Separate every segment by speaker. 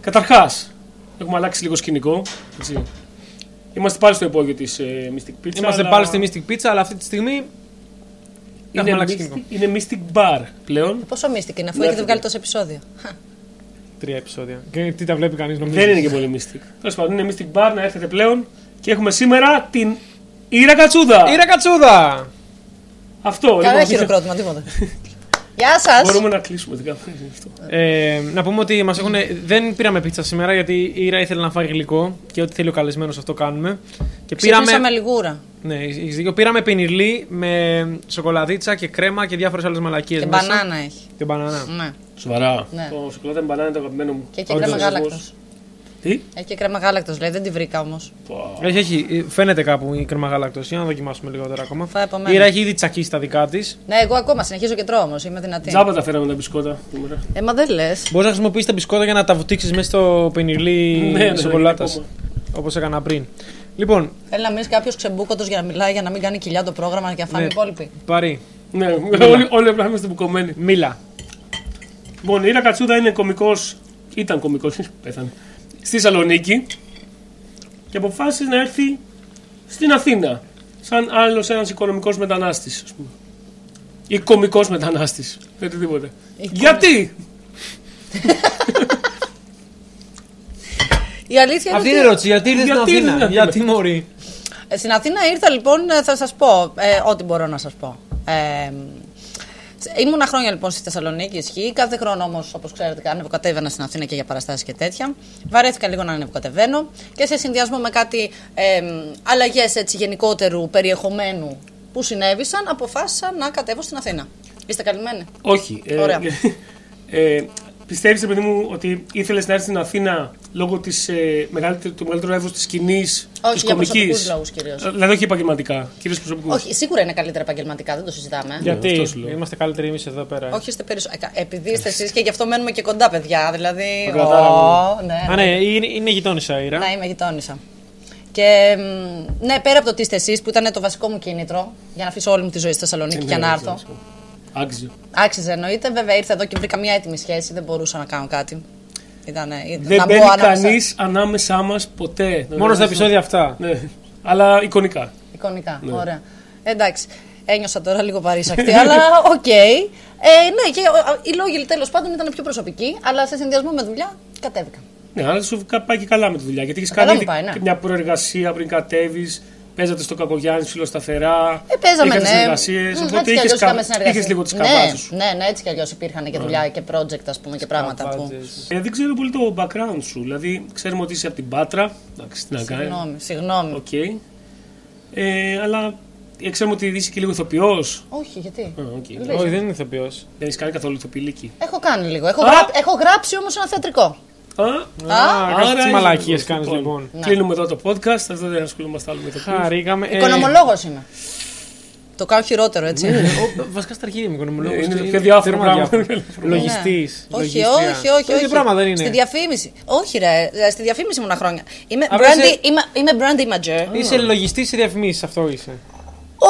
Speaker 1: Καταρχάς, έχουμε αλλάξει λίγο σκηνικό. Έτσι. Είμαστε πάλι στο υπόγειο της Mystic Pizza.
Speaker 2: Είμαστε
Speaker 1: αλλά
Speaker 2: πάλι στη Mystic Pizza, αλλά αυτή τη στιγμή. Έχουμε
Speaker 1: είναι,
Speaker 2: αλλάξει
Speaker 1: Mystic,
Speaker 2: σκηνικό.
Speaker 1: είναι Mystic Bar πλέον.
Speaker 3: Πόσο μύστηκε είναι αφού
Speaker 1: Ναι,
Speaker 3: έχετε
Speaker 1: αυτό.
Speaker 3: βγάλει τόσο επεισόδιο.
Speaker 2: Τρία επεισόδια. Και τι τα βλέπει κανείς νομίζω.
Speaker 1: Δεν είναι και πολύ Mystic. Τέλος πάντων, είναι Mystic Bar να έρθετε πλέον. Και έχουμε σήμερα την Ήρα Κατσούδα.
Speaker 2: Ήρα Κατσούδα!
Speaker 1: Αυτό. λοιπόν,
Speaker 3: Καλά
Speaker 1: μην-
Speaker 3: χειροκρότημα, τίποτα. Γεια σας!
Speaker 1: Μπορούμε να κλείσουμε την κάμερα. Αυτό.
Speaker 2: Ε, να πούμε ότι μας έχουν... δεν πήραμε πίτσα σήμερα γιατί η Ήρα ήθελε να φάει γλυκό και ό,τι θέλει ο καλεσμένος αυτό κάνουμε. Και
Speaker 3: Ξεκινήσαμε
Speaker 2: πήραμε,
Speaker 3: λιγούρα.
Speaker 2: ναι, έχεις δίκιο. πήραμε πενιρλί με σοκολαδίτσα και κρέμα και διάφορες άλλες μαλακίες
Speaker 3: Και
Speaker 2: μέσα.
Speaker 3: μπανάνα έχει.
Speaker 2: Και μπανάνα.
Speaker 3: Ναι.
Speaker 1: Σοβαρά.
Speaker 3: Ναι.
Speaker 1: Το σοκολάτα με μπανάνα είναι το αγαπημένο μου.
Speaker 3: Και έχει
Speaker 1: Όντως.
Speaker 3: κρέμα γάλακτος.
Speaker 1: Τι.
Speaker 3: Έχει και κρέμα γάλακτος, λέει. Δεν τη βρήκα όμως.
Speaker 1: Πω.
Speaker 2: Έχει, έχει, ε, φαίνεται κάπου η κρέμα γάλακτος. Για να δοκιμάσουμε λιγότερα ακόμα.
Speaker 3: Θα επομένως.
Speaker 2: Η Ήρα έχει ήδη τσακίσει τα δικά της.
Speaker 3: Ναι, εγώ ακόμα συνεχίζω και τρώω όμως. Είμαι δυνατή.
Speaker 1: Τζάμπα τα φέραμε τα μπισκότα σήμερα.
Speaker 3: Ε, μα δεν λες.
Speaker 2: Μπορείς να χρησιμοποιήσεις τα μπισκότα για να τα βουτήξεις μέσα στο πενιρλί
Speaker 1: Ναι, ναι,
Speaker 2: σοκολάτας.
Speaker 1: ακόμα.
Speaker 2: Όπως έκανα πριν. Λοιπόν,
Speaker 3: Θέλει να μείνεις κάποιος ξεμπούκοτο για να μιλάει, για να μην κάνει κοιλιά το πρόγραμμα και να φάνε
Speaker 2: Ναι.
Speaker 3: οι υπόλοιποι.
Speaker 2: Παρή,
Speaker 1: Ναι, όλοι, όλοι απλά είμαστε μπουκωμένοι.
Speaker 2: μίλα.
Speaker 1: Λοιπόν, η Ήρα Κατσούδα είναι κωμικός. Ήταν κωμικός, πέθανε. Στη Θεσσαλονίκη και αποφάσισε να έρθει στην Αθήνα. Σαν άλλος ένας οικονομικός μετανάστης, ας πούμε. Ή κωμικό μετανάστης. Δεν οτιδήποτε. Γιατί!
Speaker 3: Η αλήθεια
Speaker 2: Αυτή
Speaker 3: είναι
Speaker 2: είναι η ερώτηση.
Speaker 3: ότι
Speaker 2: Γιατί ήρθες στην
Speaker 1: Γιατί ήρθε
Speaker 2: Αθήνα,
Speaker 1: στην Αθήνα?
Speaker 2: Γιατί μωρή.
Speaker 3: Ε, Στην Αθήνα ήρθα λοιπόν, ε, θα σας πω ε, ό,τι μπορώ να σας πω. Ε, σ- ήμουνα χρόνια λοιπόν στη Θεσσαλονίκη, ισχύει. Κάθε χρόνο όμως, όπως ξέρετε, ανεβοκατέβαινα στην Αθήνα και για παραστάσεις και τέτοια. Βαρέθηκα λίγο να ανεβοκατεβαίνω και σε συνδυασμό με κάτι ε, αλλαγέ γενικότερου περιεχομένου που συνέβησαν, αποφάσισα να κατέβω στην Αθήνα. Είστε καλυμμένοι.
Speaker 1: Όχι. Ε,
Speaker 3: Ωραία.
Speaker 1: ε, Πιστεύεις, παιδί μου, ότι ήθελες να έρθεις στην Αθήνα λόγω της, ε, μεγαλύτερη- του μεγαλύτερου εύρους της σκηνής,
Speaker 3: Όχι,
Speaker 1: της
Speaker 3: για
Speaker 1: κομικής.
Speaker 3: προσωπικούς λόγους κυρίως.
Speaker 1: Ε, Δηλαδή όχι επαγγελματικά, κυρίως προσωπικούς.
Speaker 3: Όχι, σίγουρα είναι καλύτερα επαγγελματικά, δεν το συζητάμε.
Speaker 2: Γιατί
Speaker 1: αυτό σου λέω.
Speaker 2: είμαστε καλύτεροι εμείς εδώ πέρα. ε.
Speaker 3: Όχι, είστε περισσότερο. Επειδή είστε εσείς και γι' αυτό μένουμε και κοντά, παιδιά. Δηλαδή.
Speaker 1: Το κατάλαβα.
Speaker 3: Ω, ναι, ναι.
Speaker 2: Α, ναι, είναι, είναι γειτόνισσα
Speaker 1: Ε.
Speaker 2: η Ήρα.
Speaker 3: Να είμαι γειτόνισσα. Και μ, ναι, πέρα από το τι είστε εσείς, που ήταν το βασικό μου κίνητρο για να αφήσω όλη μου τη ζωή στη Θεσσαλονίκη
Speaker 1: Ε,
Speaker 3: και
Speaker 1: ναι,
Speaker 3: να έρθω.
Speaker 1: Άξιζε.
Speaker 3: Άξιζε εννοείται. Βέβαια ήρθα εδώ και βρήκα μια έτοιμη σχέση, δεν μπορούσα να κάνω κάτι. Ήτανε, ήταν-
Speaker 1: Δεν
Speaker 3: να μπω
Speaker 1: μπαίνει
Speaker 3: ανάμεσα-
Speaker 1: κανείς ανάμεσά μας ποτέ.
Speaker 2: Μόνος στα επεισόδια αυτά.
Speaker 1: Ναι. Αλλά εικονικά.
Speaker 3: Εικονικά.
Speaker 1: Ναι.
Speaker 3: Ωραία. Εντάξει. Ένιωσα τώρα λίγο παρήσακτη, αλλά οκ. Ε, ναι, και ο- οι λόγοι τέλος πάντων ήταν πιο προσωπικοί, αλλά σε συνδυασμό με δουλειά κατέβηκα.
Speaker 1: Ναι, αλλά σου κα- πάει και καλά με τη δουλειά. Γιατί έχεις
Speaker 3: Καλά
Speaker 1: κάνει
Speaker 3: μου πάει, ναι.
Speaker 1: και μια προεργασία πριν κατέβεις. Παίζατε στο Κακογιάννη φιλοσταθερά.
Speaker 3: Ε, παίζαμε, ναι.
Speaker 1: συνεργασίε.
Speaker 3: Μμμ,
Speaker 1: Οπότε
Speaker 3: έτσι κι αλλιώς είχαμε
Speaker 1: είχε
Speaker 3: συνεργασίες.
Speaker 1: λίγο τη
Speaker 3: ναι,
Speaker 1: καβάζα σου.
Speaker 3: Ναι, ναι, έτσι κι αλλιώς υπήρχαν και δουλειά και project, ας πούμε, και πράγματα που.
Speaker 2: Καβάτζες.
Speaker 1: Ε, δεν ξέρω πολύ το background σου. Δηλαδή, ξέρουμε ότι είσαι από την Πάτρα. Εντάξει, τι να
Speaker 2: Ε.
Speaker 1: κάνει.
Speaker 3: Συγγνώμη, συγγνώμη.
Speaker 1: Οκ. Ε, αλλά ε, ξέρουμε ότι είσαι και λίγο ηθοποιός.
Speaker 3: Όχι, γιατί.
Speaker 2: Ε.
Speaker 3: Ναι.
Speaker 1: Δεν
Speaker 2: Όχι, δεν είναι ηθοποιός.
Speaker 1: έχεις κάνει καθόλου ηθοποιηλική.
Speaker 3: Έχω κάνει λίγο. Έχω,
Speaker 1: Α!
Speaker 3: γράπ- έχω γράψει όμως ένα θεατρικό.
Speaker 1: Α,
Speaker 3: Α, ναι.
Speaker 2: Άρα τι
Speaker 1: είσαι
Speaker 2: μαλακίε
Speaker 1: ηθοποιός,
Speaker 2: κάνεις λοιπόν.
Speaker 1: Κλείνουμε εδώ το podcast. Αυτό δεν ασχολούμαστε άλλο με το podcast.
Speaker 2: Χαρήκαμε. ε,
Speaker 3: Οικονομολόγος είμαι. Το κάνω χειρότερο, έτσι.
Speaker 2: ε, ο- Βασικά στα αρχή είμαι οικονομολόγος.
Speaker 1: Ε, Είναι πιο διάφορο πράγμα.
Speaker 3: Ναι.
Speaker 2: Λογιστής.
Speaker 3: Όχι, όχι, όχι. όχι.
Speaker 2: Το Ε, πράγμα δεν
Speaker 3: Στη
Speaker 2: είναι.
Speaker 3: διαφήμιση. Όχι, ρε. ε, Στη διαφήμιση ήμουνα χρόνια. Είμαι,
Speaker 2: Α, ε.
Speaker 3: brand,
Speaker 2: είσαι-
Speaker 3: είμαι, είμαι brand imager.
Speaker 2: Είσαι λογιστής σε διαφημίσεις, αυτό είσαι.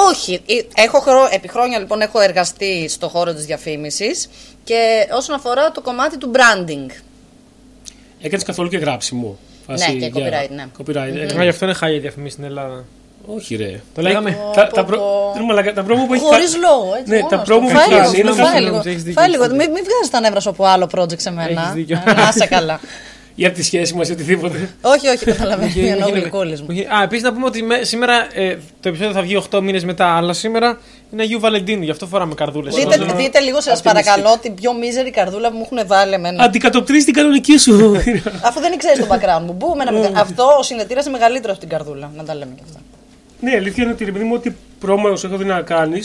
Speaker 3: Όχι. ε, Έχω χρο... Επί χρόνια λοιπόν έχω εργαστεί στο χώρο της διαφήμισης και όσον αφορά το κομμάτι του branding.
Speaker 1: Έκανες καθόλου και γράψιμο. Φάση
Speaker 3: και
Speaker 1: για-
Speaker 3: copyright, ναι.
Speaker 1: Copyright. ε,
Speaker 2: Α, Γι' αυτό είναι χάγια η διαφημίση στην Ελλάδα.
Speaker 1: Όχι, ρε.
Speaker 3: Ε,
Speaker 2: Το λέγαμε.
Speaker 1: Τα- τα προ-
Speaker 3: πω.
Speaker 1: ρε μαλάκα, τα πρόμο που έχει
Speaker 3: Χωρίς
Speaker 1: κα-
Speaker 3: λόγο, έτσι.
Speaker 1: Ναι,
Speaker 3: μόνος
Speaker 1: τα
Speaker 3: του.
Speaker 1: πρόμο που
Speaker 3: Φάει
Speaker 1: έχει κάνει.
Speaker 2: Φάει
Speaker 3: λίγο,
Speaker 1: είναι
Speaker 2: συγγνώμη, συγγνώμη,
Speaker 3: φάει
Speaker 1: καθόλου-
Speaker 3: λίγο.
Speaker 2: έχεις δίκιο,
Speaker 3: Φάει λίγο.
Speaker 2: έχεις
Speaker 3: Μην μην βγάζεις τα νεύρα σου από άλλο project σε μένα.
Speaker 2: Έχεις δίκιο.
Speaker 3: Ε, Να είσαι καλά.
Speaker 1: Ή από τη σχέση μας ή οτιδήποτε.
Speaker 3: Όχι, όχι, καταλαβαίνω. Εννοώ γλυκούλης μου.
Speaker 2: Όχι, Α, επίσης να πούμε ότι με- σήμερα ε, το επεισόδιο θα βγει 8 μήνες μετά, αλλά σήμερα είναι Αγίου Βαλεντίνου, γι' αυτό φοράμε καρδούλες.
Speaker 3: Δείτε, δείτε λίγο, σας παρακαλώ, την πιο μίζερη καρδούλα που μου έχουν βάλει εμένα.
Speaker 1: Αντικατοπτρίζει την κανονική σου.
Speaker 3: Αφού δεν ξέρεις το background μου. Μπούμε να μην- Αυτό ο συνετήρας είναι μεγαλύτερο από την καρδούλα. Να τα λέμε κι αυτά.
Speaker 1: Ναι, η αλήθεια είναι ότι ρε παιδί μου, ό,τι πρόμο έχω δει να κάνεις,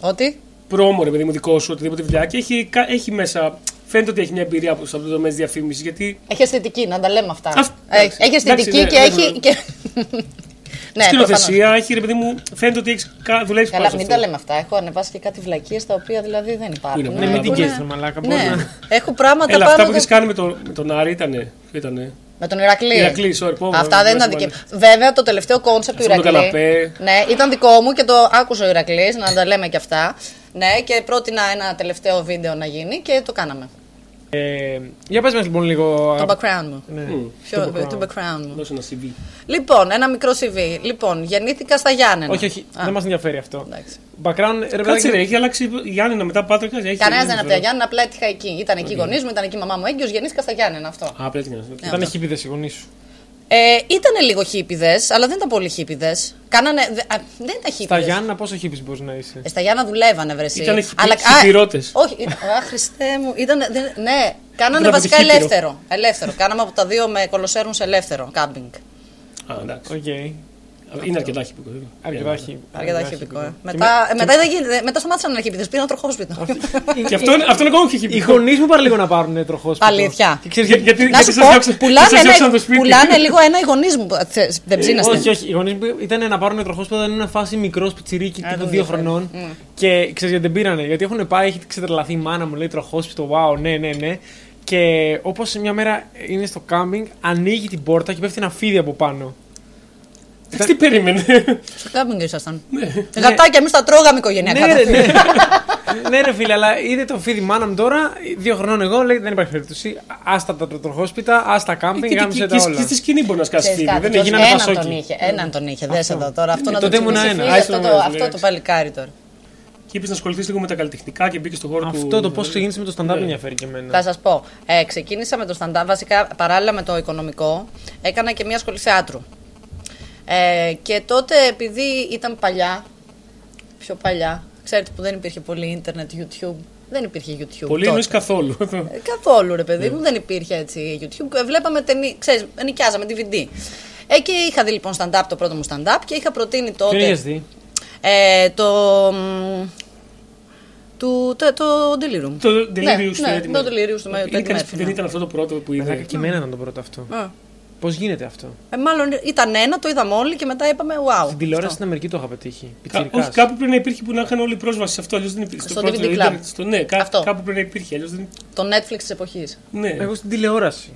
Speaker 3: Ότι.
Speaker 1: πρόμο ρε παιδί μου δικό σου, οτιδήποτε δουλειά και έχει, κα- έχει μέσα. Φαίνεται ότι έχει μια εμπειρία από από το τομέα τη διαφήμισης. Γιατί
Speaker 3: Έχει αισθητική, να τα λέμε αυτά. Ε,
Speaker 1: Αυτ-
Speaker 3: Έχει,
Speaker 1: εντάξει,
Speaker 3: έχει αισθητική
Speaker 1: εντάξει,
Speaker 3: και
Speaker 1: ναι,
Speaker 3: έχει.
Speaker 1: ναι.
Speaker 3: και- Ναι, προφανώς.
Speaker 1: σκηνοθεσία, έχει ρε παιδί μου, φαίνεται ότι έχεις δουλέψει πάνω
Speaker 3: Καλά,
Speaker 1: σε
Speaker 3: μην
Speaker 1: αυτό.
Speaker 3: τα λέμε αυτά. Έχω ανεβάσει και κάτι βλακίες τα οποία δηλαδή δεν υπάρχουν.
Speaker 1: είναι
Speaker 2: Ναι, μην την
Speaker 3: που
Speaker 2: καίσεις,
Speaker 3: είναι-
Speaker 2: ρε μαλάκα. μπορεί
Speaker 3: Ναι,
Speaker 2: να-
Speaker 3: έχω πράγματα
Speaker 1: Έλα, αυτά
Speaker 3: πάνω.
Speaker 1: που
Speaker 3: τα-
Speaker 1: έχει κάνει με, το, με τον Άρη ήτανε. ήτανε.
Speaker 3: Με τον Ηρακλή.
Speaker 1: Ηρακλή, sorry, πω,
Speaker 3: Αυτά
Speaker 1: πω,
Speaker 3: δεν
Speaker 1: πω,
Speaker 3: ήταν
Speaker 1: πω,
Speaker 3: δική μου. Βέβαια, το τελευταίο κόνσεπτ του
Speaker 1: Αυτό με το
Speaker 3: Ηρακλή.
Speaker 1: καναπέ.
Speaker 3: Ναι, ήταν δικό μου και το άκουσε ο Ηρακλής, να τα λέμε και αυτά. Ναι, και πρότεινα ένα τελευταίο βίντεο να γίνει και το κάναμε.
Speaker 2: Ε, για πες μας λοιπόν λίγο.
Speaker 3: Το
Speaker 2: αγάπη-
Speaker 3: background Mm. μου.
Speaker 2: Ναι.
Speaker 3: Ποιο-
Speaker 2: το background.
Speaker 3: Το background μου.
Speaker 1: Δώσε ένα CV.
Speaker 3: Λοιπόν, ένα μικρό CV. Λοιπόν, γεννήθηκα στα Γιάννενα.
Speaker 2: Όχι, όχι,
Speaker 3: Α, Ναι.
Speaker 2: δεν μας ενδιαφέρει αυτό.
Speaker 3: εντάξει.
Speaker 2: Background, ρε
Speaker 1: Κάτσε
Speaker 2: παιδάκι,
Speaker 1: Ε, ρε, έχει αλλάξει η Γιάννενα μετά Πάτρακα.
Speaker 3: Κανένας δεν είναι από τα Γιάννενα, απλά έτυχα εκεί. Ήταν εκεί οι γονείς μου, ήταν εκεί η μαμά μου έγκυος, γεννήθηκα στα Γιάννενα αυτό.
Speaker 1: Α, πρέπει να σου πω.
Speaker 3: Ναι,
Speaker 2: Ήταν χίπηδες οι γονείς σου.
Speaker 3: Ε, ήταν λίγο χίπηδε, αλλά δεν ήταν πολύ χίπηδε. Κάνανε. δε- α, δεν ήταν χίπηδε.
Speaker 2: Στα Γιάννα πόσο χίπης μπορείς να είσαι.
Speaker 3: Ε, Στα Γιάννα δουλεύανε, βρε. εσύ.
Speaker 1: Ήτανε χι-
Speaker 3: Αλλά- α,
Speaker 1: χιπηρώτες.
Speaker 3: Όχι, ήταν- α, Χριστέ μου. Ήτανε, δεν- ναι,
Speaker 1: Ήταν
Speaker 3: κάνανε
Speaker 1: από τη
Speaker 3: βασικά
Speaker 1: Χίπηρο.
Speaker 3: ελεύθερο. ελεύθερο. Κάναμε από τα δύο με κολοσσέρουν σε ελεύθερο κάμπινγκ.
Speaker 1: Α, εντάξει. Ε,
Speaker 2: Οκ.
Speaker 1: Είναι αρκετά χυπικό. Ε,
Speaker 2: Αρκετά
Speaker 1: ναι.
Speaker 2: χι-
Speaker 3: Αρκετά
Speaker 2: αρκετά χίπικο.
Speaker 3: χιπικό. Ε.
Speaker 2: Και
Speaker 3: Μετά, ε, μετά, δεν γίνεται- μετά σταμάτησαν να είναι χίπηδε. Πήγαν τροχόσπιτο.
Speaker 1: Και αυτό είναι αυτό είναι ακόμα πιο
Speaker 2: με- Οι
Speaker 1: χυπικό.
Speaker 2: γονείς μου παραλίγο να πάρουν τροχόσπιτο.
Speaker 3: Αλήθεια.
Speaker 2: Και ξέρεις
Speaker 1: Για-
Speaker 2: γιατί-
Speaker 1: γιατί-
Speaker 3: να
Speaker 1: γιατί
Speaker 3: σου
Speaker 1: σας διώξαν-
Speaker 3: πω, πουλάνε,
Speaker 1: σας διώξαν
Speaker 3: ένα,
Speaker 1: το σπίτι.
Speaker 3: πουλάνε λίγο ένα οι γονείς μου. ε, Θε- Δεν ψήνεστε.
Speaker 2: Ε, Όχι, όχι. Οι γονείς μου ήταν να πάρουν τροχόσπεδα ήμουν φάση μικρός πιτσιρίκι τύπου
Speaker 3: δεν
Speaker 2: δύο
Speaker 3: διαφέρει.
Speaker 2: χρονών.
Speaker 1: Ναι.
Speaker 2: Και ξέρεις γιατί δεν πήρανε. Γιατί έχουν πάει, έχει ξετρελαθεί η μάνα μου, λέει τροχόσπιτο, wow, ναι, ναι, ναι. Και όπως μια μέρα είναι στο κάμπινγκ, ανοίγει την πόρτα και πέφτει ένα φίδι από πάνω.
Speaker 1: Εντάξει, Τι περίμενε.
Speaker 3: Στο κάμπινγκ ήσασταν. Γατάκια, εμείς τα τρώγαμε οικογενειακά.
Speaker 2: ναι,
Speaker 3: τα
Speaker 2: ρε,
Speaker 3: φύλλα.
Speaker 2: ναι. ναι, ρε φίλε, αλλά είδε το φίδι μάνα μου τώρα, δύο χρονών εγώ, λέει δεν υπάρχει περίπτωση. Άστα τα τροχόσπιτα, άστα κάμπινγκ,
Speaker 1: Και-
Speaker 2: γάμισε τα
Speaker 1: και- Και
Speaker 2: όλα.
Speaker 1: στη σκηνή μπορεί να σκάσεις
Speaker 3: Ξέρεις
Speaker 1: φίδι.
Speaker 3: κάτι,
Speaker 1: Δεν
Speaker 3: Τζορτζ,
Speaker 1: έχει
Speaker 2: γίνανε
Speaker 3: έναν
Speaker 2: Πασόκι.
Speaker 3: τον είχε, έναν τον είχε. Δες εδώ τώρα, αυτό να το
Speaker 2: τότε ήμουν
Speaker 3: τσιμπήσει
Speaker 2: ένα.
Speaker 3: φίδι,
Speaker 2: Άιστο
Speaker 3: αυτό το-
Speaker 2: ήμουν,
Speaker 3: Αυτό το
Speaker 1: εντάξει.
Speaker 3: παλικάρι τώρα.
Speaker 1: Και είπες να ασχοληθείς λίγο με τα καλλιτεχνικά και μπήκες στον χώρο του.
Speaker 2: Αυτό το πώς ξεκίνησε με το stand-up με ενδιαφέρει και εμένα.
Speaker 3: Θα σας πω. Ε, ξεκίνησα με το stand-up, βασικά παράλληλα με το οικονομικό, έκανα και μια σχολή θεάτρου. Ε, και τότε επειδή ήταν παλιά, πιο παλιά, ξέρετε που δεν υπήρχε πολύ ίντερνετ, YouTube. Δεν υπήρχε YouTube.
Speaker 1: Πολύ
Speaker 3: τότε.
Speaker 1: εννοείς καθόλου.
Speaker 3: Ε, Καθόλου ρε παιδί μου, δεν υπήρχε έτσι YouTube. Ε, Βλέπαμε ταινί, ξέρεις, νοικιάζαμε DVD. Εκεί είχα δει λοιπόν stand-up, το πρώτο μου stand-up και είχα προτείνει τότε.
Speaker 2: Τι είχες δει.
Speaker 3: Ε, το. μ, Του, το, το Delirium.
Speaker 1: Το Delirium στο
Speaker 3: ναι,
Speaker 1: Eddie
Speaker 3: Το
Speaker 1: Murphy.
Speaker 3: Delirium στο Eddie
Speaker 1: Ήταν-
Speaker 3: Murphy,
Speaker 1: Ε, Δεν
Speaker 3: ναι.
Speaker 1: ήταν αυτό το πρώτο που είδε.
Speaker 2: Μαλάκα, Και εμένα ήταν το πρώτο αυτό.
Speaker 3: Α.
Speaker 2: Πώς γίνεται αυτό.
Speaker 3: Ε, μάλλον ήταν ένα, το είδαμε όλοι και μετά είπαμε wow.
Speaker 2: Στην τηλεόραση στην Αμερική το είχα πετύχει.
Speaker 1: Κα-
Speaker 2: Πιτσιρικάς.
Speaker 1: όχι, κάπου πρέπει να υπήρχε που να είχαν όλη πρόσβαση σε αυτό. Αλλιώς δεν υπήρχε.
Speaker 3: Στο
Speaker 1: πρώτο
Speaker 3: DVD
Speaker 1: ίντερνετ,
Speaker 3: club.
Speaker 1: στο- Ναι, κά-
Speaker 3: Αυτό.
Speaker 1: κάπου πρέπει να υπήρχε. Αλλιώς δεν.
Speaker 3: Το Netflix της εποχής.
Speaker 1: Ναι.
Speaker 2: Εγώ στην τηλεόραση.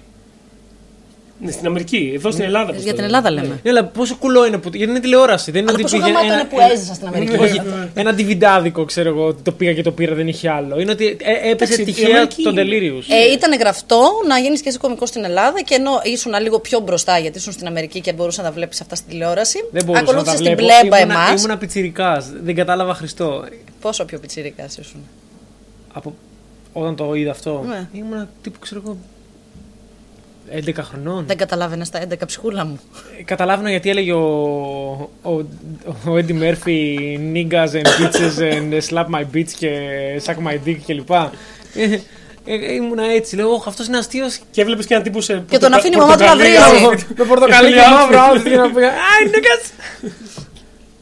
Speaker 1: Ναι, στην Αμερική. Εδώ στην Ελλάδα. πώς
Speaker 3: Για
Speaker 1: το λένε.
Speaker 3: την Ελλάδα λέμε.
Speaker 2: Ναι, αλλά πόσο κουλό είναι που. Γιατί είναι τηλεόραση. Δεν είναι
Speaker 3: Αλλά πόσο
Speaker 2: πήγε
Speaker 3: γαμάτο
Speaker 2: ένα-
Speaker 3: είναι που έζησα στην Αμερική.
Speaker 2: Όχι,
Speaker 1: Ναι.
Speaker 2: ένα διβιντάδικο, ξέρω εγώ, ότι το πήγα και το πήρα, δεν είχε άλλο. Είναι ότι ε, έπαιζε
Speaker 1: Εντάξει, η
Speaker 2: τυχαία
Speaker 1: Αμερική
Speaker 2: τον
Speaker 1: είναι.
Speaker 2: Delirious.
Speaker 3: Ε, ήταν γραφτό να γίνεις και εσύ κωμικός στην Ελλάδα και ενώ ήσουν λίγο πιο μπροστά γιατί ήσουν στην Αμερική και μπορούσες να τα βλέπεις αυτά στην τηλεόραση.
Speaker 2: Δεν μπορούσα να τα
Speaker 3: Ακολούθησες την
Speaker 2: βλέπω.
Speaker 3: πλέμπα
Speaker 2: Ήμουνα-
Speaker 3: εμάς.
Speaker 2: Ήμουνα πιτσιρικάς, Δεν κατάλαβα Χριστό.
Speaker 3: Πόσο πιο πιτσίρικα ήσουν.
Speaker 2: Από όταν το είδα αυτό.
Speaker 3: Ναι.
Speaker 2: Ήμουνα τύπου, ξέρω εγώ. 11 χρονών.
Speaker 3: Δεν καταλάβαινε τα 11 ψυχούλα μου.
Speaker 2: Ε, Καταλάβαινα γιατί έλεγε ο, ο, ο Eddie Murphy niggas and bitches and slap my bitch και suck my dick κλπ. Ε, ε, ήμουνα έτσι. Λέω, αυτός είναι αστείος.
Speaker 1: Και έβλεπες και έναν τύπο σε.
Speaker 3: Και τον αφήνει η μαμά του να
Speaker 1: πορτοκαλί,
Speaker 3: βρίζει.
Speaker 1: άλλο-
Speaker 2: Με Ε, πορτοκαλί και
Speaker 1: Χιλιάδες.
Speaker 2: μαύρο outfit και να πει. Αϊ, niggas! ε,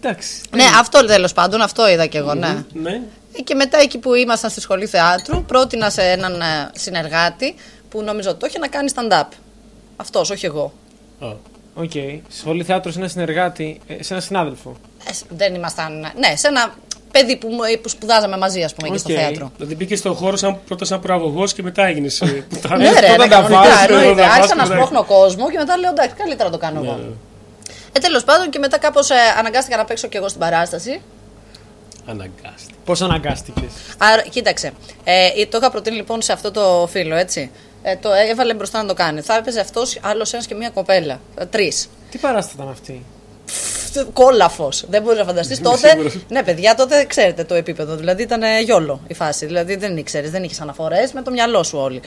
Speaker 2: Εντάξει.
Speaker 3: ναι, αυτό τέλος πάντων, αυτό είδα κι εγώ, ναι.
Speaker 1: Ναι.
Speaker 3: Ε, Και μετά εκεί που ήμασταν στη σχολή θεάτρου, πρότεινα σε έναν ε, συνεργάτη που νομίζω ότι το είχε να κάνει stand-up. Αυτός, όχι εγώ.
Speaker 1: Α.
Speaker 2: Οκ. Σχολή θέατρο σε ένα συνεργάτη, ε, σε ένα συνάδελφο.
Speaker 3: Ε, σ- δεν ήμασταν. Ναι, σε ένα παιδί που, μου- ε, που σπουδάζαμε μαζί, ας πούμε, εκεί στο
Speaker 2: Οκ.
Speaker 3: θέατρο.
Speaker 1: Δηλαδή μπήκε στον χώρο σαν, πρώτα σαν προαγωγός και μετά ε, έγινε.
Speaker 3: Ναι, ρε, ναι,
Speaker 2: τα
Speaker 3: κανονικά
Speaker 2: βάζεις, ναι.
Speaker 3: εννοείται.
Speaker 1: τα
Speaker 3: Άρχισα
Speaker 1: βάζεις,
Speaker 3: να
Speaker 1: μετά-
Speaker 3: σπρώχνω κόσμο και μετά λέω εντάξει, καλύτερα να το κάνω εγώ. Ε, τέλος πάντων και μετά κάπως αναγκάστηκα να παίξω κι εγώ στην παράσταση.
Speaker 1: Αναγκάστηκε.
Speaker 2: Πώς αναγκάστηκες.
Speaker 3: Άρα, κοίταξε. Ε, ε, το είχα προτείνει λοιπόν σε αυτό το φίλο, έτσι. Ε, το έβαλε μπροστά να το κάνει. Θα έπαιζε αυτός, άλλος ένας και μία κοπέλα. Ε, Τρεις.
Speaker 2: Τι παράσταση ήταν αυτή.
Speaker 3: Κόλαφος. Δεν μπορείς να φανταστείς τότε.
Speaker 1: σίγουρος.
Speaker 3: Ναι, παιδιά, τότε ξέρετε το επίπεδο. Δηλαδή ήταν ε, γιόλο η φάση. Δηλαδή δεν ήξερες, δεν είχες αναφορές με το μυαλό σου όλοι.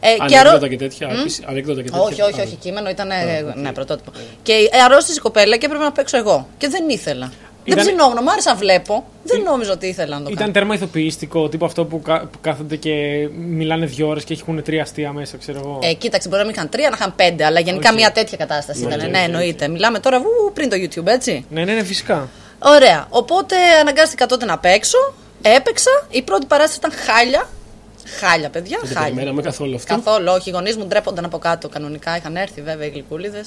Speaker 3: Ε, και αρρώ-
Speaker 1: Ανέκδοτα ναι, και τέτοια. Ανέκδοτα και τέτοια.
Speaker 3: όχι, όχι,
Speaker 1: Α,
Speaker 3: όχι, κείμενο ήταν. ε, ναι, πρωτότυπο. Και ε, αρρώστησε η κοπέλα και έπρεπε να παίξω εγώ. Και δεν ήθελα.
Speaker 2: Ήταν-
Speaker 3: Δεν ψινόμουν, μου άρεσε να βλέπω. Δεν νόμιζα ότι ήθελα να το κάνω.
Speaker 2: Ήταν τέρμα ηθοποιήστικο, τύπου αυτό που, κα- που κάθονται και μιλάνε δύο ώρες και έχουν τρία αστεία μέσα, ξέρω εγώ.
Speaker 3: Ε, κοίταξε, μπορεί να μην είχαν τρία, να είχαν πέντε, αλλά γενικά μια τέτοια κατάσταση ήταν. Ναι, εννοείται. Μιλάμε τώρα βου, πριν το YouTube, έτσι.
Speaker 2: Ναι, ναι, ναι, φυσικά.
Speaker 3: Ωραία. Οπότε αναγκάστηκα τότε να παίξω. Έπαιξα. Η πρώτη παράσταση ήταν χάλια. Χάλια, παιδιά.
Speaker 1: Δεν το
Speaker 3: χάλια.
Speaker 1: περιμέναμε καθόλου αυτό.
Speaker 3: Καθόλου, όχι. Οι γονείς μου ντρέπονταν από κάτω κανονικά. Είχαν έρθει βέβαια οι γλυκούλιδες.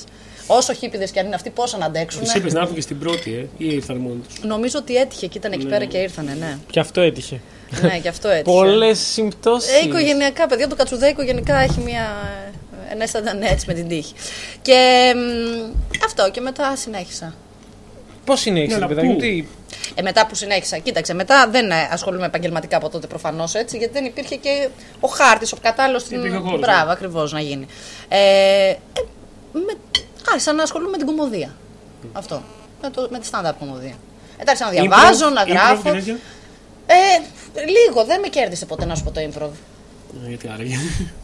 Speaker 3: Όσο χίπηδε κι αν είναι αυτοί, πόσο να αντέξουν.
Speaker 1: Του είπε να έρθουν και στην πρώτη, ε, ή ήρθαν μόνοι τους.
Speaker 3: Νομίζω ότι έτυχε και ήταν εκεί πέρα και ήρθανε, ναι.
Speaker 2: Και αυτό έτυχε.
Speaker 3: ναι, γι' αυτό έτυχε.
Speaker 2: Πολλές συμπτώσεις.
Speaker 3: Ε, οικογενειακά, παιδιά, το κατσουδέκο γενικά έχει μια. ε, ναι, Ένα ήταν έτσι με την τύχη. Και μ, αυτό, και μετά συνέχισα.
Speaker 2: Πώς συνέχισες,
Speaker 1: Ναι,
Speaker 2: ρε
Speaker 1: αλλά
Speaker 2: παιδάκι μου,
Speaker 1: πού?
Speaker 2: τι.
Speaker 3: Ε, μετά που συνέχισα, κοίταξε, μετά δεν ε, ασχολούμαι επαγγελματικά από τότε προφανώς έτσι, γιατί δεν υπήρχε και ο χάρτης, ο κατάλληλος στην.
Speaker 1: Υπήρχε ο χώρος, ναι.
Speaker 3: Μπράβο, ακριβώς να γίνει. Ε, ε, με... Άρχισα να ασχολούμαι με την κομμωδία. Αυτό. Με, το, με τη stand-up κομμωδία. Ε, Εντάξει, να διαβάζω, να
Speaker 1: Improv, improv
Speaker 3: γράφω.
Speaker 1: και τέτοια.
Speaker 3: Ε, λίγο, δεν με κέρδισε ποτέ να σου πω το improv.
Speaker 1: Ε, Γιατί άραγε.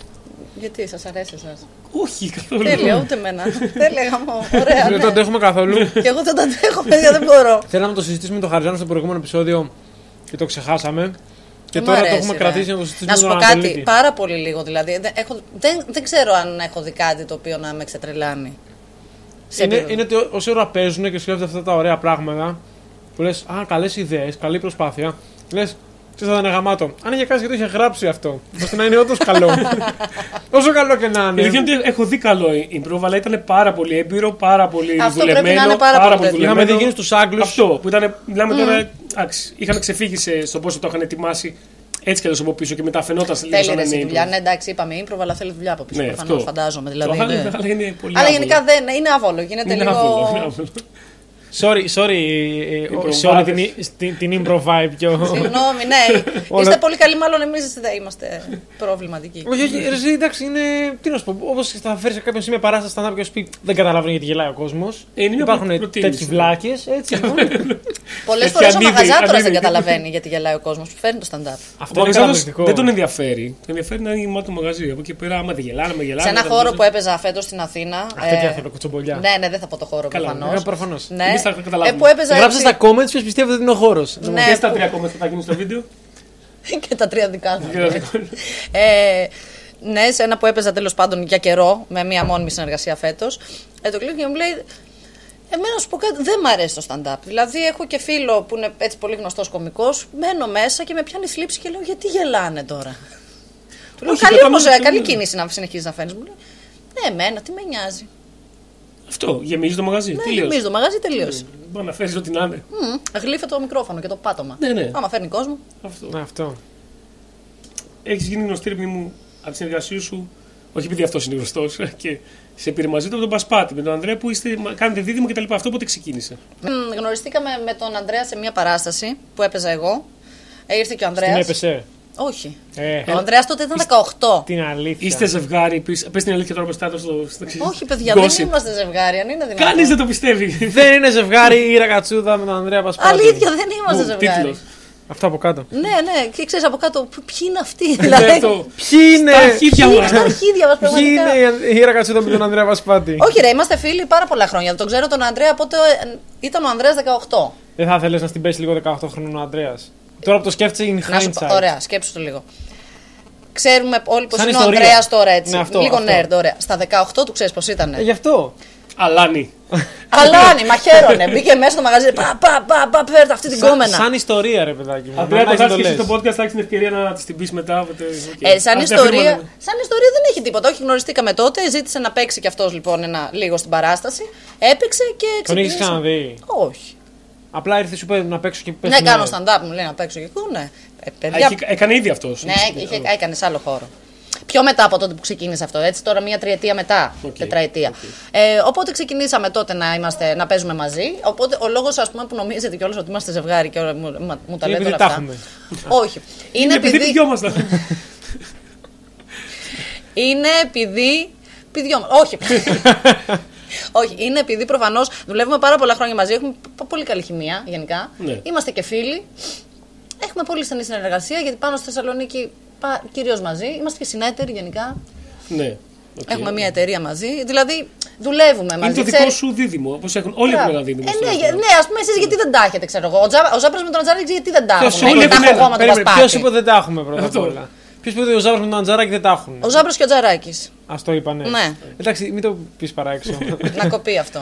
Speaker 3: Γιατί σας αρέσει εσάς.
Speaker 1: Όχι καθόλου.
Speaker 3: Τέλεια, ούτε εμένα. Τέλεια, γαμό.
Speaker 1: Ε,
Speaker 3: Ωραία.
Speaker 2: Δεν το
Speaker 3: ναι.
Speaker 2: αντέχουμε καθόλου.
Speaker 3: Και εγώ δεν τα αντέχω, παιδιά, δεν μπορώ.
Speaker 2: Θέλαμε να το συζητήσουμε με τον Χαριζάνο στο προηγούμενο επεισόδιο και το ξεχάσαμε. Και
Speaker 3: Μ'
Speaker 2: τώρα
Speaker 3: αρέσει,
Speaker 2: το έχουμε
Speaker 3: ρε.
Speaker 2: κρατήσει να το συζητήσουμε
Speaker 3: Να σου
Speaker 2: με
Speaker 3: πω
Speaker 2: τον
Speaker 3: κάτι,
Speaker 2: Ανατολίτη.
Speaker 3: πάρα πολύ λίγο δηλαδή. Δεν, έχω, δεν, δεν ξέρω αν έχω δει κάτι το οποίο να με ξετρελάνει. Σε
Speaker 2: είναι,
Speaker 3: επίπεδο.
Speaker 2: είναι ότι ό- όση ώρα παίζουν και σκέφτονται αυτά τα ωραία πράγματα που λες: Α, καλές ιδέες, καλή προσπάθεια. Λες, τι θα ήταν γαμάτο. Αν είχε κάτι και το είχε γράψει αυτό, ώστε να είναι όντως καλό. Όσο καλό και να
Speaker 3: Ναι.
Speaker 1: Η αλήθεια
Speaker 2: είναι.
Speaker 1: είναι ότι έχω δει καλό improv, αλλά ήταν πάρα πολύ έμπειρο, πάρα πολύ
Speaker 3: Αυτό πρέπει να
Speaker 1: δουλεμένο.
Speaker 3: είναι πάρα πολύ τέτοιο.
Speaker 2: Είχαμε
Speaker 1: δουλεμένο.
Speaker 2: δει εκείνους τους Άγγλους.
Speaker 1: Αυτό που ήταν, μιλάμε τώρα, εντάξει, είχαν ξεφύγει σε, στο πόσο το είχαν ετοιμάσει έτσι κι αλλιώς από πίσω και μετά φαινόταν σε λίγο
Speaker 3: Θέλει
Speaker 1: σαν
Speaker 3: ρε,
Speaker 1: να
Speaker 3: εσύ
Speaker 1: είναι
Speaker 3: δουλειά.
Speaker 1: improv.
Speaker 3: Ναι, εντάξει, είπαμε improv, αλλά θέλει δουλειά από πίσω.
Speaker 1: Ναι,
Speaker 3: Προφανώς,
Speaker 1: αυτό.
Speaker 3: φαντάζομαι.
Speaker 1: Το
Speaker 3: Δηλαδή,
Speaker 1: άλλο-
Speaker 3: ναι.
Speaker 1: το άλλο είναι πολύ
Speaker 3: αλλά
Speaker 1: άβολο.
Speaker 3: γενικά δεν ναι, είναι άβολο. Γίνεται
Speaker 1: Είναι
Speaker 3: λίγο.
Speaker 1: άβολο, είναι άβολο.
Speaker 2: Sorry, sorry, ε, ε,
Speaker 1: Improv
Speaker 2: σε όλη την,
Speaker 1: vibes.
Speaker 2: την, την improv vibe και ο-
Speaker 3: Συγγνώμη, ναι.
Speaker 2: Όλα- Ε,
Speaker 3: Είστε πολύ καλοί, μάλλον εμείς δεν είμαστε προβληματικοί.
Speaker 2: Όχι, όχι, ρε, εσύ, εντάξει, είναι. Τι να σου πω. Όπως θα φέρεις σε κάποιον σήμερα παράσταση stand-up και σου πει Δεν καταλαβαίνει γιατί γελάει ο κόσμος.
Speaker 1: Ε, είναι μια προ-
Speaker 2: Υπάρχουν
Speaker 1: προτίμηση.
Speaker 2: τέτοιοι βλάκες. Έτσι. λοιπόν.
Speaker 3: Πολλές
Speaker 1: Έχει
Speaker 3: φορέ ο
Speaker 1: αντίδραση,
Speaker 3: μαγαζάτορας δεν
Speaker 1: αντίδραση.
Speaker 3: καταλαβαίνει γιατί γελάει ο κόσμος που φέρνει το stand-up.
Speaker 1: Ο
Speaker 2: Αυτό είναι
Speaker 1: Μαγκάζος
Speaker 2: καταπληκτικό.
Speaker 1: δεν τον ενδιαφέρει. Τον ενδιαφέρει να είναι γεμάτο μαγαζί. Από εκεί πέρα, άμα δεν γελάνε, με
Speaker 3: Σε
Speaker 1: γελάνε.
Speaker 3: ένα
Speaker 1: να
Speaker 3: χώρο
Speaker 1: δώσουν-
Speaker 3: που έπαιζα φέτος στην Αθήνα.
Speaker 2: Αυτή τι θέλω, κουτσομπολιά.
Speaker 3: Ναι, ναι, δεν θα πω το χώρο
Speaker 1: Καλά,
Speaker 3: προφανώς.
Speaker 2: ναι, προφανώς.
Speaker 3: Ναι.
Speaker 1: Εμείς θα καταλάβουμε.
Speaker 3: Ε, που έπαιζα
Speaker 2: Γράψτε
Speaker 3: έτσι-
Speaker 2: στα comments ποιος πιστεύετε ότι είναι ο χώρος.
Speaker 3: Ναι,
Speaker 1: Και στα
Speaker 3: που-
Speaker 1: τρία κόμματα θα γίνουν στο βίντεο.
Speaker 3: και τα τρία δικά μου.
Speaker 1: Και να δείχνουν.
Speaker 3: ε, ναι, σε ένα που έπαιζα τέλος πάντων για καιρό με μία μόνιμη συνεργασία φέτος. Ε, το κλείνει και μου λέει. Εμένα να σου πω κάτι, δεν μ' αρέσει το stand-up. Δηλαδή, έχω και φίλο που είναι έτσι πολύ γνωστός κωμικός, μένω μέσα και με πιάνει θλίψη και λέω Γιατί γελάνε τώρα. Του λέω
Speaker 1: Όχι,
Speaker 3: Καλή,
Speaker 1: κατά
Speaker 3: όμως,
Speaker 1: μένα
Speaker 3: ε,
Speaker 1: το
Speaker 3: καλή
Speaker 1: λέω».
Speaker 3: κίνηση να συνεχίζεις να φέρνει. Μου λέει Ναι, εμένα, τι με νοιάζει.
Speaker 1: Αυτό, γεμίζει το μαγαζί.
Speaker 3: Ναι,
Speaker 1: Τελείωσε.
Speaker 3: εμείς το μαγαζί τελείωσε.
Speaker 1: Μπορεί να φέρεις ό,τι να είναι.
Speaker 3: Μμμ, Γλύφε το μικρόφωνο και το πάτωμα.
Speaker 1: Ναι, ναι.
Speaker 3: Άμα φέρνει κόσμο.
Speaker 1: Αυτό.
Speaker 2: Ναι, αυτό.
Speaker 1: Έχεις γίνει γνωστή, ρε παιδί μου, από τη συνεργασία σου. Όχι επειδή αυτός είναι γνωστός. Και σε πήρε μαζί του από τον Πασπάτη με τον Ανδρέα που είστε, μα- κάνετε δίδυμο κτλ. Αυτό πότε ξεκίνησε.
Speaker 3: Μ, Γνωριστήκαμε με τον Ανδρέα σε μια παράσταση που έπαιζα εγώ. Ε, ήρθε και ο
Speaker 2: Την
Speaker 3: Ανδρέας.
Speaker 2: έπεσε.
Speaker 3: Όχι.
Speaker 2: Ε,
Speaker 3: Ο Ανδρέας τότε ήταν 18.
Speaker 2: την αλήθεια.
Speaker 1: Είστε ζευγάρι, πες την αλήθεια τώρα προ τα στο στο-
Speaker 3: Όχι, παιδιά,
Speaker 1: gossip.
Speaker 3: δεν είμαστε ζευγάρι, αν είναι δυνατόν.
Speaker 1: Κανείς δεν το πιστεύει.
Speaker 2: Δεν είναι ζευγάρι η ρακατσούδα με τον Ανδρέα Πασπάτη.
Speaker 3: Αλήθεια, δεν είμαστε ζευγάρι.
Speaker 1: Τίτλος.
Speaker 2: Αυτά από κάτω.
Speaker 3: Ναι, ναι, και ξέρεις από κάτω, ποι- ποιοι είναι
Speaker 1: Ναι,
Speaker 3: αυτοί. δηλαδή,
Speaker 2: Ποιοι είναι,
Speaker 1: Τα αρχίδια
Speaker 3: ποιοι είναι στα
Speaker 1: μα.
Speaker 3: αρχίδια μας
Speaker 2: ποιοι είναι
Speaker 3: πραγματικά.
Speaker 2: η- η ρακατσούδα με τον Ανδρέα Πασπάτη.
Speaker 3: Όχι, ρε, είμαστε φίλοι πάρα πολλά χρόνια. Τον ξέρω τον Ανδρέα, πότε ε, ήταν ο Ανδρέας 18.
Speaker 2: Δεν θα θέλεις να στην πέσει λίγο 18 χρόνων ο Ανδρέας. Τώρα που το σκέφτεσαι in
Speaker 3: Να σου πω,
Speaker 2: hindsight.
Speaker 3: ωραία, σκέψου το λίγο. Ξέρουμε όλοι πώ
Speaker 2: Σαν
Speaker 3: είναι ο
Speaker 2: ιστορία.
Speaker 3: Ανδρέας τώρα έτσι.
Speaker 2: Ναι, αυτό,
Speaker 3: λίγο
Speaker 2: αυτό.
Speaker 3: nerd, ωραία. Στα 18 του ξέρεις πώς ήταν.
Speaker 2: Ε, Γι' αυτό.
Speaker 1: Αλάνι.
Speaker 3: Αλλά ναι, μα χαίρονε. Μπήκε μέσα στο μαγαζί. Πα, πα, πα, πα, φέρτε αυτή την
Speaker 2: Σαν-
Speaker 3: κόμενα.
Speaker 2: Σαν ιστορία, ρε παιδάκι μου.
Speaker 1: Ανδρέα,
Speaker 2: Να
Speaker 1: το
Speaker 2: έχεις να
Speaker 1: χάσει και εσύ
Speaker 2: Ε, λες.
Speaker 1: στο podcast, θα έχεις την ευκαιρία να της την πεις μετά. οπότε, οκ.
Speaker 3: Ε, σαν,
Speaker 1: Ας την
Speaker 3: ιστορία,
Speaker 1: αφήσουμε να-
Speaker 3: σαν ιστορία δεν έχει τίποτα. Όχι, γνωριστήκαμε τότε. Ζήτησε να παίξει κι αυτός λοιπόν ένα λίγο στην παράσταση. Έπαιξε και
Speaker 2: Τον
Speaker 3: ξεκίνησε.
Speaker 2: έχει ξαναδεί.
Speaker 3: Όχι.
Speaker 2: Απλά ήρθε σου είπε να παίξω και πες
Speaker 3: ναι,
Speaker 2: μου,
Speaker 3: κάνω stand-up, μου λέει να παίξω και εγώ. Ναι, ε,
Speaker 1: Α,
Speaker 3: παιδιά.
Speaker 1: είχε- Έκανε ήδη αυτό.
Speaker 3: Ναι, είχε, έκανε σε άλλο χώρο. Πιο μετά από τότε που ξεκίνησε αυτό, έτσι, τώρα μία τριετία μετά,
Speaker 1: Οκ,
Speaker 3: τετραετία. Ε, οπότε ξεκινήσαμε τότε να, είμαστε, να παίζουμε μαζί. Οπότε ο λόγος που νομίζετε κιόλας ότι είμαστε ζευγάρι και όλα- μου, μα- μου τα
Speaker 2: Είναι
Speaker 3: λέτε όλα
Speaker 2: επειδή τα
Speaker 3: αυτά.
Speaker 2: έχουμε.
Speaker 3: Όχι. Είναι
Speaker 1: Είναι επειδή ναι.
Speaker 3: επειδή
Speaker 1: πηγιόμασταν.
Speaker 3: Είναι επειδή. Πηδιό Όχι. Όχι, είναι επειδή προφανώς δουλεύουμε πάρα πολλά χρόνια μαζί. Έχουμε π- πολύ καλή χημεία γενικά.
Speaker 1: Ναι.
Speaker 3: Είμαστε και φίλοι. Έχουμε πολύ στενή συνεργασία γιατί πάνω στη Θεσσαλονίκη κυρίως μαζί. Είμαστε και συνέτεροι γενικά.
Speaker 1: Ναι. οκ.
Speaker 3: Έχουμε μια εταιρεία μαζί. Δηλαδή δουλεύουμε μαζί.
Speaker 1: Είναι το δικό
Speaker 3: ξέρεις.
Speaker 1: σου δηλαδή, δίδυμο. Όπως έχουν όλοι
Speaker 3: Μπράβο.
Speaker 1: έχουν ένα δίδυμο.
Speaker 3: Ε,
Speaker 1: στον
Speaker 3: ναι,
Speaker 1: εαυτό
Speaker 3: για-
Speaker 1: τους.
Speaker 3: ναι, ας πούμε εσείς γιατί δεν τα έχετε, ξέρω εγώ. Ο, Τζα, ο Ζάπρας με τον Ατζάρη γιατί δεν τα
Speaker 2: Ποιος
Speaker 3: έχουν.
Speaker 1: όλοι
Speaker 3: Εγώ Ναι, Τα
Speaker 1: έχουν
Speaker 3: έχω εγώ
Speaker 1: ένα.
Speaker 3: με τον
Speaker 2: Περίμενε, ποιος είπε
Speaker 3: Πασπάτη.
Speaker 2: ότι δεν τα έχουμε πρώτα απ'
Speaker 1: Αυτό.
Speaker 2: όλα. Ποιος είπε ότι ο Ζάβρο με τον Αντζάρακη δεν τα έχουν.
Speaker 3: Ο Ζάπρας και ο Τζαράκης.
Speaker 2: Ας το είπα, ναι.
Speaker 3: Ναι.
Speaker 2: Εντάξει, μην το πεις παρά έξω.
Speaker 3: να κοπεί αυτό.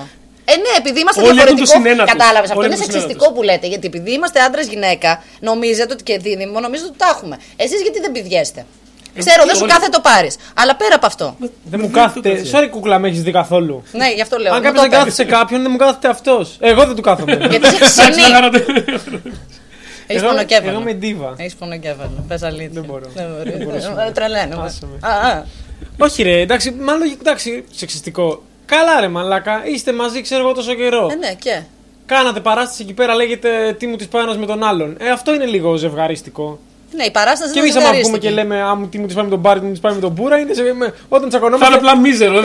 Speaker 3: Ε, ναι, επειδή είμαστε
Speaker 1: Όλοι έχουν το
Speaker 3: διαφορετικό.
Speaker 1: συνένα τους.
Speaker 3: Κατάλαβες. Αυτό
Speaker 1: Όλοι
Speaker 3: είναι
Speaker 1: έχουν το
Speaker 3: σεξιστικό
Speaker 1: συνένα
Speaker 3: που λέτε. Γιατί επειδή είμαστε άντρα-γυναίκα, νομίζετε ότι και δίδυμο, νομίζετε ότι τα έχουμε. Εσείς γιατί δεν πηδιέστε.
Speaker 2: Ε,
Speaker 3: Ξέρω, δεν σου
Speaker 1: όλοι-
Speaker 3: κάθε το πάρεις. Αλλά πέρα από αυτό.
Speaker 2: δεν μου
Speaker 1: το
Speaker 2: κάθεται.
Speaker 1: ξέρω.
Speaker 2: Sorry, κούκλα, με έχεις δει καθόλου.
Speaker 3: Ναι, γι' αυτό λέω.
Speaker 2: Αν
Speaker 3: μου
Speaker 2: κάποιος δεν
Speaker 3: το είπες.
Speaker 2: κάθεται σε κάποιον, δεν μου κάθεται αυτός. Εγώ δεν του κάθομαι.
Speaker 3: Γιατί είσαι
Speaker 1: Εντάξει, να
Speaker 3: ξενή.
Speaker 1: γάρατε.
Speaker 3: Έχεις
Speaker 2: Εγώ-
Speaker 3: πονοκέφαλο.
Speaker 2: Εγώ είμαι ντίβα.
Speaker 3: Έχεις πονοκέφαλο. Πες αλήθεια.
Speaker 2: Δεν μπορώ.
Speaker 3: Δεν μπορώ. Τρελαίνω.
Speaker 2: Άσε με.
Speaker 3: Α, α.
Speaker 2: Όχι, ρε, εντάξει, μάλλον εντάξει, σεξιστικό. Καλά, ρε, μαλάκα. Είστε μαζί, ξέρω εγώ τόσο καιρό.
Speaker 3: Ε, ναι, και.
Speaker 2: Κάνατε παράσταση εκεί πέρα, λέγεται τι μου τη πάει ένας με τον άλλον. Ε, αυτό είναι λίγο ζευγαρίστικο.
Speaker 3: Ναι, η παράσταση
Speaker 2: Και
Speaker 3: είναι
Speaker 2: εμείς, άμα
Speaker 3: ζευγαρίστικη.
Speaker 2: βγούμε και λέμε Α, μου τι μου τη πάει με τον Μπάρι, τι μου τη πάει με τον Μπούρα, είναι σε, με- όταν
Speaker 1: Θα είναι
Speaker 2: τσακωνόμαστε.
Speaker 1: απλά μίζερο.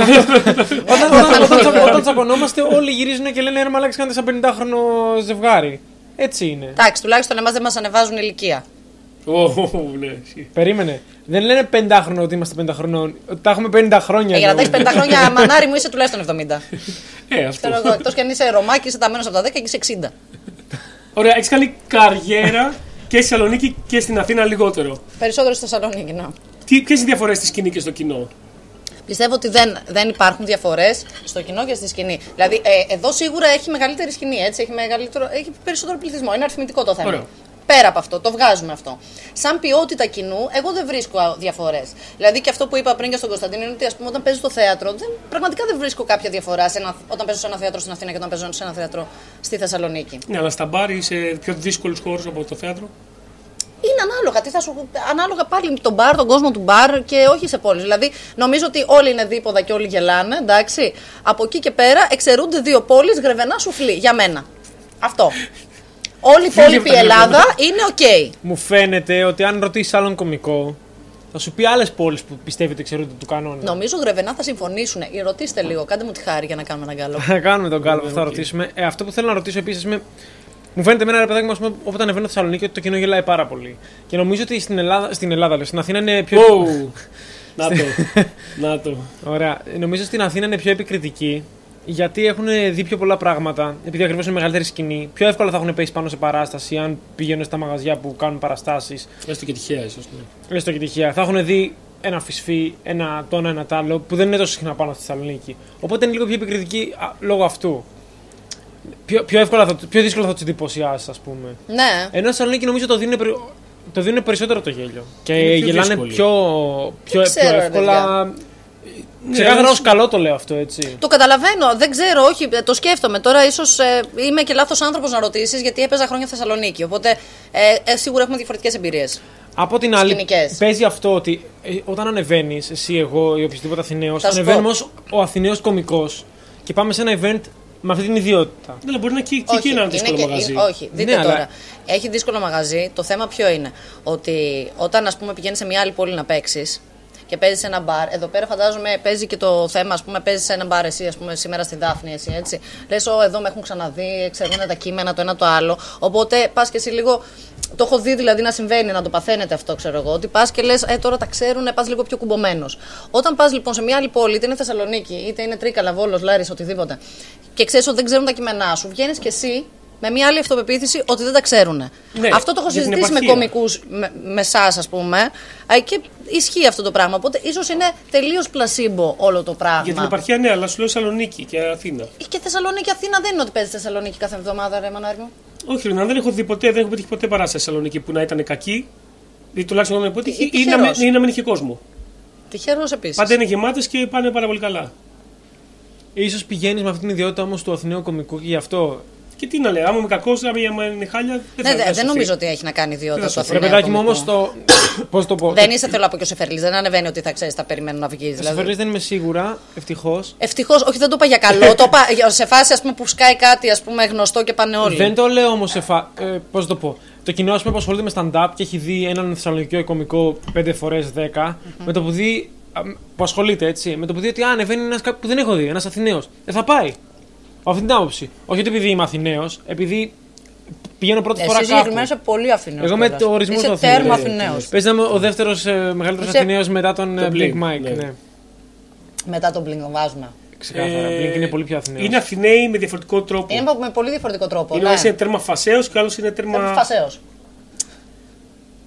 Speaker 2: Όταν, όταν, όταν, τσακω- όταν τσακωνόμαστε, όλοι γυρίζουν και λένε Ρε Μαλάκα, κάνετε σαν 50χρονο ζευγάρι. Έτσι είναι.
Speaker 3: Εντάξει, τουλάχιστον εμάς δεν μας ανεβάζουν ηλικία.
Speaker 1: Ω, ω, ναι, ισχύει.
Speaker 2: Περίμενε. Δεν λένε 50χρονο ότι είμαστε 50 χρονών. Τα έχουμε 50 χρόνια.
Speaker 3: Ε, για να τα
Speaker 2: εννοούν.
Speaker 3: έχει 50 χρόνια, μανάρι μου είσαι τουλάχιστον 70.
Speaker 1: Ε, αυτό.
Speaker 3: Ξέρω εγώ, εκτός κι αν είσαι Ρωμάκι, είσαι ταμένο από τα 10 και είσαι 60.
Speaker 1: Ωραία, έχεις κάνει καριέρα και στη Θεσσαλονίκη και στην Αθήνα λιγότερο.
Speaker 3: Περισσότερο στη Θεσσαλονίκη, ναι. να.
Speaker 1: Ποιες είναι οι διαφορές της σκηνής και στο κοινό.
Speaker 3: Πιστεύω ότι δεν, δεν υπάρχουν διαφορές στο κοινό και στη σκηνή. Δηλαδή, ε, εδώ σίγουρα έχει μεγαλύτερη σκηνή, έτσι. Έχει, μεγαλύτερο, έχει περισσότερο πληθυσμό. Είναι αριθμητικό το θέμα.
Speaker 1: Ωραίο.
Speaker 3: Πέρα από αυτό, το βγάζουμε αυτό. Σαν ποιότητα κοινού, εγώ δεν βρίσκω διαφορές. Δηλαδή, και αυτό που είπα πριν και στον Κωνσταντίνο είναι ότι ας πούμε, όταν παίζω στο θέατρο, δεν, πραγματικά δεν βρίσκω κάποια διαφορά σε ένα, όταν παίζω σε ένα θέατρο στην Αθήνα και όταν παίζω σε ένα θέατρο στη Θεσσαλονίκη.
Speaker 1: Ναι, αλλά στα μπάρ ή σε πιο δύσκολου χώρου από το θέατρο.
Speaker 3: Είναι ανάλογα. Τι θα σου... Ανάλογα πάλι με τον μπαρ, τον κόσμο του μπαρ και όχι σε πόλεις. Δηλαδή, νομίζω ότι όλοι είναι δίποδα και όλοι γελάνε, εντάξει. Από εκεί και πέρα εξαιρούνται δύο πόλεις γρεβενά σουφλί. Για μένα. Αυτό. Όλη η
Speaker 1: Φίλοι από
Speaker 3: υπόλοιπη
Speaker 1: τα
Speaker 3: Ελλάδα
Speaker 1: γρεβενά.
Speaker 3: είναι οκ. Okay.
Speaker 2: Μου φαίνεται ότι αν ρωτήσεις άλλον κομικό, θα σου πει άλλες πόλεις που πιστεύει ότι ξέρουν του κανόνα.
Speaker 3: Νομίζω γρεβενά θα συμφωνήσουν. Ρωτήστε λίγο, κάντε μου τη χάρη για να κάνουμε έναν καλό.
Speaker 2: Θα κάνουμε τον κάλο που θα ρωτήσουμε. Ε, αυτό που θέλω να ρωτήσω επίσης με. Μου φαίνεται εμένα ρε παιδάκι μου, ας πούμε, όποτε ανεβαίνω στη Θεσσαλονίκη, ότι το κοινό γελάει πάρα πολύ. Και νομίζω ότι στην Ελλάδα, στην Ελλάδα λέω, στην Αθήνα είναι πιο.
Speaker 1: Ω, Να το. Να το.
Speaker 2: Ωραία. Ε, Νομίζω στην Αθήνα είναι πιο επικριτική. Γιατί έχουν δει πιο πολλά πράγματα, επειδή ακριβώς είναι μεγαλύτερη σκηνή. Πιο εύκολα θα έχουν πέσει πάνω σε παράσταση, αν πηγαίνουν στα μαγαζιά που κάνουν παραστάσεις.
Speaker 1: Έστω και τυχαία, ίσως. Ναι.
Speaker 2: Έστω και τυχαία. Θα έχουν δει ένα φυσφή, ένα τόνα, ένα τ' άλλο, που δεν είναι τόσο συχνά πάνω στη Θεσσαλονίκη. Οπότε είναι λίγο πιο επικριτική α, λόγω αυτού. Πιο, πιο, εύκολα θα, του- πιο δύσκολα θα του εντυπωσιάσεις, ας πούμε.
Speaker 3: Ναι.
Speaker 2: Ενώ στη Θεσσαλονίκη νομίζω το δίνουν, περι- το δίνουν περισσότερο το γέλιο. Και
Speaker 1: Είναι πιο
Speaker 2: γελάνε
Speaker 1: δύσκολη.
Speaker 2: πιο, πιο,
Speaker 3: Δεν ξέρω,
Speaker 2: πιο
Speaker 3: ρε,
Speaker 2: εύκολα.
Speaker 1: Ναι,
Speaker 2: Ξεκάθαρα
Speaker 1: αλλά
Speaker 2: ω καλό το λέω αυτό, έτσι.
Speaker 3: Το καταλαβαίνω, δεν ξέρω, όχι, ε, το σκέφτομαι. Τώρα ίσως είμαι και λάθος άνθρωπος να ρωτήσεις, γιατί έπαιζα χρόνια Θεσσαλονίκη. Οπότε ε, ε, σίγουρα έχουμε διαφορετικές εμπειρίες.
Speaker 2: Από την άλλη,
Speaker 3: Σκηνικές.
Speaker 2: παίζει αυτό ότι ε, όταν ανεβαίνεις, εσύ, εγώ ή οποιοδήποτε Αθηναίος,
Speaker 3: Θα σου
Speaker 2: ανεβαίνουμε
Speaker 3: πω.
Speaker 2: ως ο Αθηναίος κωμικός και πάμε σε ένα event με αυτή την ιδιότητα.
Speaker 1: Ναι, αλλά μπορεί να είναι και, και εκεί να είναι δύσκολο
Speaker 3: και-
Speaker 1: μαγαζί.
Speaker 3: είναι- όχι, δείτε
Speaker 2: Ναι,
Speaker 3: τώρα.
Speaker 2: αλλά-
Speaker 3: Έχει δύσκολο μαγαζί. Το θέμα ποιο είναι. Ότι όταν ας πούμε πηγαίνεις σε μια άλλη πόλη να παίξεις και παίζεις σε ένα μπαρ. Εδώ πέρα φαντάζομαι παίζει και το θέμα, ας πούμε, παίζεις σε ένα μπαρ εσύ, ας πούμε, σήμερα στη Δάφνη, εσύ, έτσι. Λες, Ω, εδώ με έχουν ξαναδεί, ξέρουν τα κείμενα το ένα το άλλο. Οπότε πας και εσύ λίγο. Το έχω δει δηλαδή να συμβαίνει, να το παθαίνετε αυτό, ξέρω εγώ. Ότι πας και λες, ε, τώρα τα ξέρουν, πας λίγο πιο κουμπωμένος. Όταν πας λοιπόν σε μια άλλη πόλη, είτε είναι Θεσσαλονίκη, είτε είναι Τρίκαλα, Βόλο, Λάρι, οτιδήποτε, και ξέρεις ότι δεν ξέρουν τα κείμενά σου, βγαίνεις κι εσύ με μια άλλη αυτοπεποίθηση ότι δεν τα ξέρουν.
Speaker 1: Ναι,
Speaker 3: αυτό το έχω
Speaker 1: για την
Speaker 3: συζητήσει με
Speaker 1: επαρχία.
Speaker 3: κομικούς, με εσάς, ας πούμε, ε, και ισχύει αυτό το πράγμα. Οπότε ίσως είναι τελείως πλασίμπο όλο το πράγμα.
Speaker 1: Για την επαρχία, ναι, αλλά σου λέω Θεσσαλονίκη και Αθήνα.
Speaker 3: Και Θεσσαλονίκη, Αθήνα δεν είναι ότι παίζεις Θεσσαλονίκη κάθε εβδομάδα, ρε Μανάρη μου.
Speaker 1: Όχι, Ρενά, δεν έχω δει ποτέ, δεν έχω πετύχει ποτέ παράσταση στη Θεσσαλονίκη που να ήταν κακή. Ή τουλάχιστον να μην
Speaker 3: Ε,
Speaker 1: πετύχει, ή, να μην-
Speaker 3: τυχερός.
Speaker 1: ή να μην είχε κόσμο.
Speaker 3: Τυχερός επίσης.
Speaker 1: Πάντα είναι γεμάτες και πάνε πάρα πολύ καλά.
Speaker 2: σω πηγαίνεις με αυτή την ιδιότητα όμως του Αθηναίου κωμικού και γι' αυτό.
Speaker 1: Και τι να λέω, άμα είμαι κακός, άμα είμαι χάλια. Δεν,
Speaker 3: Ναι,
Speaker 1: θα-
Speaker 3: δε-
Speaker 1: θα
Speaker 3: δεν
Speaker 1: σωθεί.
Speaker 3: νομίζω ότι έχει να κάνει ιδιότητα
Speaker 1: Δεν
Speaker 3: στο
Speaker 1: θα σωθεί.
Speaker 2: Ρε
Speaker 3: Αθηναίο.
Speaker 2: παιδάκι μου, όμω
Speaker 3: κωμικό.
Speaker 2: το. Πώς το πω.
Speaker 3: Δεν είσαι θέλω από και ο Σεφερλής. Δεν ανεβαίνει ότι θα ξέρεις, τα περιμένω να βγεις.
Speaker 2: Δηλαδή...
Speaker 3: Δηλαδή.
Speaker 2: δεν είμαι σίγουρα, ευτυχώς.
Speaker 3: Ευτυχώς, όχι, δεν το είπα για καλό. το είπα για- σε φάση ας πούμε, που σκάει κάτι ας πούμε, γνωστό και πάνε όλοι.
Speaker 2: Δεν το λέω όμως σε φα... ε, Πώς το πω. Το κοινό, ας πούμε, που ασχολείται με stand-up και έχει δει έναν Θεσσαλονικιό κωμικό 5 φορέ 10, με το που δει. α, που ασχολείται έτσι. Με το που δει ότι α, ναι, ανεβαίνει ένας που δεν έχω δει, ένας Αθηναίος. Ε, θα πάει. Από αυτή την άποψη. Όχι ότι επειδή είμαι Αθηναίος, επειδή πηγαίνω πρώτη
Speaker 3: Ε, Εσύ
Speaker 2: φορά κάπου.
Speaker 3: συγκεκριμένα είσαι πολύ αφινό.
Speaker 2: Εγώ με το ορισμό του
Speaker 3: Είσαι
Speaker 2: Αθηναίου.
Speaker 3: τέρμα
Speaker 2: Ναι,
Speaker 3: Αθηναίος.
Speaker 2: Πες να είμαι ο δεύτερος ε, μεγαλύτερος
Speaker 3: Είσαι-
Speaker 2: Αθηναίος μετά τον ε,
Speaker 1: Τον
Speaker 2: Blink
Speaker 1: Blink,
Speaker 2: Mike.
Speaker 1: ναι.
Speaker 2: Ναι.
Speaker 3: Μετά τον πληγωβάζουμε.
Speaker 2: Ξεκάθαρα. Blink Ε, είναι πολύ πιο Αθηναίος.
Speaker 1: Ε, Είναι Αθηναίοι με διαφορετικό τρόπο.
Speaker 3: Είναι με πολύ διαφορετικό τρόπο.
Speaker 1: Είναι ο
Speaker 3: ναι.
Speaker 1: ένας είναι τέρμα φασαίος και ο άλλος είναι τέρμα.
Speaker 3: Φασαίος.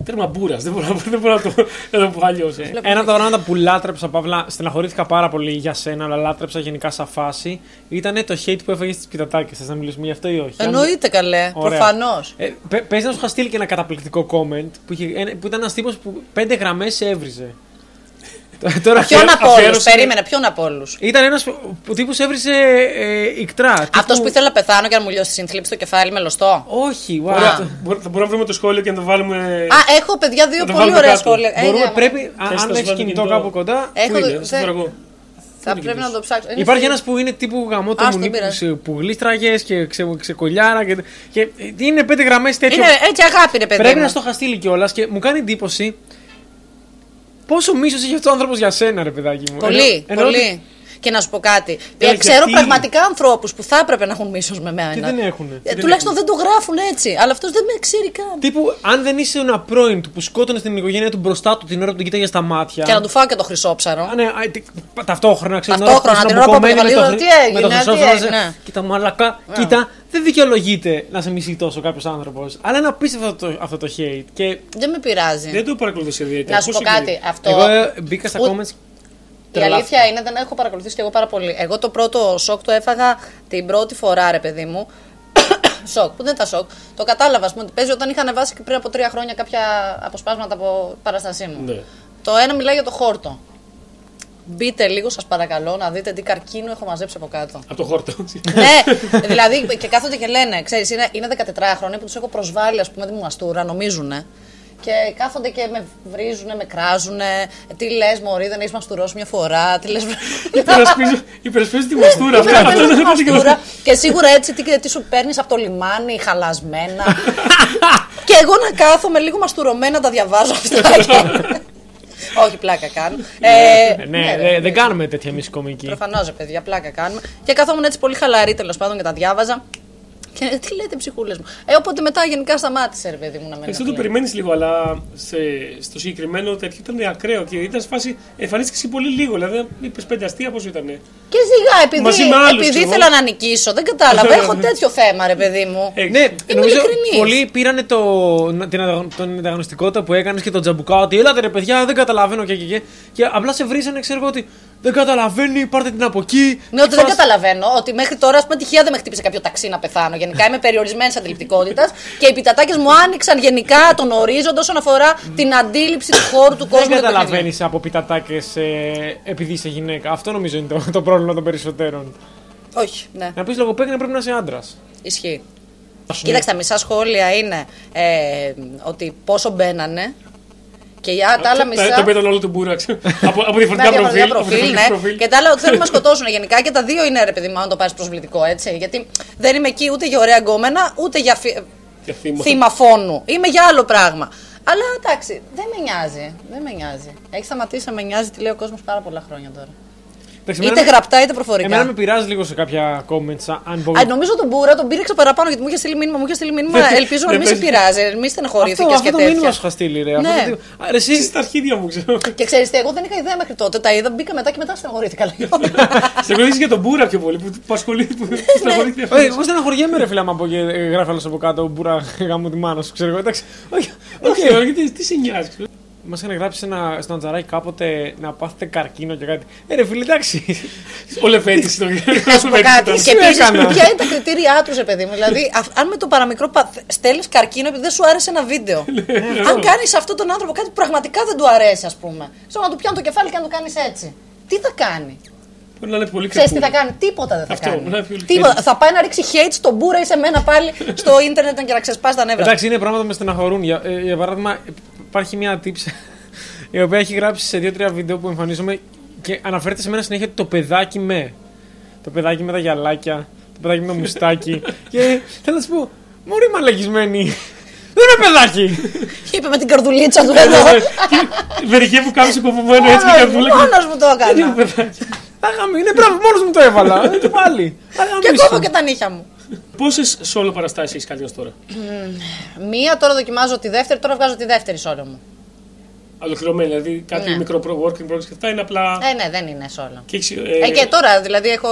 Speaker 1: Τέρμα μπούρας. Δεν μπορώ, δεν μπορώ να το, να το πω αλλιώς. Ε.
Speaker 2: Ένα από τα πράγματα που λάτρεψα, Παύλα, στεναχωρήθηκα πάρα πολύ για σένα, αλλά λάτρεψα γενικά σαν φάση, ήταν το hate που έφαγες στις πιτατάκες. Θες να μιλήσουμε γι' αυτό ή όχι. Αν-
Speaker 3: Ε, Εννοείται καλέ,
Speaker 2: Ωραία.
Speaker 3: προφανώς.
Speaker 2: Ε, πε- πες να σου είχα στείλει και ένα καταπληκτικό comment που, είχε, ένα- που ήταν ένας τύπος που πέντε γραμμές σε έβριζε. Τώρα
Speaker 3: Ποιον από όλου,
Speaker 1: αφιέρωση-
Speaker 3: περίμενε, ποιον από όλους.
Speaker 2: Ήταν ένας που τύπου έβριζε ε, ικτρά. τύπου-
Speaker 3: Αυτός που ήθελα να πεθάνω και να μου λιώσει τη συνθλίψη στο κεφάλι με λωστό.
Speaker 2: Όχι, wow.
Speaker 1: Ωραία, θα μπορούμε θα μπορούμε να βρούμε το σχόλιο και να το βάλουμε.
Speaker 2: Ε.
Speaker 3: Α, έχω παιδιά δύο
Speaker 1: Θα το
Speaker 3: πολύ
Speaker 1: βάλουμε
Speaker 3: ωραία
Speaker 1: κάτω.
Speaker 3: σχόλια. Ε,
Speaker 2: Μπορούμε,
Speaker 3: ναι,
Speaker 2: πρέπει,
Speaker 1: Θες
Speaker 2: α- αν
Speaker 1: να σου
Speaker 2: έχει
Speaker 1: βάλω
Speaker 2: κινητό
Speaker 1: κινητό?
Speaker 2: κάπου κοντά,
Speaker 3: Έχω
Speaker 1: Πού είναι,
Speaker 3: το-
Speaker 1: στο
Speaker 3: δε-
Speaker 1: παραγωγό.
Speaker 3: Θα πρέπει να το ψάξω. Είναι
Speaker 2: Υπάρχει
Speaker 3: στη-
Speaker 2: ένας που είναι τύπου γαμό
Speaker 3: Ας
Speaker 2: το
Speaker 3: τον
Speaker 2: μουνί που,
Speaker 3: πειράζει.
Speaker 2: σε- που γλίστραγες και ξε, ξεκολιάρα. Και, και είναι πέντε γραμμές τέτοιο.
Speaker 3: Είναι ναι. έτσι αγάπη, ρε παιδί.
Speaker 2: Πρέπει
Speaker 3: μου.
Speaker 2: να στο είχα στείλει κιόλας και μου κάνει εντύπωση πόσο μίσος είχε αυτός ο άνθρωπος για σένα, ρε παιδάκι μου.
Speaker 3: Πολύ,
Speaker 2: Ενώ- ενώ
Speaker 3: πολύ.
Speaker 2: ότι-
Speaker 3: Και να σου πω κάτι.
Speaker 1: Έλα,
Speaker 3: Ε, ξέρω
Speaker 1: γιατί?
Speaker 3: πραγματικά ανθρώπους που θα έπρεπε να έχουν μίσος με μένα.
Speaker 2: Και δεν έχουνε.
Speaker 3: Ε, τουλάχιστον δεν το γράφουν έτσι. Αλλά αυτός δεν με ξέρει καν.
Speaker 2: Τύπου, αν δεν είσαι ένα πρώην του που σκότωνε την οικογένεια του μπροστά του την ώρα που τον κοίταγε στα μάτια.
Speaker 3: Και να του φάω και το χρυσόψαρο.
Speaker 2: Α, ναι, α, τι- πα- ταυτόχρονα, ξέρεις,
Speaker 3: Ταυτόχρονα,
Speaker 2: ήσουν
Speaker 3: την ώρα που
Speaker 2: αποκομμένη με το
Speaker 3: αποκαλύπτω,
Speaker 2: χρυ-
Speaker 3: τι έγινε,
Speaker 2: με το
Speaker 3: τι
Speaker 2: χρυσό
Speaker 3: έγινε,
Speaker 2: φράζε,
Speaker 3: ναι.
Speaker 2: Κοίτα, μαλακά, κοίτα, δεν δικαιολογείται να σε μισεί τόσο κάποιος άνθρωπος. Αλλά είναι απίστευτο αυτό το, αυτό το hate. Και
Speaker 3: Δεν με πειράζει.
Speaker 1: Δεν το παρακολουθούσε ιδιαίτερα.
Speaker 3: Να σου
Speaker 1: Πώς
Speaker 3: πω
Speaker 1: συμβαίνει?
Speaker 3: κάτι. Αυτό.
Speaker 2: εγώ ε, μπήκα στα
Speaker 3: Ου-
Speaker 2: comments.
Speaker 3: Η
Speaker 2: τρελάθηκα.
Speaker 3: αλήθεια είναι, δεν έχω παρακολουθήσει και εγώ πάρα πολύ. Εγώ το πρώτο σοκ το έφαγα την πρώτη φορά, ρε παιδί μου. σοκ, που δεν ήταν σοκ. Το κατάλαβα, ας πούμε, ότι παίζει όταν είχα ανεβάσει και πριν από τρία χρόνια κάποια αποσπάσματα από παραστασή μου.
Speaker 1: Ναι.
Speaker 3: Το ένα μιλάει για το χόρτο. Μπείτε λίγο, σας παρακαλώ, να δείτε τι καρκίνο έχω μαζέψει από κάτω.
Speaker 1: Από το χόρτο.
Speaker 3: ναι, δηλαδή και κάθονται και λένε, ξέρεις, είναι, είναι 14 χρόνια που τους έχω προσβάλει, ας πούμε, τη μου μαστούρα, νομίζουν. Και κάθονται και με βρίζουν, με κράζουν. Τι λες, Μωρή, δεν έχεις μαστουρώσει μια φορά. Τι λες.
Speaker 1: Υπερασπίζω- Υπερασπίζω τη μαστούρα. αυτά. Αυτό δεν έχω δικαιολογία.
Speaker 3: και σίγουρα έτσι τι, τι σου παίρνεις από το λιμάνι, χαλασμένα. και εγώ να κάθομαι λίγο μαστουρωμένα τα διαβάζω αυτά. και- Όχι, πλάκα κάνω. Ε,
Speaker 2: Ναι, δεν- δεν κάνουμε τέτοια εμείς κομική.
Speaker 3: Προφανώς, Ε. ρε παιδιά, πλάκα κάνουμε. Και καθόμουν έτσι πολύ χαλαρή τέλος πάντων και τα διάβαζα. Και τι λέτε ψυχούλες μου. Ε, οπότε μετά γενικά σταμάτησε, ρε παιδί μου, να με
Speaker 1: Εσύ το
Speaker 3: ενοχλεί.
Speaker 1: περιμένεις λίγο, αλλά σε, στο συγκεκριμένο τέτοιο ήταν ακραίο και ήταν σε φάση. Εμφανίστηκες εσύ πολύ λίγο. Δηλαδή, είπες πέντε αστεία πώς ήταν.
Speaker 3: Και σιγά,
Speaker 1: Μαζί
Speaker 3: επειδή,
Speaker 1: με άλλους,
Speaker 3: επειδή
Speaker 1: ξέρω. Ε,
Speaker 3: ήθελα να νικήσω, δεν κατάλαβα. Έχω τέτοιο θέμα, ρε παιδί μου.
Speaker 2: Ναι, νομίζω
Speaker 3: ειλικρινής.
Speaker 2: πολλοί πήρανε το, την ανταγων- τον ανταγωνιστικότητα που έκανες και τον τζαμπουκά. Ότι έλατε ρε παιδιά, δεν καταλαβαίνω και και και. Και απλά σε βρίζανε, ξέρω εγώ, ότι δεν καταλαβαίνει, πάρτε την από εκεί.
Speaker 3: Ναι, ότι δεν
Speaker 2: Φας-
Speaker 3: καταλαβαίνω ότι μέχρι τώρα, ας πούμε, τυχαία δεν με χτύπησε κάποιο ταξί να πεθάνω. Γενικά είμαι περιορισμένης αντιληπτικότητας και οι πιτατάκες μου άνοιξαν γενικά τον ορίζοντα όσον αφορά την αντίληψη του χώρου του κόσμου.
Speaker 2: Δεν
Speaker 3: και του παιχνιδιού.
Speaker 2: καταλαβαίνεις από πιτατάκες ε, επειδή είσαι γυναίκα. Αυτό νομίζω είναι το, το πρόβλημα των περισσότερων.
Speaker 3: Όχι,
Speaker 1: Ε,
Speaker 3: ναι.
Speaker 2: Να πεις λογοπαίγνια πρέπει να είσαι άντρας.
Speaker 3: Ισχύει. Κοίταξε, τα μισά σχόλια είναι ε, ότι πόσο μπαίνανε και για τα άλλα μισά.
Speaker 1: Το πέτανε όλο τον Μπούραξ. Από από διαφορετικά
Speaker 3: Ναι,
Speaker 1: προφίλ.
Speaker 3: διαφορετικά
Speaker 1: από
Speaker 3: προφίλ,
Speaker 1: διαφορετικά
Speaker 3: ναι.
Speaker 1: προφίλ.
Speaker 3: Και τα άλλα ότι θέλουν να σκοτώσουν γενικά και τα δύο είναι ρε παιδί μου, αν το πάρεις προσβλητικό έτσι. Γιατί δεν είμαι εκεί ούτε για ωραία γκόμενα, ούτε για φι-
Speaker 1: Και θύμα.
Speaker 3: θύμα φόνου. Είμαι για άλλο πράγμα. Αλλά εντάξει, δεν με νοιάζει. Δεν με νοιάζει. Έχει σταματήσει να με νοιάζει τι λέει ο κόσμος πάρα πολλά χρόνια τώρα.
Speaker 2: Εντάξει,
Speaker 3: Είτε
Speaker 2: εμένα-
Speaker 3: γραπτά είτε προφορικά.
Speaker 2: Εμένα με πειράζει λίγο σε κάποια comments. α- Αν μπορώ.
Speaker 3: Α, νομίζω τον Μπούρα τον πήρεξε παραπάνω γιατί μου είχε στείλει μήνυμα. Μου είχε στείλει μήνυμα. Ελπίζω να
Speaker 1: δεν
Speaker 3: μην σε
Speaker 1: παίζει.
Speaker 3: πειράζει, μην στενοχωρήθηκε
Speaker 2: Αυτό,
Speaker 3: και
Speaker 2: αυτό το μήνυμα
Speaker 3: τέτοια.
Speaker 2: σου είχα στείλει, ρε. Αυτό
Speaker 3: Ναι.
Speaker 2: το τι- Α, ρε, εσύ-
Speaker 1: Εσύ Στα αρχίδια μου, ξέρω.
Speaker 3: Και ξέρεις τι, εγώ δεν είχα ιδέα μέχρι τότε. Τα είδα, μπήκα μετά και μετά στενοχωρήθηκα. λίγο.
Speaker 1: Σε γνωρίζεις για τον Μπούρα πιο πολύ που που ασχολείται. που- που
Speaker 3: Ναι.
Speaker 1: στεναχωρείται.
Speaker 2: Ε, Εγώ στεναχωριέμαι ρε φίλα μου από και ε, γράφει άλλος από κάτω μπουρά γάμου τη μάνα σου, ξέρω εγώ. Εντάξει. Όχι, οκ.
Speaker 1: Όχι, όχι, τι- τι σε νοιάζει. ξέρω.
Speaker 2: Μας είχαν γράψει σε ένα, στο Αντζαράκι κάποτε να πάθετε καρκίνο και κάτι. Ε, ρε φίλε, εντάξει.
Speaker 1: Ο Λεβέντη ήταν.
Speaker 3: Να σου πω κάτι. Και
Speaker 2: Τι
Speaker 3: επίσης,
Speaker 2: έκανα.
Speaker 3: ποια είναι τα κριτήριά τους, ρε παιδί μου. Δηλαδή, α- αν με το παραμικρό στέλνεις καρκίνο επειδή δεν σου άρεσε ένα βίντεο.
Speaker 2: Ναι,
Speaker 3: αν κάνεις σε αυτόν τον άνθρωπο κάτι που πραγματικά δεν του αρέσει, ας πούμε. Στο να του πιάνει το κεφάλι και να του κάνεις έτσι. Τι θα κάνει.
Speaker 1: Μπορεί να είναι πολύ
Speaker 3: Ξέρεις τι θα
Speaker 1: κακούλη.
Speaker 3: κάνει. Τίποτα δεν θα
Speaker 1: Αυτό, να
Speaker 3: κάνει.
Speaker 1: πει ο
Speaker 3: Τίποτα. Θα πάει να ρίξει hate στον μπούρα ή σε μένα πάλι στο ίντερνετ και να ξεσπάσει τα νεύρα.
Speaker 2: εντάξει, είναι πράγματα που με στεναχωρούν. Για, ε, για παράδειγμα, υπάρχει μια τύψη η οποία έχει γράψει σε δύο-τρία βίντεο που εμφανίζομαι και αναφέρεται σε μένα συνέχεια ότι το παιδάκι με. Το παιδάκι με τα γυαλάκια, το παιδάκι με το μουστάκι. και θέλω να σου πω, μωρή μαλαγισμένη. Δεν είναι παιδάκι!
Speaker 3: Είπε με την καρδουλίτσα του
Speaker 1: Ναι,
Speaker 3: εδώ.
Speaker 1: ναι. Και Μερικέ που κάμισε κομμωμένο έτσι με καρδούλα. και-
Speaker 3: Μόνος μου το
Speaker 1: Λίγο
Speaker 3: έκανα.
Speaker 1: παιδάκι.
Speaker 2: Αγαμί, είναι μπράβο, μόνος μου το έβαλα. Ε, Και πάλι.
Speaker 3: Και
Speaker 2: Αγαμί.
Speaker 3: κόβω και τα νύχια μου.
Speaker 1: Πόσες solo παραστάσεις έχεις κάνει ως τώρα,
Speaker 3: Μία, τώρα δοκιμάζω τη δεύτερη, τώρα βγάζω τη δεύτερη σόλο μου.
Speaker 1: Ολοκληρωμένη, δηλαδή κάτι
Speaker 3: Ναι.
Speaker 1: μικρό προ- working progress και αυτά είναι απλά.
Speaker 3: Ε, ναι, δεν είναι σόλο.
Speaker 1: Και έχεις, ε,
Speaker 3: Ε, και τώρα, δηλαδή, έχω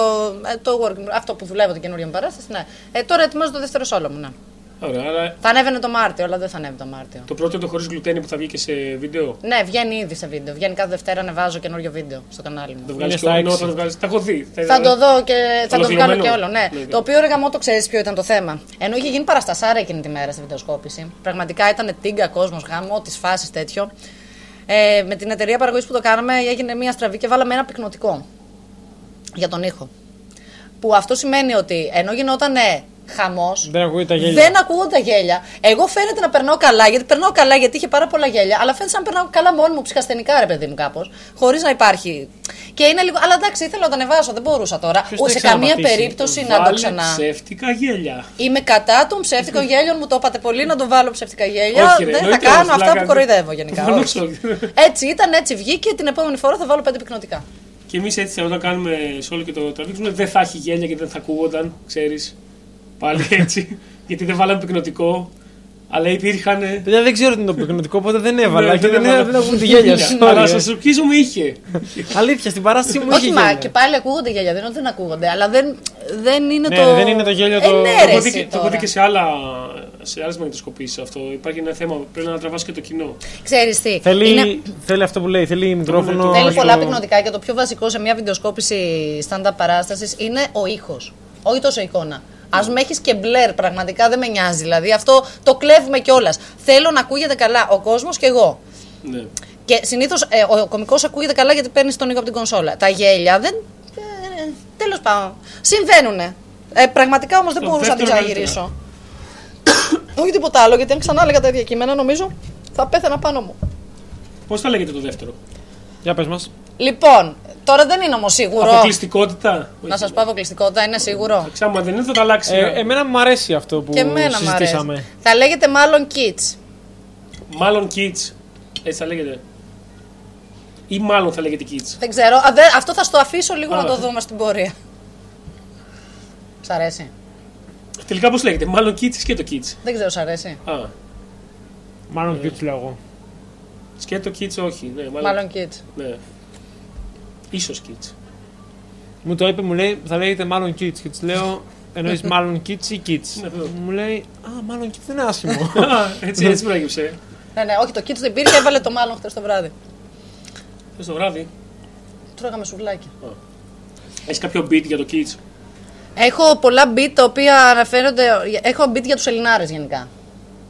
Speaker 3: ε, το working, αυτό που δουλεύω την καινούργια μου παράσταση. Ναι. Ε, τώρα ετοιμάζω το δεύτερο σόλο μου. Ναι.
Speaker 1: Ωραία, αλλά
Speaker 3: Θα ανέβαινε το Μάρτιο, αλλά δεν θα ανέβει το Μάρτιο.
Speaker 1: το πρώτο είναι το χωρίς γλουτένι που θα βγει και σε βίντεο.
Speaker 3: Ναι, βγαίνει ήδη σε βίντεο. Βγαίνει κάθε Δευτέρα, ανεβάζω καινούριο βίντεο στο κανάλι μου.
Speaker 1: Το βγάλει και
Speaker 2: στα
Speaker 1: όλο.
Speaker 2: έξι.
Speaker 1: Θα το βγάλεις- Τα έχω δει.
Speaker 3: Θα το δω και θα το βγάλω
Speaker 1: Ολοκληρωμένο.
Speaker 3: και όλο. Ναι.
Speaker 1: Ναι, ναι.
Speaker 3: Το οποίο ρε γαμό το ξέρεις ποιο ήταν το θέμα. Ενώ είχε γίνει παραστασάρα εκείνη τη μέρα στη βιντεοσκόπηση. Πραγματικά ήταν τίγκα κόσμος γάμο, της φάσης τέτοιο. Ε, με την εταιρεία παραγωγής που το κάναμε έγινε μία στραβή και βάλαμε ένα πυκνοτικό για τον ήχο. Που αυτό σημαίνει ότι ενώ γινόταν χαμός.
Speaker 2: Δεν ακούγεται τα γέλια.
Speaker 3: Δεν ακούγονται τα γέλια. Εγώ φαίνεται να περνάω καλά, γιατί περνάω καλά, γιατί είχε πάρα πολλά γέλια. Αλλά φαίνεται σαν να περνάω καλά μόνη μου ψυχασθενικά, ρε παιδί μου, κάπως. Χωρίς να υπάρχει. Και είναι λίγο. Αλλά εντάξει, ήθελα να το ανεβάσω, δεν μπορούσα τώρα.
Speaker 2: Ποιος
Speaker 3: Ο-
Speaker 2: το
Speaker 3: σε
Speaker 2: έχει
Speaker 3: καμία
Speaker 2: ξαναπατήσει?
Speaker 3: περίπτωση να το
Speaker 1: Βάλε
Speaker 3: ξανά.
Speaker 1: ψεύτικα γέλια.
Speaker 3: Είμαι κατά των ψεύτικων γέλιων, μου το είπατε πολύ να τον βάλω ψεύτικα γέλια.
Speaker 1: ρε,
Speaker 3: δεν θα
Speaker 1: εννοείται,
Speaker 3: κάνω αυτά
Speaker 1: φλάκα,
Speaker 3: που
Speaker 1: ναι.
Speaker 3: κοροϊδεύω γενικά.
Speaker 1: Προφανώς
Speaker 3: όχι.
Speaker 1: όχι.
Speaker 3: Έτσι ήταν, έτσι βγήκε. Την επόμενη φορά θα βάλω πέντε πυκνοτικά.
Speaker 1: Και εμείς έτσι όταν κάνουμε σε όλο και το τραβήξουμε, δεν θα έχει γέλια και δεν θα ακούγονταν, ξέρεις. Πάλι έτσι. γιατί δεν βάλαμε πυκνοτικό, αλλά υπήρχαν.
Speaker 2: Παιδιά δεν ξέρω τι είναι το πυκνοτικό, οπότε δεν έβαλα
Speaker 1: Ναι,
Speaker 2: και δεν
Speaker 1: έβαλα.
Speaker 2: δεν ακούγουν τη γέλια. sorry,
Speaker 1: Αλλά
Speaker 2: ε.
Speaker 1: σα ελπίζουμε είχε.
Speaker 2: Αλήθεια, στην παράσταση μου είχε
Speaker 3: Όχι, μα
Speaker 2: γέλια.
Speaker 3: και πάλι ακούγονται γέλια. Δεν είναι ότι δεν ακούγονται, αλλά δεν, δεν είναι
Speaker 2: Ναι,
Speaker 3: το.
Speaker 2: δεν είναι το γέλιο το-
Speaker 3: Ε, ναι,
Speaker 2: το
Speaker 3: ρε,
Speaker 1: Το έχω
Speaker 3: εσύ
Speaker 1: δει- Το
Speaker 3: τώρα.
Speaker 1: έχω δει και σε, άλλα, σε άλλες μαγνητοσκοπήσεις αυτό. Υπάρχει ένα θέμα, πρέπει να τραβάς και το κοινό.
Speaker 3: Ξέρεις τι.
Speaker 2: Θέλει,
Speaker 3: είναι-
Speaker 2: θέλει αυτό που λέει, θέλει μικρόφωνο.
Speaker 1: Θέλει
Speaker 3: Θέλει
Speaker 2: στο-
Speaker 3: πολλά πυκνοτικά και το πιο βασικό σε μια βιντεοσκόπηση stand-up παράστασης είναι ο ήχος. Όχι τόσο η εικόνα. Ας με έχεις και μπλερ, πραγματικά δεν με νοιάζει. Δηλαδή αυτό το κλέβουμε κιόλας. Θέλω να ακούγεται καλά ο κόσμος και εγώ.
Speaker 1: Ναι.
Speaker 3: Και συνήθως ο κωμικός ακούγεται καλά γιατί παίρνεις τον ήχο από την κονσόλα. Τα γέλια δεν. Ε, Τέλος πάντων. Συμβαίνουνε. Ε, πραγματικά όμως δεν
Speaker 1: Το
Speaker 3: μπορούσα να την
Speaker 1: δεύτερο
Speaker 3: ξαναγυρίσω. Όχι τίποτα άλλο, γιατί αν ξανά έλεγα τα ίδια κείμενα, νομίζω θα πέθανα πάνω μου.
Speaker 1: Πώς θα λέγεται το δεύτερο.
Speaker 2: Για πες μας.
Speaker 3: Λοιπόν, τώρα δεν είναι όμως σίγουρο.
Speaker 1: Αποκλειστικότητα.
Speaker 3: Να σας πω αποκλειστικότητα, είναι σίγουρο.
Speaker 1: Ξάμα δεν είναι θα τα αλλάξει.
Speaker 2: Ε, εμένα μου αρέσει αυτό που
Speaker 3: Και εμένα μου αρέσει.
Speaker 2: συζητήσαμε.
Speaker 3: Θα λέγεται μάλλον kids.
Speaker 1: Μάλλον kids. Έτσι θα λέγεται. Ή μάλλον θα λέγεται kids.
Speaker 3: Δεν ξέρω. Α, δε- αυτό θα στο αφήσω λίγο
Speaker 1: Α.
Speaker 3: να το δούμε στην πορεία. Σ' αρέσει.
Speaker 1: Τελικά πώς λέγεται. Μάλλον kids και το kids.
Speaker 3: Δεν ξέρω, σ' αρέσει.
Speaker 1: Α,
Speaker 2: Μάλλον πιο λέω εγώ.
Speaker 1: σκέτο kids όχι. Ναι, μάλλον.
Speaker 3: Μάλλον kids.
Speaker 1: Ναι. Ίσως kids.
Speaker 2: Μου το είπε, μου λέει, θα λέγεται μάλλον kids. Και της λέω, εννοείς μάλλον kids ή kids.
Speaker 1: Ναι, βέβαια.
Speaker 2: μου λέει, Α, μάλλον kids δεν είναι άσχημο.
Speaker 1: Α, έτσι, έτσι προέκυψε.
Speaker 3: Ναι, ναι, όχι, το kids δεν πήρε, έβαλε το μάλλον χτε το βράδυ.
Speaker 1: Θες το βράδυ.
Speaker 3: Τρώγαμε σουβλάκι.
Speaker 1: Έχεις κάποιο beat για το kids.
Speaker 3: Έχω πολλά beat τα οποία αναφέρονται. Έχω beat για τους Ελληνάρες γενικά.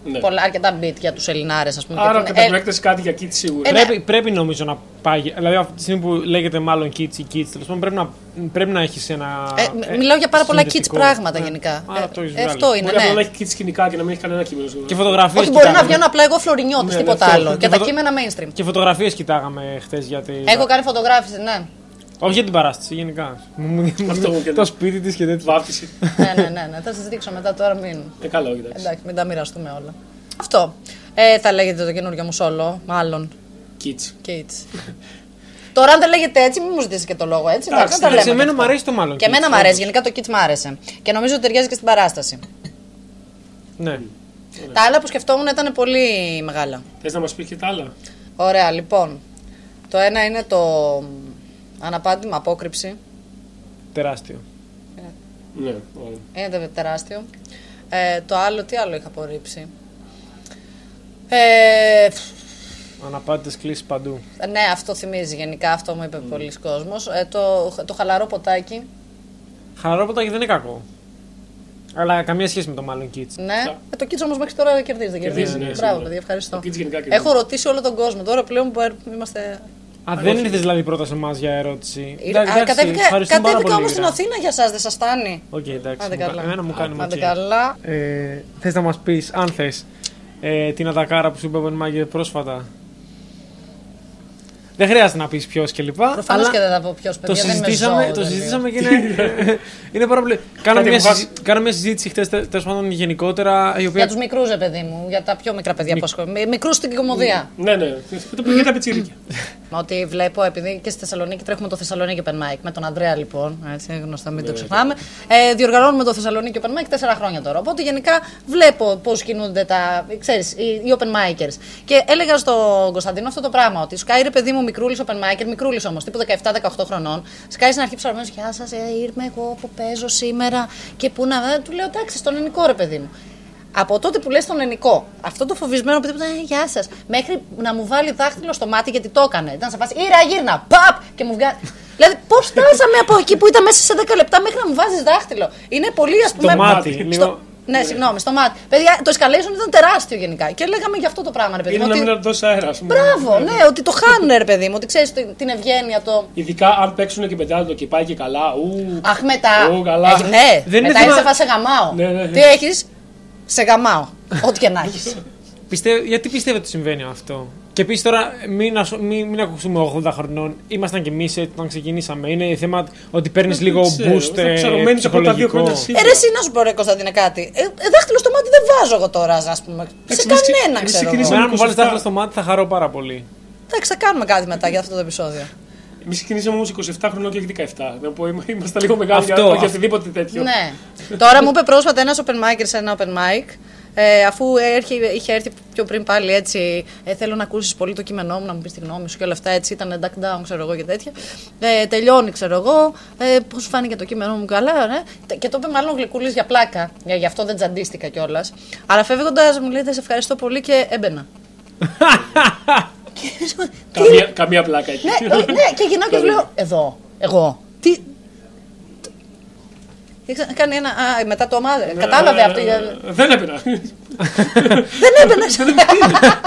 Speaker 1: Ναι.
Speaker 3: Πολλά, Ε, αρκετά beat για τους Ελληνάρες, ας πούμε.
Speaker 1: Άρα
Speaker 3: γιατί είναι-
Speaker 1: κατά προέκταση κάτι για kids σίγουρα.
Speaker 3: Ε, ναι.
Speaker 2: πρέπει, πρέπει νομίζω να πάει. Δηλαδή, αυτή τη στιγμή που λέγεται μάλλον kids ή kids, τέλος πάντων πρέπει να, πρέπει να έχεις ένα.
Speaker 3: Ε, μ- μιλάω για πάρα πολλά kids
Speaker 2: συνδετικό.
Speaker 3: πράγματα
Speaker 2: Ναι.
Speaker 3: γενικά.
Speaker 2: Άρα το έχεις
Speaker 3: Ε,
Speaker 2: βγάλει.
Speaker 3: αυτό είναι,
Speaker 1: Μπορεί απλά
Speaker 3: ναι.
Speaker 1: να έχει kids σκηνικά και να μην έχει κανένα κείμενο.
Speaker 2: Και φωτογραφίες.
Speaker 3: Όχι, μπορεί να βγαίνω απλά εγώ φλωρινιώτης,
Speaker 1: Ναι,
Speaker 3: τίποτα
Speaker 1: ναι, αυτό.
Speaker 3: άλλο. Και
Speaker 2: Και
Speaker 3: τα
Speaker 2: φωτο-
Speaker 3: κείμενα mainstream.
Speaker 2: Και φωτογραφίες κοιτάγαμε χθες για την.
Speaker 3: Έχω κάνει φωτογράφηση, ναι.
Speaker 2: Όχι για την παράσταση, γενικά. Μου- μου-
Speaker 1: Αυτό μου και-
Speaker 2: το σπίτι της και τέτοια.
Speaker 1: Βάφτιση.
Speaker 3: ναι, ναι, ναι, ναι. Θα σας δείξω μετά τώρα. Μην.
Speaker 1: Ε, καλά, όχι, εντάξει.
Speaker 3: Εντάξει, μην τα μοιραστούμε όλα. Αυτό. Ε, θα λέγεται το καινούριο μου σόλο, μάλλον.
Speaker 1: Kids.
Speaker 3: Kids. τώρα, αν δεν λέγεται έτσι, μην μου ζητήσει και το λόγο έτσι.
Speaker 1: Εντάξει,
Speaker 3: Εντάξει, να τα
Speaker 2: Εντάξει,
Speaker 3: λέμε
Speaker 2: εμένα
Speaker 3: κι
Speaker 2: μου
Speaker 3: αυτά.
Speaker 2: αρέσει το μάλλον.
Speaker 3: Και
Speaker 2: kids.
Speaker 3: εμένα μου αρέσει, γενικά το kids μου άρεσε. Και νομίζω ότι ταιριάζει και στην παράσταση.
Speaker 2: Ναι.
Speaker 3: Τα άλλα που σκεφτόμουν ήταν πολύ μεγάλα.
Speaker 1: Θες να μας πεις και τα άλλα.
Speaker 3: Ωραία, λοιπόν. Το ένα είναι το αναπάντημα απόκρυψη.
Speaker 2: Τεράστιο.
Speaker 1: Ναι, ωραία.
Speaker 3: Είναι τε- τεράστιο. Ε, το άλλο, τι άλλο είχα απορρίψει. Ε, φ,
Speaker 2: Αναπάτητε κλείσει παντού.
Speaker 3: ναι, αυτό θυμίζει γενικά, αυτό μου είπε
Speaker 2: Mm.
Speaker 3: πολλοί κόσμος. Ε, το, το χαλαρό ποτάκι,
Speaker 2: Χαλαρό ποτάκι δεν είναι κακό. Αλλά καμία σχέση με το μάλλον kids.
Speaker 3: ναι. Ε, το κίτσο όμως μέχρι τώρα κερδίζει, δεν
Speaker 1: Κερδίζει,
Speaker 3: κερδίζει.
Speaker 1: ναι,
Speaker 3: Μπράβο,
Speaker 1: σίγουρα.
Speaker 3: παιδιά,
Speaker 1: Το
Speaker 3: ευχαριστώ.
Speaker 1: kids γενικά κερδίζει.
Speaker 3: Έχω ρωτήσει όλο τον κόσμο, τώρα πλέον μπορεί- είμαστε...
Speaker 2: Α, δεν ήρθες δηλαδή πρώτα σε εμάς για ερώτηση.
Speaker 3: Ναι. Ε, Α, κατέβηκα
Speaker 2: ευχαριστούμε πάρα
Speaker 3: κατέβηκα
Speaker 2: πολύ,
Speaker 3: όμως στην
Speaker 2: Ρα.
Speaker 3: Αθήνα για σας, δεν σας φτάνει.
Speaker 2: Οκ, εντάξει.
Speaker 3: Άντε
Speaker 2: μου κα-
Speaker 3: καλά.
Speaker 2: Εμένα μου κάνει
Speaker 3: Άντε
Speaker 2: μοτσί.
Speaker 3: καλά.
Speaker 2: Ε, Θες να μας πεις, αν θες, ε, την ατακάρα που σου είπε ο Open Mic πρόσφατα. Δεν χρειάζεται να πεις ποιος κλπ.
Speaker 3: Προφανώς και δεν θα πω ποιος,
Speaker 2: Το
Speaker 3: παιδιά, δεν είμαι
Speaker 2: συζητήσαμε,
Speaker 3: ζώο δηλαδή.
Speaker 2: το
Speaker 3: τελείως.
Speaker 2: συζητήσαμε και είναι, είναι πάρα πολύ. Κάναμε
Speaker 1: Κάτι
Speaker 2: μια,
Speaker 1: που βάζει-
Speaker 2: συζη... κάναμε μια συζήτηση χθε, τέλος πάντων γενικότερα, η οποία.
Speaker 3: Για τους μικρούς, ρε παιδί μου, για τα πιο μικρά παιδιά που ασχολούνται. Μικρούς στην κομμωδία.
Speaker 1: Ναι, ναι. Το πήγε τα πιτσίρικα.
Speaker 3: Ότι βλέπω, επειδή και στη Θεσσαλονίκη τρέχουμε το Θεσσαλονίκη Open Mic. Με τον Ανδρέα, λοιπόν, έτσι, γνωστά, μην το ξεχνάμε. Ε, διοργανώνουμε το Θεσσαλονίκη Open Mic τέσσερα χρόνια τώρα. Οπότε γενικά βλέπω πώς κινούνται τα, ξέρεις, οι, οι Open Micers. Και έλεγα στον Κωνσταντίνο αυτό το πράγμα, ότι σκάει ρε παιδί μου μικρούλης Open Micer, μικρούλης όμως, τύπου 17-18 χρονών. Σκάει στην αρχή ψαρμένο, Γεια σας, ε, είμαι εγώ που παίζω σήμερα και πού να. ε, Του λέω, εντάξει, στον ελληνικό ρε παιδί μου. Από τότε που λες τον ενικό, αυτό το φοβισμένο παιδί που ήταν «Ε, Γεια σας, μέχρι να μου βάλει δάχτυλο στο μάτι γιατί το έκανε. Ήταν σε φάση Ήρα, γύρνα, παπ! Και μου βγάζει. δηλαδή, πώς φτάσαμε από εκεί που ήταν μέσα σε 10 λεπτά μέχρι να μου βάζεις δάχτυλο. Είναι πολύ, ας πούμε.
Speaker 2: μάτι,
Speaker 3: στο-
Speaker 2: λίγο.
Speaker 3: Ναι, συγγνώμη, στο μάτι. Παιδιά, το escalation ήταν τεράστιο γενικά. Και λέγαμε γι' αυτό το πράγμα, ρε παιδί
Speaker 1: Είναι
Speaker 3: μου.
Speaker 1: να μην
Speaker 3: ότι-
Speaker 1: δώσει αέρας. ας πούμε.
Speaker 3: Μπράβο, ναι, ότι το χάνουν, ρε παιδί μου. Ότι ξέρεις την ευγένεια, το.
Speaker 1: Ειδικά αν παίξουν και πετάνε και πάει και καλά. Ου,
Speaker 3: Αχ, ναι. μετά.
Speaker 1: Ω, καλά.
Speaker 3: Ε, ναι,
Speaker 2: Δεν είναι
Speaker 3: μετά
Speaker 2: θέμα-
Speaker 3: ήρθε φάση, σε γαμάω.
Speaker 1: Ναι, ναι, ναι.
Speaker 3: Τι έχεις, σε γαμάω. Ό,τι και να έχεις.
Speaker 2: Πιστεύω, γιατί πιστεύετε ότι συμβαίνει αυτό. Και επίσης τώρα, μην, ασ- μην, μην ακούσουμε 80 χρονών. Ήμασταν κι εμεί όταν ξεκινήσαμε. Είναι θέμα ότι παίρνεις λίγο
Speaker 1: ξέρω,
Speaker 2: boost.
Speaker 1: θα
Speaker 2: ε,
Speaker 1: ξαρωμένεις τα πρώτα δύο
Speaker 2: ψυχολογικό.
Speaker 1: χρόνια σίγουρα.
Speaker 3: Ε, ρε, εσύ να σου πω, ρε Κωνσταντίνε, κάτι. Ε, ε, δάχτυλο στο μάτι δεν βάζω εγώ τώρα, ας πούμε. Σε
Speaker 1: Εντάξει, εμείς ξε-
Speaker 3: κανένα,
Speaker 1: εμείς
Speaker 3: ξέρω εγώ.
Speaker 1: ξεκινήσαμε-
Speaker 2: Εμένα, αν μου βάλεις
Speaker 1: 27.
Speaker 2: τάχτα στο μάτι, θα χαρώ πάρα πολύ.
Speaker 3: Εντάξει, θα κάνουμε κάτι μετά για αυτό το επεισόδιο.
Speaker 1: Εμείς ξεκινήσαμε όμως 27 χρονών και όχι 17. Να πω, είμα- ήμασταν λίγο μεγάλοι
Speaker 2: Αυτό,
Speaker 1: για όχι
Speaker 2: αυτό.
Speaker 1: οτιδήποτε τέτοιο.
Speaker 3: ναι. Τώρα μου είπε πρόσφατα ένας open micer σε ένα open mic. Ε, αφού έρχε, είχε έρθει πιο πριν πάλι έτσι, ε, θέλω να ακούσεις πολύ το κείμενό μου, να μου πεις τη γνώμη σου και όλα αυτά έτσι. Ήταν duck down, ξέρω εγώ και τέτοια. Ε, τελειώνει, ξέρω εγώ. Ε, Πώς σου φάνηκε το κείμενό μου, καλά, ναι. Τε- Και το είπε μάλλον γλυκούλης για πλάκα. Για, γι' αυτό δεν τζαντίστηκα κιόλας. Αλλά φεύγοντας, μου λέτε σε ευχαριστώ πολύ και έμπαινα.
Speaker 1: Καμία, καμία πλάκα εκεί.
Speaker 3: ναι, όχι, ναι, και γυρνάω και του λέω. Εδώ, εγώ. Τι. Και ξα- Κάνει ένα. Α, μετά το ομάδα. Κατάλαβε
Speaker 1: Ε,
Speaker 3: αυτό. για-
Speaker 1: Δεν έπαινα.
Speaker 3: Δεν έμπαινε.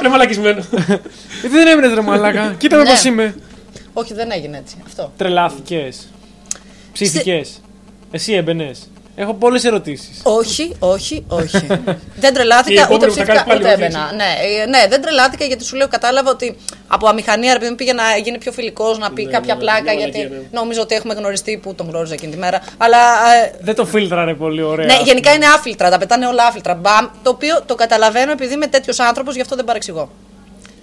Speaker 1: Είναι μαλακισμένο.
Speaker 2: Γιατί δεν έμεινε ρε μαλάκα. Κοίτα με
Speaker 3: Ναι.
Speaker 2: πώ είμαι.
Speaker 3: Όχι, δεν έγινε έτσι. Αυτό.
Speaker 2: Τρελάθηκες. Ψήθηκες. Εσύ έμπαινες. Έχω πολλές ερωτήσεις.
Speaker 3: Όχι, όχι, όχι. δεν
Speaker 1: Η
Speaker 3: τρελάθηκα,
Speaker 1: επόμενη
Speaker 3: ούτε
Speaker 1: που θα κάνει
Speaker 3: ψήφικα,
Speaker 1: πάλι
Speaker 3: ούτε
Speaker 1: όχι,
Speaker 3: έμπαινα. Ναι, ε, ναι, δεν τρελάθηκα γιατί σου λέω, κατάλαβα ότι από αμηχανία ρε παιδί μου πήγε να γίνει πιο φιλικός, να πει
Speaker 1: Ναι,
Speaker 3: κάποια
Speaker 1: ναι, ναι,
Speaker 3: πλάκα, γιατί
Speaker 1: μαλακία, ναι.
Speaker 3: νομίζω ότι έχουμε γνωριστεί που τον γνώριζα εκείνη τη μέρα. Αλλά ε,
Speaker 2: Δεν το φίλτραρε πολύ ωραία.
Speaker 3: ναι, γενικά είναι άφιλτρα, τα πετάνε όλα άφιλτρα. Μπαμ, το οποίο το καταλαβαίνω επειδή είμαι τέτοιος άνθρωπος, γι' αυτό δεν παρεξηγώ.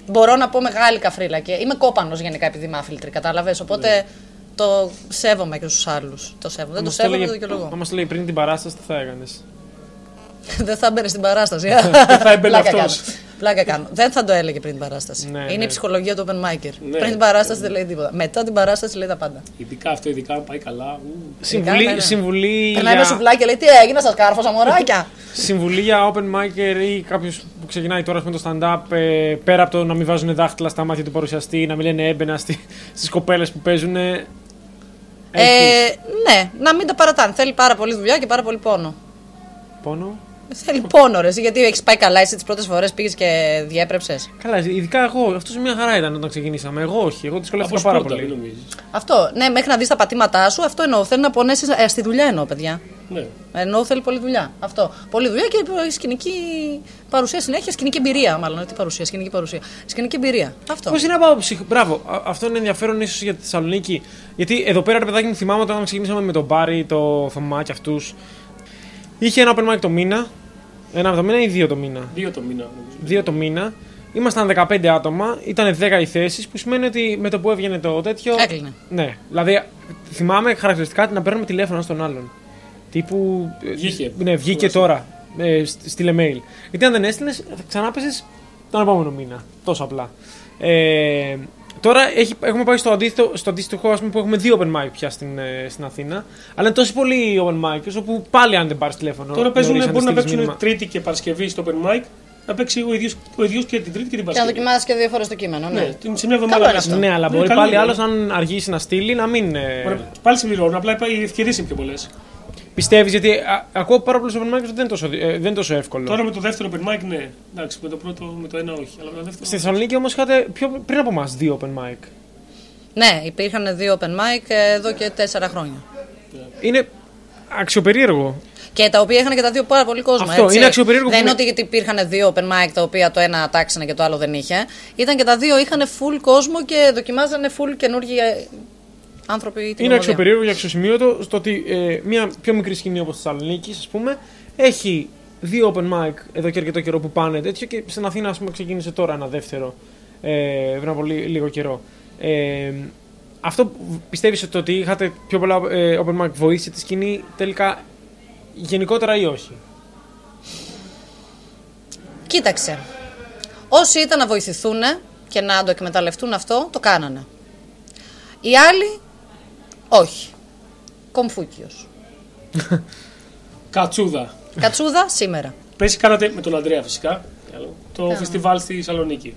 Speaker 3: Μπορώ να πω μεγάλη καφρίλα και είμαι κόπανος γενικά επειδή είμαι άφιλτρη, κατάλαβες. Οπότε το σέβομαι και στους άλλους. Το σέβομαι. Δεν το
Speaker 2: Όμως
Speaker 3: σέβομαι, δεν
Speaker 2: έλεγε-
Speaker 3: το δικαιολογώ.
Speaker 2: όμως λέει πριν την παράσταση, τι θα έκανες.
Speaker 3: Δεν θα μπαίνει στην παράσταση.
Speaker 1: θα έμπαινε
Speaker 3: Πλάκα
Speaker 1: αυτός.
Speaker 3: κάνω. Πλάκα κάνω. Δεν θα το έλεγε πριν την παράσταση.
Speaker 2: Ναι,
Speaker 3: Είναι
Speaker 2: ναι.
Speaker 3: η ψυχολογία του open micer.
Speaker 1: Ναι.
Speaker 3: Πριν την παράσταση δεν λέει τίποτα. Μετά την παράσταση λέει τα πάντα.
Speaker 1: Ειδικά αυτό, ειδικά αν πάει καλά. ου.
Speaker 2: Συμβουλή,
Speaker 3: ναι, ναι.
Speaker 2: συμβουλή,
Speaker 3: Περνάει με
Speaker 2: για,
Speaker 3: σουβλάκι και λέει Τι έγινε, σας κάρφωσα μωράκια.
Speaker 2: συμβουλή για open micer ή κάποιος που ξεκινάει τώρα ας πούμε, το stand-up ε, πέρα από το να μην βάζουν δάχτυλα στα μάτια του παρουσιαστή, να μην λένε έμπαινα στις κοπέλες που παίζουν. Ε,
Speaker 3: ε, ναι, να μην τα παρατάνε. Θέλει πάρα πολύ δουλειά και πάρα πολύ πόνο.
Speaker 2: Πόνο.
Speaker 3: Θέλει πόνο, ρε, Ε, λοιπόν, εσύ, γιατί έχεις πάει καλά. Εσύ τις πρώτες φορές πήγες και διέπρεψες.
Speaker 2: Καλά, ειδικά εγώ. Αυτό μια χαρά ήταν όταν ξεκινήσαμε. Εγώ όχι. Εγώ δυσκολεύτηκα
Speaker 1: Από
Speaker 2: πάρα
Speaker 1: σπόρτα, δεν
Speaker 2: πολύ.
Speaker 1: νομίζεις.
Speaker 3: Αυτό, ναι, μέχρι να δεις τα πατήματά σου, αυτό εννοώ. Θέλει να πονέσει. Ε, στη δουλειά εννοώ, παιδιά.
Speaker 1: Ναι.
Speaker 3: Ενώ θέλει πολλή δουλειά. Αυτό. Πολλή δουλειά και σκηνική παρουσία συνέχεια, σκηνική εμπειρία μάλλον. ε, Τι παρουσία, σκηνική παρουσία. Σκηνική εμπειρία. Αυτό.
Speaker 2: Πώς είναι να πάω ψυχ... Μπράβο, Α- αυτό είναι ενδιαφέρον ίσως για τη Θεσσαλονίκη. Γιατί εδώ πέρα, ρε παιδάκι μου, θυμάμαι όταν ξεκινήσαμε με τον Μπάρι, το Θωμά και αυτούς. Είχε ένα open mic το μήνα. Ένα το μήνα ή δύο το μήνα.
Speaker 1: Δύο το μήνα. νομίζω.
Speaker 2: Δύο το μήνα. Ήμασταν 15 άτομα, ήταν 10 οι θέσεις, που σημαίνει ότι με το που έβγαινε το τέτοιο.
Speaker 3: Έκλεινε.
Speaker 2: Ναι. Δηλαδή, θυμάμαι χαρακτηριστικά να παίρνουμε τηλέφωνο ένας τον άλλον. Τύπου. ε,
Speaker 1: Βγήκε.
Speaker 2: Ναι, βγήκε τώρα. Ε, σ- στείλε mail. Γιατί αν δεν έστειλες, θα ξανάπεσες τον επόμενο μήνα. Τόσο απλά. Ε, τώρα έχει, έχουμε πάει στο αντίστοιχο, στο αντίστοιχο ας πούμε, που έχουμε δύο open mic πια στην, ε, στην Αθήνα. Αλλά είναι τόσο πολλοί open mic, όπου πάλι αν δεν πάρεις τηλέφωνο.
Speaker 1: Τώρα
Speaker 2: Ε, νωρίς,
Speaker 1: παίζουν,
Speaker 2: αν δεν
Speaker 1: μπορούν να
Speaker 2: στείλεις
Speaker 1: παίξουν
Speaker 2: μήνυμα.
Speaker 1: Τρίτη και Παρασκευή στο Open Mic. Να παίξει ο ίδιος ο ίδιος και την Τρίτη και την
Speaker 3: Και να
Speaker 1: Παρασκευή.
Speaker 3: δοκιμάσεις και δύο φορές το κείμενο. Ναι.
Speaker 1: Ναι, την- σε μια εβδομάδα
Speaker 3: είναι
Speaker 1: μέσα.
Speaker 3: αυτό.
Speaker 2: Ναι, αλλά μπορεί
Speaker 1: καλό
Speaker 2: πάλι
Speaker 1: είναι.
Speaker 2: άλλος αν αργήσει να στείλει να μην. Ε,
Speaker 1: Ωραία, Πάλι συμπληρώνουν, απλά οι ευκαιρίες είναι πιο πολλές.
Speaker 2: Ναι. Πιστεύεις, γιατί α, ακούω πάρα πολλούς open mic ότι δεν είναι τόσο, ε, δεν είναι τόσο εύκολο.
Speaker 1: Τώρα με το δεύτερο open mic, ναι. Εντάξει, με το πρώτο, με το ένα όχι. Αλλά με το δεύτερο.
Speaker 2: Στη Θεσσαλονίκη όμως είχατε πιο, πριν από εμάς δύο open mic.
Speaker 3: ναι, υπήρχαν δύο open mic ε, εδώ και τέσσερα χρόνια.
Speaker 2: Είναι αξιοπερίεργο.
Speaker 3: Και τα οποία είχαν και τα δύο πάρα πολύ κόσμο.
Speaker 2: Αυτό,
Speaker 3: έτσι.
Speaker 2: είναι αξιοπερίεργο
Speaker 3: Δεν
Speaker 2: που
Speaker 3: είναι
Speaker 2: είναι-
Speaker 3: ότι γιατί υπήρχαν δύο open mic τα οποία το ένα τάξανε και το άλλο δεν είχε. Ήταν και τα δύο είχαν full κόσμο και δοκιμάζανε full καινούργιοι ε, άνθρωποι. την
Speaker 2: είναι
Speaker 3: ομορφιά.
Speaker 2: αξιοπερίεργο και αξιοσημείωτο στο ότι ε, μια πιο μικρή σκηνή όπως τη Θεσσαλονίκη, ας πούμε, έχει δύο open mic εδώ και αρκετό καιρό που πάνε τέτοιο και στην Αθήνα, ας πούμε, ξεκίνησε τώρα ένα δεύτερο ε, πριν από λι- λίγο καιρό. Ε, αυτό πιστεύεις ότι ότι είχατε πιο πολλά ε, open mic βοήθησε τη σκηνή τελικά γενικότερα ή όχι.
Speaker 3: Κοίταξε. Όσοι ήταν να βοηθηθούν και να το εκμεταλλευτούν αυτό, το κάνανε. Οι άλλοι, όχι. Κομφούκιος.
Speaker 1: Κατσούδα.
Speaker 3: Κατσούδα σήμερα.
Speaker 1: Πέρσι κάνατε με τον Αντρέα φυσικά. καλό, Το φεστιβάλ στη Θεσσαλονίκη.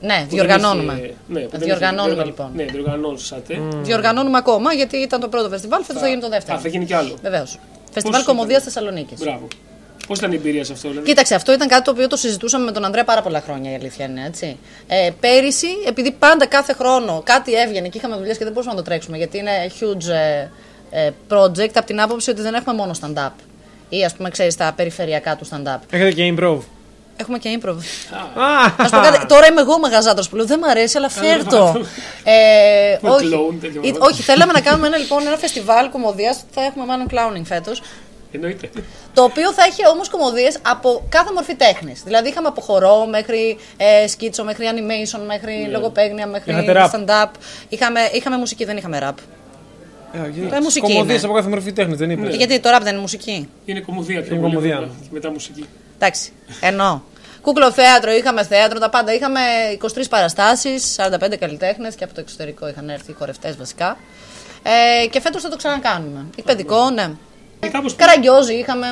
Speaker 3: Ναι,
Speaker 1: Που δεν
Speaker 3: διοργανώνουμε.
Speaker 1: είχε- ναι, που δεν είχε-
Speaker 3: διοργανώνουμε
Speaker 1: διοργαν-
Speaker 3: λοιπόν.
Speaker 1: Ναι, διοργανώσατε.
Speaker 2: Mm.
Speaker 3: Διοργανώνουμε ακόμα γιατί ήταν το πρώτο φεστιβάλ, φέτος θα γίνει το
Speaker 1: Α,
Speaker 3: δεύτερο.
Speaker 1: θα γίνει κι άλλο.
Speaker 3: Βεβαίως. Φεστιβάλ
Speaker 1: ήταν?
Speaker 3: Κομμωδίας Θεσσαλονίκης.
Speaker 1: Μπράβο. Πώς ήταν η εμπειρία σε αυτό, δηλαδή.
Speaker 3: Κοίταξε, αυτό ήταν κάτι το οποίο το συζητούσαμε με τον Ανδρέα πάρα πολλά χρόνια, η αλήθεια είναι έτσι. Ε, πέρυσι, επειδή πάντα κάθε χρόνο κάτι έβγαινε και είχαμε δουλειές και δεν μπορούσαμε να το τρέξουμε, γιατί είναι huge ε, ε, project από την άποψη ότι δεν έχουμε μόνο stand-up. Ή ας πούμε, ξέρεις, τα περιφερειακά του stand-up.
Speaker 2: Έχετε και improv.
Speaker 3: Έχουμε και improv.
Speaker 2: Α,
Speaker 3: Ας πω κάτι, τώρα είμαι εγώ μαγαζάτρο που λέω δεν μ' αρέσει, αλλά φέρτο. ε,
Speaker 1: Με
Speaker 3: όχι,
Speaker 1: κλόουν, τέτοια
Speaker 3: Ή-
Speaker 1: πράγματα.
Speaker 3: όχι, θέλαμε να κάνουμε ένα, λοιπόν, ένα φεστιβάλ κομμωδίας. Θα έχουμε μάλλον clowning φέτος.
Speaker 1: Εννοείται.
Speaker 3: Το οποίο θα είχε όμως κομμωδίες από κάθε μορφή τέχνης. Δηλαδή είχαμε από χορό μέχρι ε, σκίτσο, μέχρι animation, μέχρι λογοπαίγνια, μέχρι
Speaker 2: Είχατε rap.
Speaker 3: stand-up. Είχαμε, είχαμε μουσική, δεν είχαμε rap. Ε, μουσική
Speaker 2: Κομμωδίες
Speaker 3: είναι. Ε,
Speaker 2: από κάθε μορφή τέχνης, δεν είπες.
Speaker 3: Γιατί το rap δεν είναι μουσική.
Speaker 1: Είναι κομμωδία πιο
Speaker 2: Είναι
Speaker 1: πολύ.
Speaker 2: κομμωδία.
Speaker 1: βέβαια. Και μετά μουσική.
Speaker 3: Εντάξει, εννοώ. Κούκλο θέατρο, είχαμε θέατρο, τα πάντα. Είχαμε 23 παραστάσει, 45 καλλιτέχνες και από το εξωτερικό είχαν έρθει οι χορευτές βασικά. Ε, και φέτος θα το ξανακάνουμε. Εκπαιδικό, ναι.
Speaker 1: Και Ε, κάπως-
Speaker 3: Καραγκιόζη είχαμε.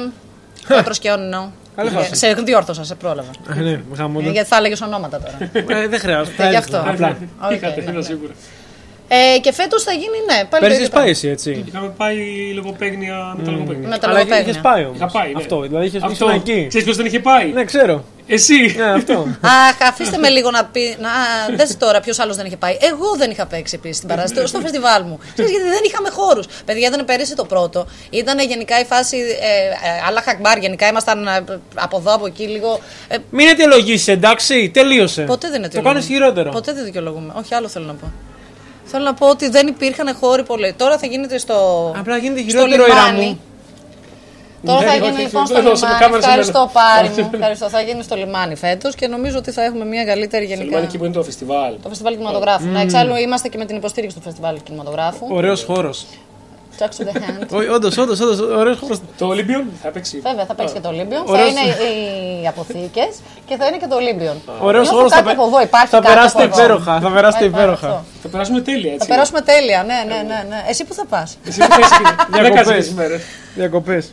Speaker 3: Θέατρο Σκαιών, εννοώ.
Speaker 2: Καλή φάση.
Speaker 3: Ε, Σε διόρθωσα, σε πρόλαβα.
Speaker 2: Ε, Ναι, γάμο,
Speaker 3: Ε,
Speaker 2: ναι.
Speaker 3: Γιατί θα έλεγες ονόματα τώρα.
Speaker 2: Ε, Δεν χρειάζεται.
Speaker 3: γι' αυτό.
Speaker 2: Απλά.
Speaker 1: Είχατε,
Speaker 3: Οκ,
Speaker 1: ένα
Speaker 3: ναι.
Speaker 1: σίγουρα.
Speaker 3: Ε, και φέτος θα γίνει, ναι, πάλι
Speaker 2: Πέρυσι
Speaker 3: το ίδιο
Speaker 2: έχεις πάει εσύ, έτσι.
Speaker 1: Είχαμε πάει λογοπαίγνια με τα
Speaker 3: πράγμα.
Speaker 1: λογοπαίγνια.
Speaker 3: Με τα
Speaker 2: Αλλά
Speaker 3: λογοπαίγνια.
Speaker 2: είχες πάει
Speaker 1: Είχα
Speaker 2: όμως.
Speaker 1: πάει. ναι.
Speaker 2: Αυτό, δηλαδή είχες
Speaker 1: Αυτό.
Speaker 2: ήσουν εκεί.
Speaker 1: Ξέρεις ποιος δεν είχε πάει.
Speaker 2: Ναι, ξέρω.
Speaker 1: Εσύ.
Speaker 2: Ναι, αυτό.
Speaker 3: Αχ, αφήστε με λίγο να πει. Να, δες τώρα ποιος άλλος δεν είχε πάει. Εγώ δεν είχα παίξει επίσης στην παράσταση, στο φεστιβάλ μου. Ξέρεις, γιατί δεν είχαμε χώρους. Παιδιά ήταν πέρυσι το πρώτο. Ήταν γενικά η φάση. Ε, ε, αλλά χακμπάρ, γενικά ήμασταν ε, από εδώ, από εκεί λίγο. Ε,
Speaker 2: Μην αιτιολογήσεις, εντάξει, τελείωσε.
Speaker 3: ποτέ δεν
Speaker 2: Το
Speaker 3: είναι δικαιολογούμε.
Speaker 2: κάνεις χειρότερο.
Speaker 3: Ποτέ δεν δικαιολογούμε. Όχι, άλλο θέλω να πω. Θέλω να πω ότι δεν υπήρχαν χώροι πολλοί. Τώρα θα γίνεται στο.
Speaker 2: Απλά γίνεται
Speaker 3: στο
Speaker 2: χειρότερο η
Speaker 3: λιμάνι.
Speaker 2: ραμμού.
Speaker 3: Τώρα θα
Speaker 1: Ναι,
Speaker 3: γίνει
Speaker 1: όχι,
Speaker 3: λοιπόν στο
Speaker 1: δεν δώσαμε
Speaker 3: λιμάνι.
Speaker 1: κάμερα σε μένα.
Speaker 3: Ευχαριστώ πάρη μου. Ευχαριστώ. Θα γίνει στο λιμάνι φέτος και νομίζω ότι θα έχουμε μια καλύτερη
Speaker 1: Στο
Speaker 3: γενικά.
Speaker 1: λιμάνι εκεί που είναι το φεστιβάλ.
Speaker 3: Το φεστιβάλ κινηματογράφου.
Speaker 2: Mm.
Speaker 3: Να εξάλλου είμαστε και με την υποστήριξη του φεστιβάλ κινηματογράφου.
Speaker 2: Ωραίος χώρος.
Speaker 3: Jack to the hand.
Speaker 2: Ό, Όντως, όντως, όντως, ωραίος χώρος.
Speaker 1: Το Ολυμπιον θα παίξει.
Speaker 3: Βέβαια, θα παίξει και το Ολύμπιον. Θα
Speaker 2: Ωραίος.
Speaker 3: είναι οι αποθήκες και θα είναι και το Ολύμπιον.
Speaker 2: Ωραίος
Speaker 3: Νιώθω
Speaker 2: χώρος,
Speaker 3: κάτι
Speaker 2: θα πε-
Speaker 3: από εδώ, υπάρχει
Speaker 2: θα
Speaker 3: κάτι
Speaker 2: περάσετε
Speaker 3: από εδώ.
Speaker 2: υπέροχα, θα περάσετε
Speaker 3: Πάει, πάει
Speaker 2: υπέροχα.
Speaker 3: αυτό.
Speaker 1: Θα περάσουμε τέλεια
Speaker 3: Θα
Speaker 1: έτσι.
Speaker 3: περάσουμε τέλεια, ναι, ναι, ναι. ναι. Εσύ που θα πας.
Speaker 1: Εσύ που θες, κύριε. Δεν
Speaker 2: Διακοπές.
Speaker 1: κάνεις μέρες.
Speaker 2: Διακοπές.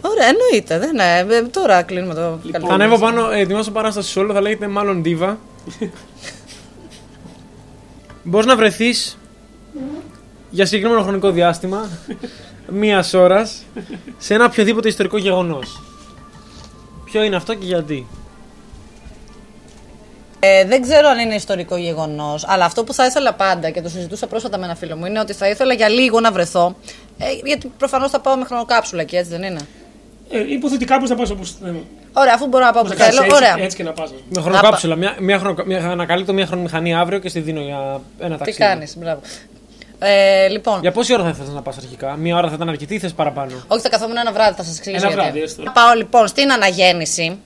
Speaker 3: Ωραία, εννοείται. Δεν, ναι. Ε, Τώρα κλείνουμε το καλύτερο.
Speaker 2: Θα Λοιπόν, ανέβω πάνω, ε, ετοιμάσω παράσταση solo, θα λέγεται μάλλον Diva. Μπορείς να βρεθείς για συγκεκριμένο χρονικό διάστημα μίας ώρας σε ένα οποιοδήποτε ιστορικό γεγονός. Ποιο είναι αυτό και γιατί.
Speaker 3: Ε, δεν ξέρω αν είναι ιστορικό γεγονός, αλλά αυτό που θα ήθελα πάντα και το συζητούσα πρόσφατα με ένα φίλο μου είναι ότι θα ήθελα για λίγο να βρεθώ. Ε, γιατί προφανώς θα πάω με χρονοκάψουλα και έτσι δεν είναι.
Speaker 1: Ε, Υποθετικά πώς θα πας όπως θέλω.
Speaker 3: Ωραία, αφού μπορώ να πάω
Speaker 1: Πώς
Speaker 3: που
Speaker 1: θα κάνεις
Speaker 3: θέλω.
Speaker 1: έτσι,
Speaker 3: Ωραία.
Speaker 1: έτσι και να πας. ας πούμε.
Speaker 2: Με χρονοκάψουλα. Μια, μια χρονοκα- μια- ανακαλύπτω μια χρονομηχανή αύριο και στη δίνω για ένα
Speaker 3: Τι
Speaker 2: ταξίδι.
Speaker 3: κάνεις, μπράβο. Ε, λοιπόν,
Speaker 2: Για πόση ώρα θα ήθελες να πας αρχικά, Μία ώρα θα ήταν αρκετή ή θες παραπάνω.
Speaker 3: όχι, θα καθόμουν ένα βράδυ, θα σας εξηγήσω.
Speaker 1: Ένα
Speaker 3: γιατί.
Speaker 1: βράδυ, έστω.
Speaker 3: Θα πάω λοιπόν στην αναγέννηση.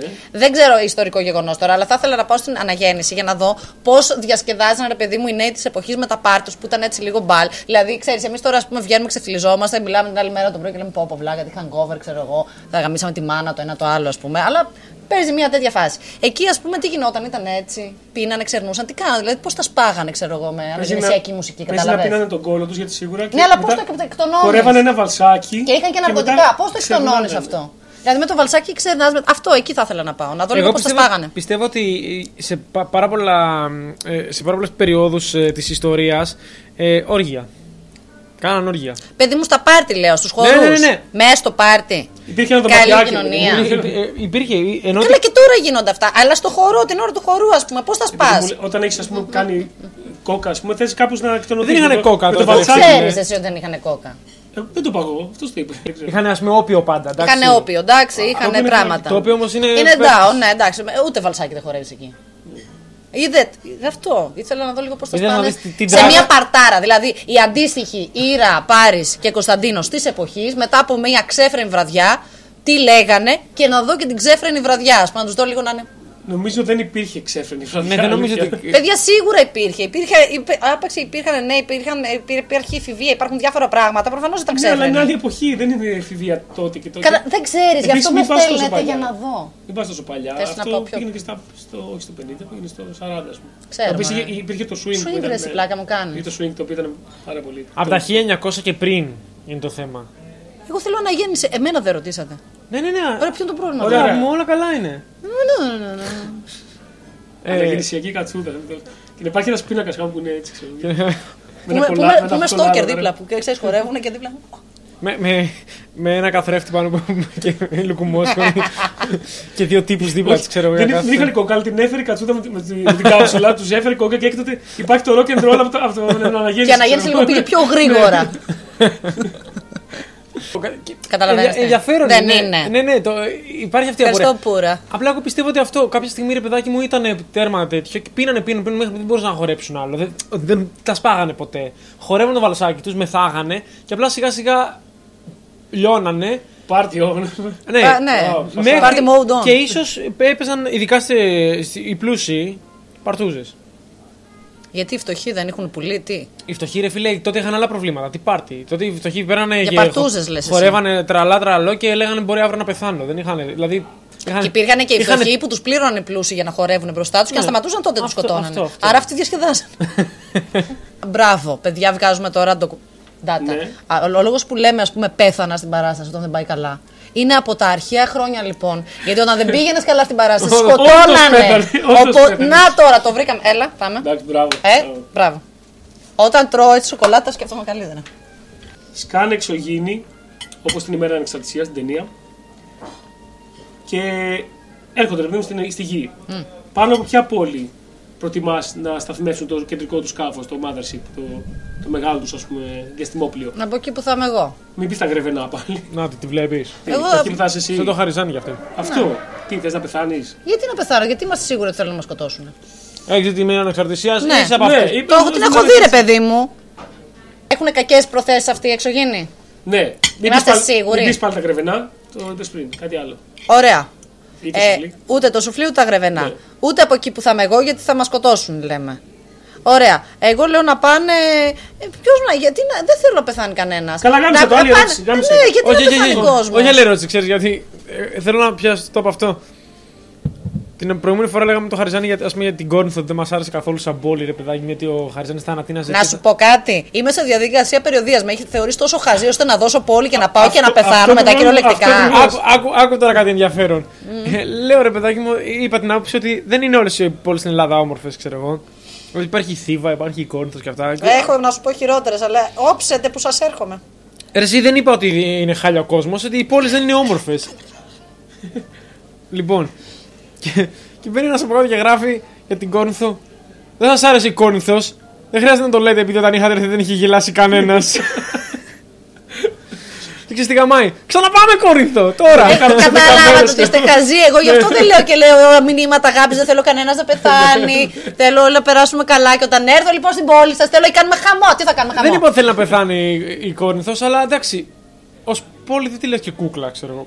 Speaker 1: Ναι.
Speaker 3: Δεν ξέρω ιστορικό γεγονός τώρα, αλλά θα ήθελα να πάω στην αναγέννηση για να δω πώς διασκεδάζαν ρε παιδί μου οι νέοι της εποχής με τα πάρτι τους που ήταν έτσι λίγο μπαλ. Δηλαδή, ξέρεις, εμείς τώρα ας πούμε, βγαίνουμε, ξεφυλιζόμαστε, μιλάμε την άλλη μέρα το πρωί και λέμε πω πω βλάκα, τι hangover, ξέρω εγώ, θα γαμίσαμε τη μάνα το ένα το άλλο, ας πούμε. Αλλά παίζει μια τέτοια φάση. Εκεί, ας πούμε, τι γινόταν, ήταν έτσι. Πίνανε, ξερνούσαν, τι κάνανε, δηλαδή πώς τα σπάγανε, ξέρω εγώ, με
Speaker 1: Παίζει να-
Speaker 3: αναγεννησιακή μουσική,
Speaker 1: παίζει να
Speaker 3: καταλαβαίνετε.
Speaker 1: πίνανε τον κόλλο τους γιατί σίγουρα. και
Speaker 3: Ναι, αλλά πώς
Speaker 1: μετά
Speaker 3: το εκτονώνεις.
Speaker 1: Χορεύανε ένα βαλσάκι.
Speaker 3: Και είχαν και ναρκωτικά.
Speaker 1: μετά
Speaker 3: Πώς το εκτονώνει
Speaker 1: ξερνάγανε.
Speaker 3: αυτό. Δηλαδή με το βαλσάκι ξερνά. Με... Αυτό εκεί θα ήθελα να πάω. Να δω λίγο πώς τα
Speaker 2: πιστεύω,
Speaker 3: σπάγανε.
Speaker 2: πιστεύω ότι σε, πα- πάρα πολλά, ε, σε πάρα πολλές περιόδους ε, της ιστορίας ε, όργια. Κάναν όργια.
Speaker 3: Παιδί μου στα πάρτι, λέω, στους χορούς.
Speaker 2: Ναι, ναι, ναι.
Speaker 3: Μέσα στο πάρτι.
Speaker 1: Υπήρχε ένα
Speaker 3: Καλή
Speaker 1: δωματιάκι. δηλαδή.
Speaker 3: κοινωνία.
Speaker 1: παιδί μου.
Speaker 2: Υπήρχε- ε, Υπήρχε, ε, ενώ
Speaker 3: Ναι. Καλά, και τώρα γίνονται αυτά. Αλλά στο χορό, την ώρα του χορού, ας πούμε, πώς τα
Speaker 1: Επειδή
Speaker 3: σπά.
Speaker 1: μου λέ- Όταν έχεις, ας πούμε, κάνει κόκα, ας πούμε, θες κάπως να εκτονωθεί.
Speaker 2: Δεν είχανε κόκα
Speaker 1: Το
Speaker 2: τότε.
Speaker 1: βαλσάκι.
Speaker 2: Ξέρεις.
Speaker 3: Ξέρεις εσύ ότι δεν είχαν κόκα.
Speaker 1: Ε, Δεν το πάω εγώ. Αυτός το είπε. Δεν ξέρω.
Speaker 2: Είχαν ας πούμε όπιο πάντα. εντάξει.
Speaker 3: Είχαν όπιο, εντάξει,
Speaker 1: το
Speaker 3: είχαν
Speaker 1: οποίο
Speaker 3: πράγματα.
Speaker 2: Το οποίο όμως είναι...
Speaker 3: Είναι
Speaker 2: παίκτης.
Speaker 3: ντάο, ναι, εντάξει. Ούτε βαλσάκι δεν χορεύεις εκεί. Είδε, αυτό. Ήθελα να δω λίγο πώς τα
Speaker 2: Είδες να
Speaker 3: σπάνε.
Speaker 2: δεις τι- τι
Speaker 3: Σε
Speaker 2: ντράβα.
Speaker 3: μια παρτάρα. Δηλαδή η αντίστοιχη Ήρα, Πάρης και Κωνσταντίνος της εποχής, μετά από μια ξέφρενη βραδιά, τι λέγανε και να δω και την ξέφρενη βραδιά. Ας πούμε, να τους δω λίγο να είναι.
Speaker 1: Νομίζω δεν υπήρχε ξέφρενη φροντίδα.
Speaker 2: Ναι, δεν νομίζω ότι...
Speaker 3: Παιδιά, σίγουρα υπήρχε. υπήρχε υπή- άπαξε, υπήρχαν, ναι, υπήρχαν, υπήρχε, υπήρχε εφηβεία, υπάρχουν διάφορα πράγματα. Προφανώς ήταν
Speaker 1: Ναι, αλλά είναι
Speaker 3: ξέφρενη.
Speaker 1: άλλη εποχή. Δεν είναι εφηβεία τότε και τότε.
Speaker 3: Κατα- Δεν ξέρεις, γι'
Speaker 1: Επίσης,
Speaker 3: αυτό
Speaker 1: μην
Speaker 3: με
Speaker 1: πας τόσο
Speaker 3: στέλνετε
Speaker 1: παλιά.
Speaker 3: για να δω.
Speaker 1: Δεν πας τόσο παλιά.
Speaker 3: Θες να
Speaker 1: Αυτό
Speaker 3: πω πιο-
Speaker 1: πήγαινε και στα, στο, όχι στο 50, πήγαινε στο 40. ας πούμε.
Speaker 3: Ξέρω,
Speaker 1: Επίσης,
Speaker 3: μωρέ.
Speaker 1: είχε- υπήρχε το swing. που
Speaker 3: Swing,
Speaker 1: ήταν,
Speaker 3: ρε, εσύ,
Speaker 1: ε,
Speaker 3: πλάκα μου κάνεις.
Speaker 1: Ή το swing το οποίο ήταν πάρα πολύ.
Speaker 2: Από τα 1900 και πριν είναι το θέμα.
Speaker 3: Εγώ θέλω να γέννησε. Εμένα δεν ρωτήσατε.
Speaker 2: Ναι, ναι, ναι.
Speaker 3: Ωραία, ποιο είναι το πρόβλημα.
Speaker 2: Ωραία,
Speaker 1: Ωραία.
Speaker 2: μου όλα καλά είναι.
Speaker 3: Ναι, ναι, ναι, ναι, ναι.
Speaker 2: Ε,
Speaker 1: Αναγεννησιακή κατσούδα. Και υπάρχει ένας πίνακας
Speaker 2: Ε-
Speaker 1: κάπου που είναι έτσι, ξέρω. εγώ. Με
Speaker 3: Που
Speaker 1: ένα
Speaker 3: με-
Speaker 1: κολλά- με
Speaker 3: που με-
Speaker 1: ένα
Speaker 3: Που με
Speaker 1: κολλάδο,
Speaker 3: στόκερ
Speaker 1: ρε.
Speaker 3: δίπλα που ξέρει, χορεύουν και δίπλα μου.
Speaker 2: Με, με, με ένα καθρέφτη πάνω από και λουκουμόσκο και δύο τύπους δίπλα τη, ξέρω εγώ. για
Speaker 1: δεν,
Speaker 2: κάθε-
Speaker 1: δεν είχαν κόκαλ, την έφερε η κατσούτα με, τη- με, τη- με την κάψουλα, τους έφερε κόκαλ και έκτοτε υπάρχει το rock and roll από, το, από το, την αναγέννηση.
Speaker 3: Και αναγέννηση λίγο πήγε πιο
Speaker 1: Ναι.
Speaker 3: γρήγορα.
Speaker 2: Και-
Speaker 3: Καταλαβαίνεις,
Speaker 2: ενδια-
Speaker 3: ναι.
Speaker 2: Ενδιαφέρον
Speaker 3: Δεν
Speaker 2: είναι.
Speaker 3: είναι.
Speaker 2: Ναι, ναι, το, υπάρχει αυτή η
Speaker 3: Ευχαριστώ
Speaker 2: απορία.
Speaker 3: πουρα.
Speaker 2: Απλά εγώ πιστεύω ότι αυτό κάποια στιγμή ρε παιδάκι μου ήταν τέρμα τέτοιο και πίνανε, πίνανε, πίνανε μέχρι που δεν μπορούσαν να χορέψουν άλλο. Δεν, δεν τα σπάγανε ποτέ. Χορεύανε το βαλσάκι τους, μεθάγανε και απλά σιγά σιγά λιώνανε.
Speaker 1: Πάρτι όγνω.
Speaker 2: Ναι,
Speaker 3: Α, ναι.
Speaker 1: Wow,
Speaker 2: Μέχρι-
Speaker 3: Party mode on.
Speaker 2: Και ίσως έπαιζαν ειδικά σε, στη- οι πλούσιοι παρτούζες.
Speaker 3: Γιατί οι φτωχοί δεν έχουν πουλί, τι.
Speaker 2: Οι φτωχοί ρε φίλε τότε είχαν άλλα προβλήματα. Τι πάρτι. Τότε οι φτωχοί πέρανε.
Speaker 3: Για
Speaker 2: γε-
Speaker 3: παρτούζες, λες εσύ.
Speaker 2: Χορεύανε τραλά τραλό και λέγανε μπορεί αύριο να πεθάνω. Δεν είχαν. Δηλαδή. Είχαν,
Speaker 3: Και υπήρχαν και οι
Speaker 2: είχαν-
Speaker 3: φτωχοί που τους πλήρωνε πλούσιοι για να χορεύουν μπροστά τους και να
Speaker 2: Ναι.
Speaker 3: σταματούσαν τότε τους
Speaker 2: Αυτό,
Speaker 3: σκοτώνανε.
Speaker 2: αυτό, αυτό.
Speaker 3: Άρα αυτοί διασκεδάζαν. Μπράβο, παιδιά, βγάζουμε τώρα ντοκου...
Speaker 1: Ναι.
Speaker 3: data. Α, Ο λόγος που λέμε, ας πούμε, πέθανα στην παράσταση όταν δεν πάει καλά. Είναι από τα αρχαία χρόνια λοιπόν. Γιατί όταν δεν πήγαινες καλά στην παράσταση,
Speaker 1: Όντως πέθανε,
Speaker 3: σκοτώνανε.
Speaker 1: όντως
Speaker 3: Οπο-
Speaker 1: πέθανε.
Speaker 3: Να τώρα το βρήκαμε. Έλα, πάμε.
Speaker 1: Εντάξει, μπράβο.
Speaker 3: Ε,
Speaker 1: Μπράβο.
Speaker 3: μπράβο. Όταν τρώω έτσι σοκολάτα, σκέφτομαι καλύτερα.
Speaker 1: Σκάνε εξωγήινη, όπως την ημέρα ανεξαρτησίας, την ταινία. Και έρχονται, ρε παιδί μου, στην- στη γη. Πάνω από ποια πόλη προτιμάς να σταθμεύσουν το κεντρικό του σκάφος, το mothership, το, το μεγάλο τους ας πούμε διαστημόπλιο.
Speaker 3: Να μπω εκεί που θα είμαι εγώ.
Speaker 1: Μην πεις τα γρεβενά πάλι.
Speaker 2: Να τη, τη βλέπεις.
Speaker 3: Εγώ-
Speaker 1: Εκεί που θα είσαι εσύ.
Speaker 2: Σαν το χαριζάνι για αυτό.
Speaker 1: Αυτό. Τι θες να πεθάνεις.
Speaker 3: Γιατί να πεθάνω, γιατί είμαστε σίγουροι ότι θέλουν να μας
Speaker 1: Ε,
Speaker 3: σκοτώσουν.
Speaker 2: Έχεις Ε, τη μέρα ανεξαρτησίας
Speaker 3: Ναι.
Speaker 2: είσαι από
Speaker 1: Ναι,
Speaker 2: αυτούς.
Speaker 1: είπα-
Speaker 3: Το έχω, την έχω δει, ρε παιδί μου. Έχουν κακές προθέσεις αυτοί οι εξωγήινοι.
Speaker 1: Ναι. Μην
Speaker 3: Είμαστε
Speaker 1: πεις πάλι-
Speaker 3: σίγουροι. Ναι.
Speaker 1: Μην πεις πάλι τα γρεβενά. Το είπες πριν. Κάτι άλλο.
Speaker 3: Ωραία.
Speaker 1: Ή το
Speaker 3: Ε,
Speaker 1: σουφλί.
Speaker 3: ούτε το σουφλί ούτε τα γρεβενά.
Speaker 1: Ναι.
Speaker 3: Ούτε από εκεί που θα είμαι εγώ γιατί θα μας σκοτώσουν, λέμε. Ωραία. Εγώ λέω να πάνε. Ποιος να. Γιατί να... δεν θέλω να πεθάνει κανένας.
Speaker 1: Καλά, γάμισε το, άλλη ερώτηση, γάμισε.
Speaker 3: Ναι, γιατί
Speaker 2: Όχι,
Speaker 3: να
Speaker 2: όχι,
Speaker 3: πεθάνει
Speaker 2: όχι.
Speaker 3: κόσμος.
Speaker 2: Όχι, άλλη ερώτηση, ξέρεις γιατί. ε, Θέλω να πιάσω το από αυτό. Την προηγούμενη φορά λέγαμε το Χαριζάνι για, ας πούμε, για την Κόρνθο ότι δεν μας άρεσε καθόλου σαν πόλη, ρε παιδάκι, γιατί ο Χαριζάνι θα ανατείναζε.
Speaker 3: Να
Speaker 2: και
Speaker 3: σου
Speaker 2: τα-
Speaker 3: πω κάτι. Είμαι σε διαδικασία περιοδίας. Με έχει θεωρήσει τόσο χαζή ώστε να δώσω πόλη και να πάω και να
Speaker 1: αυτό- αυτό
Speaker 3: πεθάνω μετά
Speaker 1: το πρόβλημα- αυτό το
Speaker 3: κυριολεκτικά.
Speaker 2: Άκου, άκου, άκου τώρα κάτι ενδιαφέρον. Ε, Λέω ρε παιδάκι μου, είπα την άποψη ότι δεν είναι όλες οι πόλεις στην Ελλάδα όμορφες, ξέρω εγώ. Ότι υπάρχει η Θήβα, υπάρχει η Κόρνθο και αυτά. Και-
Speaker 3: Έχω να σου πω χειρότερες, αλλά όψετε που σας έρχομαι.
Speaker 2: Ρε, εσύ δεν είπα ότι είναι χάλια ο κόσμος, ότι οι πόλεις δεν είναι όμορφες. λοιπόν. Και, και μπαίνει ένα από κάτω και γράφει για την Κόρνθο. Δεν σας άρεσε η Κόρνθο. Δεν χρειάζεται να το λέτε επειδή όταν είχατε έρθει δεν είχε γελάσει κανένας. και ξέρεις τι γαμάει. Ξαναπάμε Κόρινθο τώρα.
Speaker 3: Ε, Κατάλαβα ότι είστε χαζοί. Εγώ γι' αυτό δεν λέω και λέω «Ω, μηνύματα αγάπης. Δεν θέλω κανένας να πεθάνει. θέλω να περάσουμε καλά. Και όταν έρθω λοιπόν στην πόλη σας, θέλω να κάνουμε χαμό. Τι θα κάνουμε
Speaker 2: δεν
Speaker 3: χαμό.
Speaker 2: είπα ότι θέλει να πεθάνει η- η Κόρινθο, αλλά εντάξει. Ως πόλη δεν τη λες και κούκλα, ξέρω εγώ.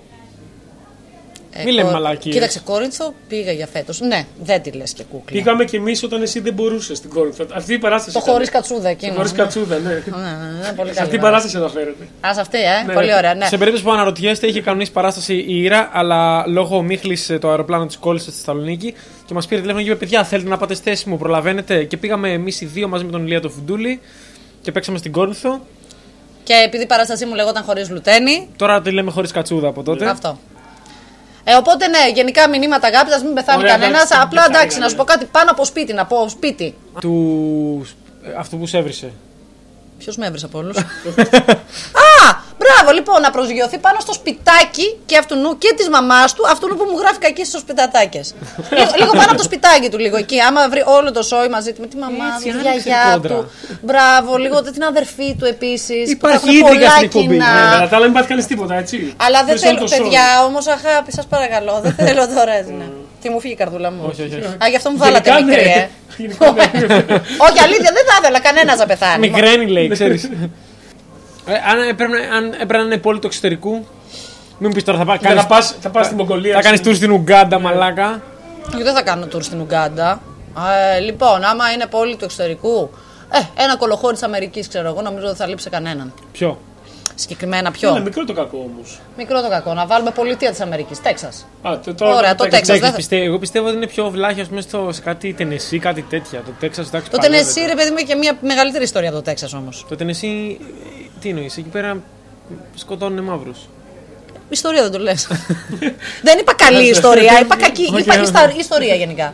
Speaker 3: Ε,
Speaker 2: μη λέμε
Speaker 3: Κο-
Speaker 2: μαλακίες.
Speaker 3: Κοίταξε, Κόρινθο πήγα για φέτος. Ναι, δεν τη λες και κούκλα.
Speaker 1: Πήγαμε κι εμείς όταν εσύ δεν μπορούσες στην κόρη. Αυτή η παράσταση.
Speaker 3: Το
Speaker 1: ήταν.
Speaker 3: χωρίς κατσούδα εκείνο.
Speaker 1: Χωρίς κατσούδα, ναι.
Speaker 3: Ναι, ναι, ναι, πολύ
Speaker 1: Σε αυτή η
Speaker 3: καλή. Α
Speaker 1: παράσταση αναφέρεται.
Speaker 3: αυτή, ε.
Speaker 1: Ναι.
Speaker 3: Πολύ ωραία. Ναι.
Speaker 2: Σε περίπτωση που αναρωτιέστε, είχε κανονίσει παράσταση η Ήρα, αλλά λόγω μίχλης το αεροπλάνο της κόλλησε στη Θεσσαλονίκη και μας πήρε τηλέφωνο και είπε: Παιδιά, θέλετε να πάτε στέσιμο, προλαβαίνετε. Και πήγαμε εμείς οι δύο μαζί με τον Ηλία το Φουντούλη και παίξαμε στην Κόρνθο.
Speaker 3: Και επειδή η παράστασή μου λεγόταν χωρίς λουτένι,
Speaker 2: Τώρα τη λέμε χωρίς κατσούδα από
Speaker 1: Ναι.
Speaker 2: τότε.
Speaker 3: Αυτό. Ε, οπότε ναι, γενικά μηνύματα αγάπη, α μην πεθάνει
Speaker 1: Ωραία,
Speaker 3: κανένα.
Speaker 1: εντάξει, ναι. μην
Speaker 3: Απλά
Speaker 1: πεθάνει
Speaker 3: εντάξει, να σου
Speaker 1: κανένας.
Speaker 3: πω κάτι πάνω από σπίτι, να πω σπίτι.
Speaker 2: Του. ε, αυτού που σε έβρισε.
Speaker 3: Ποιος με έβρισε από όλους. Α! Μπράβο, λοιπόν, να προσγειωθεί πάνω στο σπιτάκι και αυτού νου και της μαμάς του, αυτού νου που μου γράφει κακή στι σπιτατάκε. λίγο, λίγο πάνω από το σπιτάκι του, λίγο εκεί. Άμα βρει όλο το σόι μαζί του με τη μαμά
Speaker 2: Έτσι,
Speaker 3: του, τη
Speaker 2: άνοιξε
Speaker 3: γιαγιά
Speaker 2: κόντρα.
Speaker 3: του. Μπράβο, λίγο την αδερφή του επίσης.
Speaker 2: Υπάρχει ίντριγκα στην εκπομπή. Ναι,
Speaker 1: Ε, Αλλά τα άλλα μην πάθει κανείς τίποτα, έτσι.
Speaker 3: Αλλά δεν
Speaker 1: Θες όλο
Speaker 3: θέλω.
Speaker 1: το show.
Speaker 3: Παιδιά, όμω αγάπη, σας παρακαλώ. Δεν θέλω τώρα. έτσι, ναι. Τι μου φύγει η καρδούλα μου.
Speaker 2: Όχι, όχι, όχι.
Speaker 3: Α, γι' αυτό μου βάλατε
Speaker 1: Γενικά,
Speaker 3: μικρή,
Speaker 1: ναι.
Speaker 3: ε.
Speaker 1: Γενικά, ναι.
Speaker 3: Όχι, αλήθεια, δεν θα ήθελα κανένας να πεθάνει.
Speaker 2: Μιγραίνει λέει, ξέρει. αν έπρεπε αν έπρεπε να είναι πόλη του εξωτερικού. Μην πεις τώρα θα πα-
Speaker 1: Θα
Speaker 2: κάνεις-
Speaker 1: πας- Θα πα στην Μογγολία.
Speaker 2: Θα κάνεις τουρ στην Ουγγάντα, μαλάκα.
Speaker 3: Όχι, δεν θα κάνω τουρ στην Ουγγάντα. Ε, λοιπόν, άμα είναι πόλη του εξωτερικού. Ε, ένα κολοχώρι της Αμερικής, ξέρω εγώ, νομίζω δεν θα λείψει κανέναν.
Speaker 2: Ποιο.
Speaker 3: Συγκεκριμένα
Speaker 1: Είναι
Speaker 3: ποιο.
Speaker 1: μικρό το κακό όμως.
Speaker 3: Μικρό το κακό, να βάλουμε πολιτεία της Αμερικής, Τέξας. Ωραία, το Texas.
Speaker 2: Εντάξει,
Speaker 3: Δεν θα-
Speaker 2: πιστε- εγώ πιστεύω ότι είναι πιο βλάχη ας πούμε, στο, σε κάτι Τενεσί, κάτι τέτοια. Το Τέξας, εντάξει.
Speaker 3: Το
Speaker 2: παλιό,
Speaker 3: Τενεσί,
Speaker 2: δεν-
Speaker 3: ρε παιδί μου, έχει και μια μεγαλύτερη ιστορία από το Τέξας όμως.
Speaker 2: Το Τενεσί, ε, τι εννοείς, εκεί πέρα σκοτώνουν μαύρους.
Speaker 3: Ιστορία δεν το λες. δεν είπα καλή ιστορία, είπα κακή.
Speaker 2: Όχι,
Speaker 3: είπα
Speaker 2: όχι.
Speaker 3: ισταρ- ιστορία γενικά.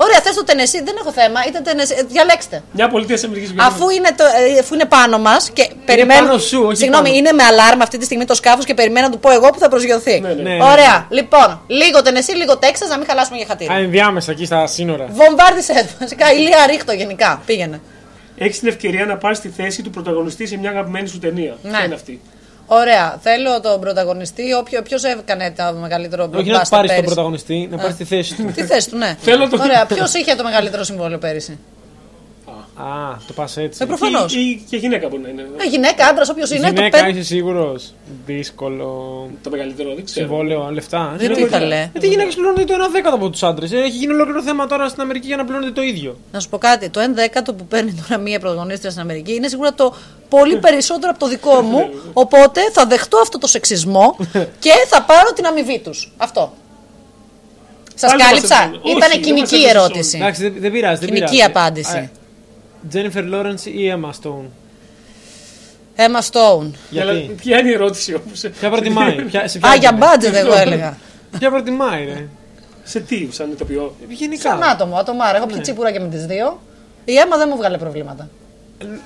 Speaker 3: Ωραία, θε ήρθατε στο Τενεσί, δεν έχω θέμα. Είτε Τενεσί, ε, διαλέξτε.
Speaker 1: Μια πολιτεία σε μερικέ
Speaker 3: Αφού είναι, το, ε, αφού είναι πάνω μας και περιμένω.
Speaker 2: πάνω σου, όχι
Speaker 3: Συγγνώμη,
Speaker 2: πάνω.
Speaker 3: είναι με αλάρμα αυτή τη στιγμή το σκάφος και περιμένω να του πω εγώ που θα προσγειωθεί.
Speaker 1: Ναι, ναι.
Speaker 2: Ναι, ναι.
Speaker 3: Ωραία. Λοιπόν, λίγο Τενεσί, λίγο Τέξας, να μην χαλάσουμε για χατήρι.
Speaker 2: Α, ενδιάμεσα εκεί στα σύνορα.
Speaker 3: Βομβάρδισε βασικά. Ηλία ρίχτο γενικά. Πήγαινε.
Speaker 1: Έχεις την ευκαιρία να πάρεις τη θέση του πρωταγωνιστή σε μια αγαπημένη σου ταινία.
Speaker 3: Ναι.
Speaker 1: Ποια είναι αυτή.
Speaker 3: Ωραία. Θέλω τον πρωταγωνιστή. Όποιο, ποιος έκανε το μεγαλύτερο
Speaker 2: Όχι να
Speaker 3: blockbuster
Speaker 2: πάρεις τον
Speaker 3: πέρυσι. Ε.
Speaker 2: πρωταγωνιστή, να πάρεις τη θέση του.
Speaker 3: Τι θέση του, ναι.
Speaker 1: Θέλω τον-
Speaker 3: Ωραία. Ποιος είχε το μεγαλύτερο συμβόλαιο πέρυσι.
Speaker 2: Α, το πας
Speaker 3: Ε,
Speaker 2: έτσι.
Speaker 3: προ- Προφανώς.
Speaker 1: Ή, ή και γυναίκα μπορεί να είναι.
Speaker 3: Ε, γυναίκα, άντρας, όποιος είναι. το
Speaker 2: Γυναίκα,
Speaker 3: πέ-
Speaker 2: είσαι σίγουρος. Δύσκολο.
Speaker 1: Το μεγαλύτερο, δεν ξέρω.
Speaker 2: Συμβόλαιο, λεφτά.
Speaker 3: Δεν
Speaker 2: Ναι.
Speaker 3: το ήθελε.
Speaker 2: Γιατί οι γυναίκε πληρώνονται το 1 δέκατο από τους άντρες. Έχει γίνει ολόκληρο θέμα τώρα στην Αμερική για να πληρώνονται το ίδιο.
Speaker 3: Να σου πω κάτι. Το 1 δέκατο που παίρνει τώρα μία πρωταγωνίστρια στην Αμερική είναι σίγουρα το πολύ
Speaker 1: Ναι.
Speaker 3: περισσότερο από το δικό μου. Οπότε θα δεχτώ αυτό το σεξισμό και θα πάρω την αμοιβή τους. Αυτό. Σας
Speaker 1: Πάλι μας
Speaker 3: κάλυψα.
Speaker 1: έδωσε- όχι,
Speaker 3: Ήταν
Speaker 1: δεν μας
Speaker 3: κοινική
Speaker 1: έδωσες
Speaker 3: ερώτηση.
Speaker 2: Εντάξει, δεν- δεν πειράζει. δεν
Speaker 3: Κοινική
Speaker 2: πειράζει.
Speaker 3: απάντηση.
Speaker 2: Τζένιφερ Λόρενς ή Emma Stone.
Speaker 3: Έμα Στόουν.
Speaker 1: Αλλά
Speaker 2: Γιατί.
Speaker 1: ποια είναι η ερώτηση όμως.
Speaker 2: Ποια προτιμάει. ποια- σε ποια
Speaker 3: Α, για
Speaker 2: είναι.
Speaker 3: budget εγώ έλεγα.
Speaker 2: Ποια προτιμάει, ρε.
Speaker 1: Σε τι, σαν ηθοποιό.
Speaker 2: Γενικά.
Speaker 3: Σαν άτομο, ατομάρα.
Speaker 1: Ναι.
Speaker 3: Έχω πιει τσίπουρα και με τις δύο. Η Έμα δεν μου βγάλε προβλήματα.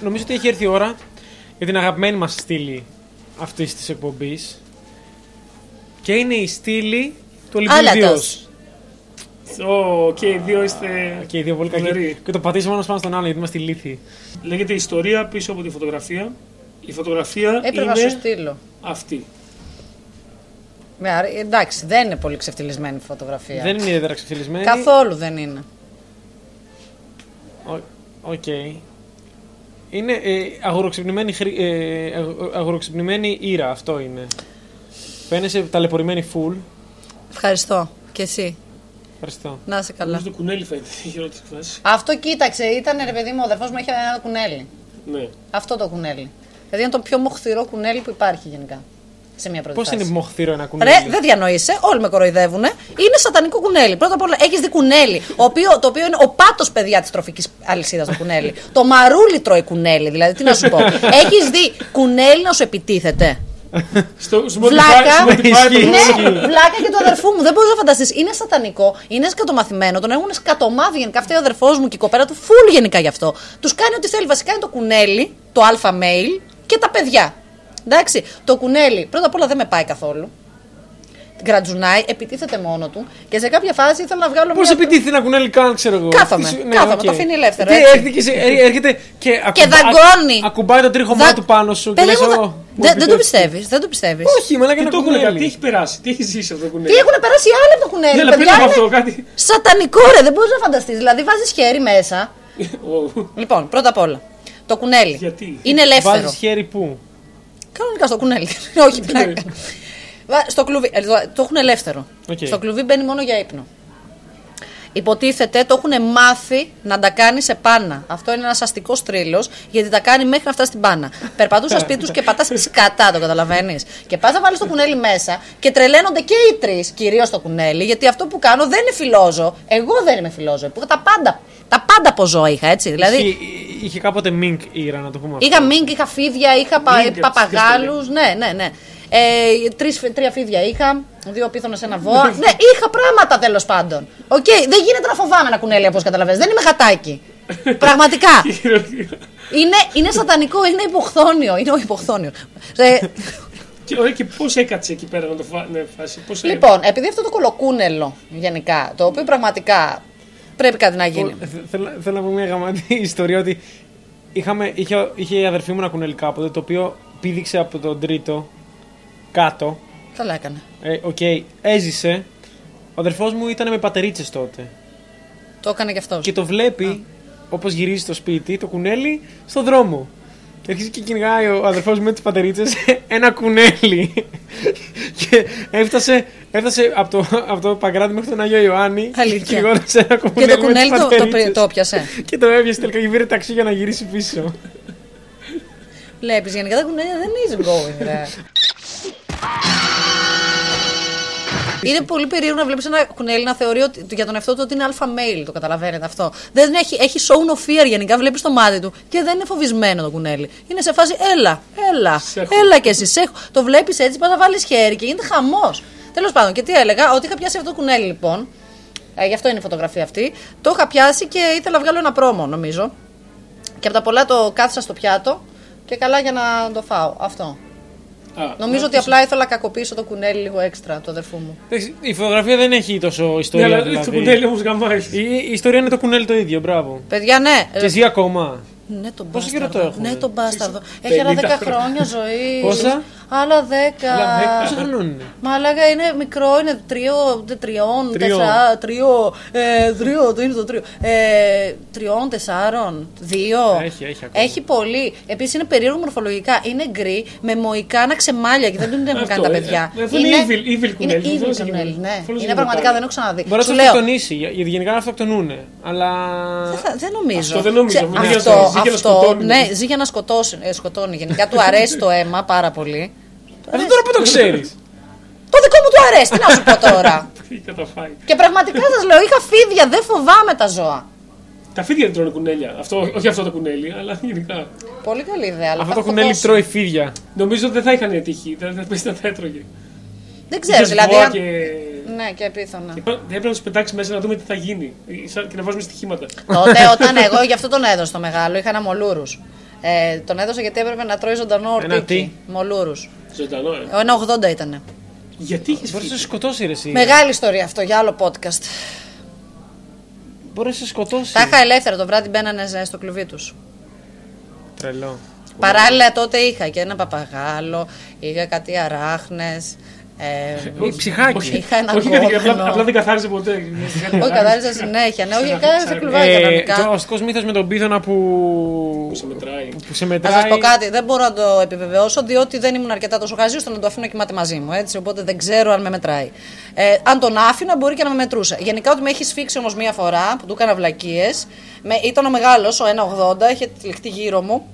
Speaker 2: Νομίζω ότι έχει έρθει η ώρα για την αγαπημένη μας στήλη αυτής της εκπομπής. Και είναι η στήλη του Ολυμπίου
Speaker 3: Άλατος.
Speaker 1: Ω, και οι δύο είστε.
Speaker 2: Και οι δύο πολύ
Speaker 1: Φοβεροί.
Speaker 2: κακοί. Και το πατήσαμε ένα πάνω στον άλλο γιατί είμαστε ηλίθιοι.
Speaker 1: Λέγεται Ιστορία πίσω από τη φωτογραφία. Η φωτογραφία
Speaker 3: Έπρεπε να
Speaker 1: Ε, είναι
Speaker 3: σου στείλω.
Speaker 1: αυτή.
Speaker 3: Ναι, άρα, εντάξει, δεν είναι πολύ ξεφτυλισμένη η φωτογραφία.
Speaker 2: Δεν είναι ιδιαίτερα ξεφυλισμένοι.
Speaker 3: Καθόλου δεν είναι.
Speaker 2: Ο- Οκ. Είναι ε, αγοροξυπνημένη, χρη- ε, αγο- αγοροξυπνημένη ήρα, αυτό είναι. Φαίνεσαι ταλαιπωρημένη full.
Speaker 3: Ευχαριστώ. Και εσύ.
Speaker 2: Ευχαριστώ.
Speaker 3: Να είσαι καλά.
Speaker 1: Νομίζω το κουνέλι θα είναι η χειρότερη φάση.
Speaker 3: Αυτό κοίταξε, ήταν ρε παιδί μου, ο αδερφός μου είχε ένα κουνέλι.
Speaker 1: Ναι.
Speaker 3: Αυτό το κουνέλι. Δηλαδή είναι το πιο μοχθηρό κουνέλι που υπάρχει γενικά. Σε μια πρώτη
Speaker 2: Πώς
Speaker 3: φάση.
Speaker 2: είναι μοχθήρο ένα κουνέλι.
Speaker 3: Ρε, δεν διανοείσαι, όλοι με κοροϊδεύουν. Είναι σατανικό κουνέλι. Πρώτα απ' όλα, έχεις δει κουνέλι, ο οποίο- το οποίο είναι ο πάτος παιδιά της τροφικής αλυσίδας το κουνέλι. το μαρούλι τρώει κουνέλι, δηλαδή τι να σου πω. έχεις δει κουνέλι να σου επιτίθεται.
Speaker 1: Στο στο
Speaker 3: Βλάκα.
Speaker 1: Spotify- Spotify
Speaker 2: Ισχύει.
Speaker 1: το-
Speaker 3: ναι, βλάκα και του αδερφού μου. Δεν μπορείς να φανταστείς. Είναι σατανικό, είναι σκατομαθημένο. Τον έχουν σκατομάθει γενικά. Αυτή ο αδερφός μου και η κοπέρα του, φουλ γενικά γι' αυτό. Τους κάνει ό,τι θέλει. Βασικά είναι το κουνέλι, το αλφα mail και τα παιδιά. Εντάξει, το κουνέλι πρώτα απ' όλα δεν με πάει καθόλου. Γρατζουνάει, επιτίθεται μόνο του και σε κάποια φάση ήθελα να βγάλω
Speaker 2: Πώς
Speaker 3: μια.
Speaker 2: επιτίθεται ένα κουνέλι, καν ξέρω εγώ.
Speaker 3: Κάθομαι,
Speaker 2: Τι σου-
Speaker 3: κάθομαι,
Speaker 2: οκ.
Speaker 3: το αφήνει ελεύθερο,
Speaker 2: Τι,
Speaker 3: έτσι.
Speaker 2: έρχεται και, σε- ε, έρχεται και, ακουμπά-
Speaker 3: δαγκώνει.
Speaker 2: Ακουμπάει το τρίχωμά
Speaker 3: Δα-
Speaker 2: του πάνω σου. Και
Speaker 3: Παιδί
Speaker 2: λες,
Speaker 3: μου,
Speaker 2: «Ω,
Speaker 3: δεν-
Speaker 2: μου
Speaker 3: δεν- Δεν το
Speaker 2: επιτέθηκε».
Speaker 3: πιστεύεις, δεν το πιστεύεις.
Speaker 2: Όχι, μαλάκα
Speaker 1: Τι
Speaker 2: ένα
Speaker 1: το έχουν κάνει, τι
Speaker 2: κουνέλι.
Speaker 1: έχει περάσει, τι έχει ζήσει αυτό το κουνέλι.
Speaker 3: Τι έχουν περάσει οι άλλοι από το κουνέλι.
Speaker 1: Ναι, αλλά
Speaker 3: παιδιά,
Speaker 1: πριν από
Speaker 3: είναι
Speaker 1: αυτό κάτι.
Speaker 3: Σατανικό ρε, δεν μπορείς να φανταστείς. Δηλαδή βάζεις χέρι μέσα.
Speaker 1: Ω,
Speaker 3: Λοιπόν, πρώτα απ' όλα. Το κουνέλι.
Speaker 1: Γιατί?
Speaker 3: Είναι ελεύθερο.
Speaker 2: Βάζεις χέρι πού.
Speaker 3: Κανονικά στο κουνέλι. Όχι, πλάκα. Βα- στο κλουβί. ε, το- Το έχουν ελεύθερο.
Speaker 2: Οκ.
Speaker 3: Στο κλουβί μπαίνει μόνο για ύπνο. Υποτίθεται το έχουν μάθει να τα κάνει σε πάνα. Αυτό είναι ένας αστικός τρίλο, γιατί τα κάνει μέχρι να φτάσει στην πάνα. Περπατούσα σπίτι του και πατάς σκατά, το καταλαβαίνεις. Και πας να βάλεις το κουνέλι μέσα και τρελαίνονται και οι τρεις, κυρίως το κουνέλι, γιατί αυτό που κάνω δεν είναι φιλόζο. Εγώ δεν είμαι φιλόζο. Που Τα πάντα, τα πάντα από ζώα είχα, έτσι. Δηλαδή,
Speaker 2: Είχε, είχε κάποτε μink ήρα, να το πούμε αυτό.
Speaker 3: Είχα μίγκ, είχα φίδια, είχα
Speaker 1: Μίγκ,
Speaker 3: παπαγάλου. Ναι, ναι, ναι. Ε, τρεις, φι- τρία φίδια είχα, δύο πίθωνες, ένα βόα. ναι, είχα πράγματα τέλος πάντων. Οκ, δεν γίνεται να φοβάμαι ένα κουνέλι όπως καταλαβαίνεις. Δεν είμαι γατάκι. Πραγματικά. είναι, είναι σατανικό, είναι υποχθόνιο. Είναι όχι υποχθόνιο. Ε,
Speaker 1: Και, ωραία, και πώς έκατσε εκεί πέρα να το φά- ναι, φάση. Πώς έ-
Speaker 3: λοιπόν, επειδή αυτό το κολοκούνελο γενικά, το οποίο πραγματικά πρέπει κάτι να γίνει.
Speaker 2: Ε, Θε- Θέλω, θέλω να πω μια γαμάτη ιστορία ότι είχαμε, είχε, είχε η αδερφή μου ένα κουνέλι κάποτε το οποίο πήδηξε από τον τρίτο κάτω.
Speaker 3: Καλά έκανε.
Speaker 2: Ε, Οκ, έζησε. Ο αδερφός μου ήταν με πατερίτσες τότε.
Speaker 3: Το έκανε και αυτός.
Speaker 2: Και το βλέπει όπως γυρίζει στο σπίτι το κουνέλι στο δρόμο. Και αρχίζει και κυνηγάει ο αδερφός μου με τις πατερίτσες ένα κουνέλι. και έφτασε, έφτασε από το, από το Παγκράτη μέχρι τον Άγιο Ιωάννη.
Speaker 3: Αλήθεια.
Speaker 2: κυνηγώντας ένα κουνέλι. με
Speaker 3: Και το
Speaker 2: τις
Speaker 3: κουνέλι το, το,
Speaker 2: πατερίτσες.
Speaker 3: πρι- το πιασε.
Speaker 2: Και το έβγαινε τελικά και πήρε ταξί για να γυρίσει πίσω.
Speaker 3: Βλέπεις γενικά τα κουνέλια δεν είναι easy going, ρε. Είναι πολύ περίεργο να βλέπεις ένα κουνέλι να θεωρεί ότι, για τον εαυτό του ότι είναι αλφα male. Το καταλαβαίνετε αυτό. Δεν έχει, έχει show no fear γενικά. Βλέπεις το μάτι του και δεν είναι φοβισμένο το κουνέλι. Είναι σε φάση έλα, έλα,
Speaker 1: Σε έχω.
Speaker 3: έλα κι εσύ. σε έχω. Το βλέπεις έτσι, πας να βάλεις χέρι και γίνεται χαμός. Τέλος πάντων, και τι έλεγα, ότι είχα πιάσει αυτό το κουνέλι λοιπόν. Ε, γι' αυτό είναι η φωτογραφία αυτή. Το είχα πιάσει και ήθελα να βγάλω ένα πρόμο, νομίζω. Και από τα πολλά το κάθισα στο πιάτο και καλά για να το φάω. Αυτό.
Speaker 1: Α,
Speaker 3: Νομίζω ότι απλά ήθελα να κακοποιήσω το κουνέλι λίγο έξτρα του αδερφού μου.
Speaker 2: Εντάξει, Η φωτογραφία δεν έχει τόσο
Speaker 1: Ναι,
Speaker 2: ιστορία.
Speaker 1: αλλά
Speaker 2: δηλαδή.
Speaker 1: το κουντέλι όμως γαμάει.
Speaker 2: Η, η ιστορία είναι το κουνέλι το ίδιο, μπράβο.
Speaker 3: Παιδιά, ναι.
Speaker 2: Και ζει ακόμα.
Speaker 3: Ναι, τον
Speaker 2: Πόσο
Speaker 3: μπάσταρδο.
Speaker 2: καιρό το έχουμε?
Speaker 3: Ναι, τον μπάσταρδο. Έχει άλλα
Speaker 1: 50
Speaker 3: 10 χρόνια ζωή.
Speaker 2: Πόσα?
Speaker 3: Άλλα 10.
Speaker 2: Πόσο χρονών είναι.
Speaker 3: Μαλάκα είναι μικρό, είναι τριό, τε- τριών,
Speaker 2: Τριών.
Speaker 3: τεσσάρων, τριό, ε, τριό, το είναι το τρίο. Ε, τριών, τεσσάρων, δύο.
Speaker 2: Έχει, έχει ακόμα.
Speaker 3: Έχει πολύ. Επίσης είναι περίεργο μορφολογικά. Είναι γκρι με μοϊκάνα ξεμάλια και δεν τον έχουν κάνει
Speaker 1: Αυτό,
Speaker 3: τα
Speaker 1: ε,
Speaker 3: παιδιά.
Speaker 1: ε, αυτό είναι evil- evil
Speaker 3: Είναι
Speaker 1: κουνέλι, δεν
Speaker 3: evil
Speaker 1: ξέρω τι
Speaker 3: κουνέλι,
Speaker 1: γίνεται.
Speaker 3: ναι.
Speaker 1: Φόλος
Speaker 3: Είναι
Speaker 1: γίνεται
Speaker 3: πραγματικά,
Speaker 1: πάλι.
Speaker 3: δεν έχω ξαναδεί.
Speaker 2: Μπορεί να
Speaker 3: Σου
Speaker 2: το
Speaker 3: λέω,
Speaker 2: αυτοκτονήσει, για- γιατί γενικά να αυτοκτονούν. ε. Αλλά.
Speaker 3: δεν θα- Δεν νομίζω.
Speaker 1: Αυτό δεν νομίζω.
Speaker 3: Ξε-
Speaker 1: Μην νοιάζει,
Speaker 3: Αυτό,
Speaker 1: ζει για να
Speaker 3: αυτό.
Speaker 1: σκοτώνει.
Speaker 3: Ναι, ζει για να σκοτώσει- ε, σκοτώνει. Γενικά του αρέσει το αίμα πάρα πολύ.
Speaker 2: Αυτό Ε, τώρα που το ξέρεις.
Speaker 3: Το δικό μου του αρέσει, τι να σου πω τώρα.
Speaker 1: Έχει καταφάει.
Speaker 3: Και πραγματικά σας λέω, είχα φίδια, δεν φοβάμαι τα ζώα.
Speaker 1: Τα φίδια δεν τρώνε κουνέλια. Αυτό, όχι αυτό το κουνέλι, αλλά γενικά.
Speaker 3: Πολύ καλή ιδέα. Αλλά
Speaker 2: Αυτό
Speaker 3: θα
Speaker 2: το κουνέλι
Speaker 3: σκοτώσει.
Speaker 2: τρώει φίδια.
Speaker 1: Νομίζω ότι δεν θα είχαν τύχη. Δεν θα πέσει να τα έτρωγε.
Speaker 3: Δεν ξέρω,
Speaker 1: Είχες
Speaker 3: δηλαδή.
Speaker 1: βοά
Speaker 3: αν-
Speaker 1: και-
Speaker 3: Ναι, και επίθωνα.
Speaker 1: Θα έπρεπε να τους πετάξεις μέσα να δούμε τι θα γίνει. Ε, σαν- Και να βάζουμε στοιχήματα.
Speaker 3: Τότε, όταν εγώ γι' αυτό τον έδωσα το μεγάλο, είχα ένα μολούρους. Ε, τον έδωσα γιατί έπρεπε να τρώει ζωντανό
Speaker 2: Ένα
Speaker 3: ορτίκι. Μολούρους.
Speaker 1: Ζωντανό, ε.
Speaker 3: Ένα 80 ήταν.
Speaker 1: Γιατί είχες
Speaker 2: Μπορείς να
Speaker 1: φίδια.
Speaker 2: σε σκοτώσει, ρε. εσύ.
Speaker 3: Μεγάλη ιστορία αυτό για άλλο podcast.
Speaker 2: Μπορείς να σε σκοτώσει.
Speaker 3: Τα είχα ελεύθερα το βράδυ, μπαίνανε στο κλουβί τους.
Speaker 2: Τρελό.
Speaker 3: Παράλληλα τότε είχα και ένα παπαγάλο, είχα κάτι αράχνες. Ε,
Speaker 1: Όχι,
Speaker 2: ψυχάκι.
Speaker 1: όχι,
Speaker 3: Είχα ένα
Speaker 1: όχι, γιατί
Speaker 3: κόκκινο.
Speaker 1: απλά, απλά δεν καθάριζε ποτέ.
Speaker 3: όχι, καθάριζα συνέχεια. Ναι, όχι, κάθε κλουβάκι
Speaker 2: Ε,
Speaker 3: κανονικά.
Speaker 2: το αστικό μύθος με τον πίθωνα που.
Speaker 1: Που σε μετράει.
Speaker 2: που σε
Speaker 3: Να σα
Speaker 2: μετράει.
Speaker 3: πω κάτι, δεν μπορώ να το επιβεβαιώσω, διότι δεν ήμουν αρκετά τόσο χαζή ώστε να το αφήνω να κοιμάται μαζί μου. Έτσι, οπότε δεν ξέρω αν με μετράει. Ε, αν τον άφηνα, μπορεί και να με μετρούσε. Γενικά, ότι με έχει σφίξει όμως μία φορά που του έκανα βλακίες. Ήταν ο μεγάλος, ο 1,80, είχε τυλιχτεί γύρω μου.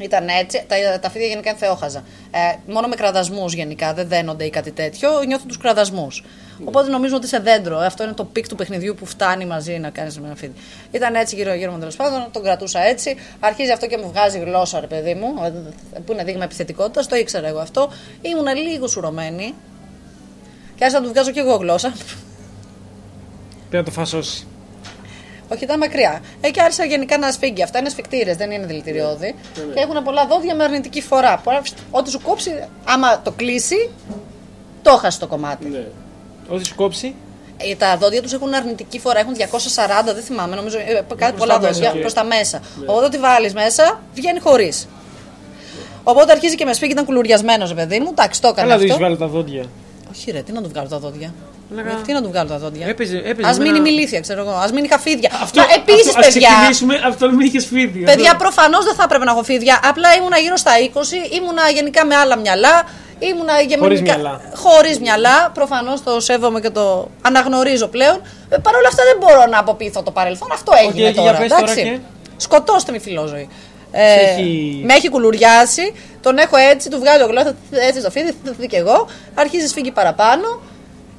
Speaker 3: Ήταν έτσι. Τα, τα φίδια γενικά είναι θεόχαζα. Ε, μόνο με κραδασμούς γενικά δεν δένονται ή κάτι τέτοιο. Νιώθω τους κραδασμούς. Οπότε νομίζω ότι είσαι δέντρο. Ε, Αυτό είναι το πικ του παιχνιδιού που φτάνει μαζί να κάνεις με ένα φίδι. Ήταν έτσι γύρω-γύρω μου τέλος πάντων, τον κρατούσα έτσι. Αρχίζει αυτό και μου βγάζει γλώσσα, ρε παιδί μου, ε, που είναι δείγμα επιθετικότητας. Το ήξερα εγώ αυτό. Ήμουνα λίγο σουρωμένη. Και άρχισα να του βγάζω και εγώ γλώσσα.
Speaker 2: Πρέπει να το φασώσει.
Speaker 3: Όχι, ήταν μακριά. Ε, και άρχισα γενικά να σφίγγει. Αυτά είναι σφιχτήρες, δεν είναι δηλητηριώδη.
Speaker 1: Ναι,
Speaker 3: Και έχουν πολλά δόντια με αρνητική φορά. Πολλά- Ό,τι σου κόψει, άμα το κλείσει, το χάσει το κομμάτι.
Speaker 1: Ναι.
Speaker 2: Ό,τι σου κόψει.
Speaker 3: Ε, Τα δόντια τους έχουν αρνητική φορά, έχουν 240, δεν θυμάμαι, νομίζω. ε, Κάτι πολλά
Speaker 1: τα μέσα Ναι.
Speaker 3: δόντια
Speaker 1: και-
Speaker 3: προς τα μέσα. Οπότε ό,τι βάλεις μέσα, βγαίνει χωρίς. Οπότε αρχίζει και με σφίγγει, ήταν κουλουριασμένος, ρε παιδί μου. Εντάξει, το έκανα
Speaker 2: Καλά, δεν
Speaker 3: αυτό.
Speaker 2: έχεις βάλει τα δόντια.
Speaker 3: Όχι, ρε, τι να του βγάλω τα δόντια.
Speaker 2: Λέγα-
Speaker 3: Γιατί να του βγάλω τα δόντια.
Speaker 2: Έπαιζε- έπαιζε
Speaker 3: Ας
Speaker 2: με
Speaker 3: μείνει
Speaker 2: ένα-
Speaker 3: μιλήθεια, ξέρω εγώ. Ας μείνει χαφίδια.
Speaker 1: Ε, Αυτό,
Speaker 3: Μα επίση,
Speaker 1: αυτό, ας
Speaker 3: παιδιά.
Speaker 1: ξεκινήσουμε από το να μην είχες φίδι.
Speaker 3: Παιδιά, προφανώς δεν θα έπρεπε να έχω φίδια. Απλά ήμουνα γύρω στα 20, ήμουνα γενικά με άλλα μυαλά. Ήμουνα γεμ-
Speaker 2: Χωρίς μυαλά.
Speaker 3: Χωρίς μυαλά. Προφανώς το σέβομαι και το αναγνωρίζω πλέον. Ε, Παρ' όλα αυτά δεν μπορώ να αποποιηθώ το παρελθόν. Αυτό έγινε
Speaker 2: για
Speaker 3: τώρα.
Speaker 2: πες τώρα
Speaker 3: εντάξει.
Speaker 2: και.
Speaker 3: Σκοτώστε με φιλόζωη. Ε,
Speaker 2: Σε έχει-
Speaker 3: Με έχει κουλουριάσει, τον έχω έτσι, του βγάλω γλώσσα, έτσι το φίδι, θα και εγώ. Αρχίζει σφίγγει παραπάνω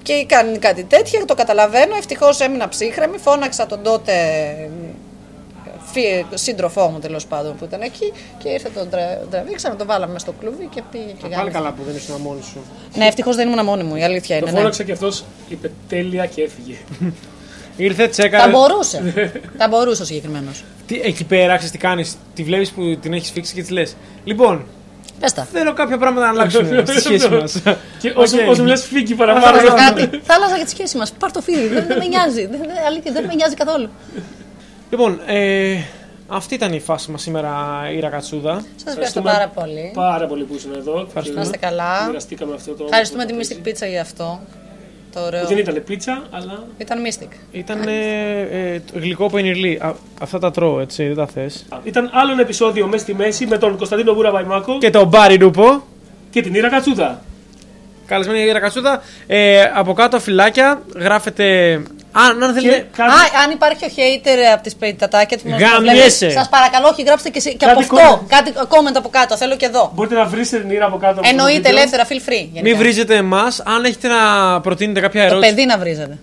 Speaker 3: και κάνει κάτι τέτοιο, το καταλαβαίνω. Ευτυχώς έμεινα ψύχρεμη, φώναξα τον τότε φι- σύντροφό μου τέλος πάντων που ήταν εκεί και ήρθε τον τρα- τραβήξαμε, τον βάλαμε μέσα στο κλουβί και πήγε και
Speaker 2: Πάλι
Speaker 3: γάμισε.
Speaker 2: καλά που δεν ήσουν μόνη σου.
Speaker 3: Ναι, ευτυχώς δεν ήμουν μόνη μου, η αλήθεια
Speaker 1: Το
Speaker 3: είναι. ναι.
Speaker 1: φώναξα και αυτός είπε τέλεια και έφυγε.
Speaker 2: Ήρθε, τσέκα.
Speaker 3: Θα μπορούσε. θα μπορούσε ο συγκεκριμένος.
Speaker 2: Τι, εκεί πέρα, ξέρει τι κάνεις. Τη βλέπεις που την έχεις φίξει και της λες. Λοιπόν,
Speaker 3: Πες τα.
Speaker 2: θέλω κάποια πράγματα να αλλάξουν στη σχέση μα.
Speaker 1: ναι, Και όσο, όσο μιλά, φύγει παραπάνω.
Speaker 3: Θάλασσα κάτι. Θάλασσα για τη σχέση μας. Πάρ το φίδι. Δεν, δεν με νοιάζει. Δεν, δεν- αλήθεια, δεν με νοιάζει καθόλου.
Speaker 2: Λοιπόν, ε, αυτή ήταν η φάση μας σήμερα, η Ρακατσούδα.
Speaker 3: Σας ευχαριστώ πάρα πολύ.
Speaker 1: Πάρα πολύ που ήσουν εδώ.
Speaker 2: Ευχαριστούμε.
Speaker 3: Να είστε καλά.
Speaker 1: Μοιραστήκαμε αυτό το.
Speaker 3: Ευχαριστούμε τη
Speaker 1: το
Speaker 3: Mystic
Speaker 1: τραπέζι.
Speaker 3: Pizza για αυτό. Το ωραίο.
Speaker 1: Δεν ήταν πίτσα, αλλά.
Speaker 3: Ήταν Mystic.
Speaker 2: Ήταν ε, ε, το γλυκό πενιρλί. Α, αυτά τα τρώω, έτσι, δεν τα θες.
Speaker 1: Α, Ήταν άλλο ένα επεισόδιο μέσα στη μέση με τον Κωνσταντίνο Γούρα Βαϊμάκο και,
Speaker 2: Και το μπάρι νουπο.
Speaker 1: την Ήρα Κατσούδα.
Speaker 2: Καλεσμένη η Ρακατσούδα. Ε, από κάτω φυλάκια γράφεται. Αν, αν
Speaker 1: Και
Speaker 2: θέλετε.
Speaker 1: κάτι,
Speaker 3: Α, αν υπάρχει ο hater από τις πεϊτατάκια του
Speaker 2: Γαμιέσαι.
Speaker 3: Σας παρακαλώ, όχι, γράψτε και, εσύ- και από
Speaker 1: Κάτι
Speaker 3: αυτό.
Speaker 1: comment.
Speaker 3: Κάτι comment από κάτω. Θέλω και εδώ.
Speaker 1: μπορείτε να βρείτε την Ήρα από κάτω. από το
Speaker 3: Εννοείται
Speaker 1: βίντεο.
Speaker 3: ελεύθερα, feel free. γενικά.
Speaker 2: Μην βρίζετε εμάς. Αν έχετε να προτείνετε κάποια
Speaker 3: Το
Speaker 2: ερώτηση.
Speaker 3: παιδί να βρίζετε.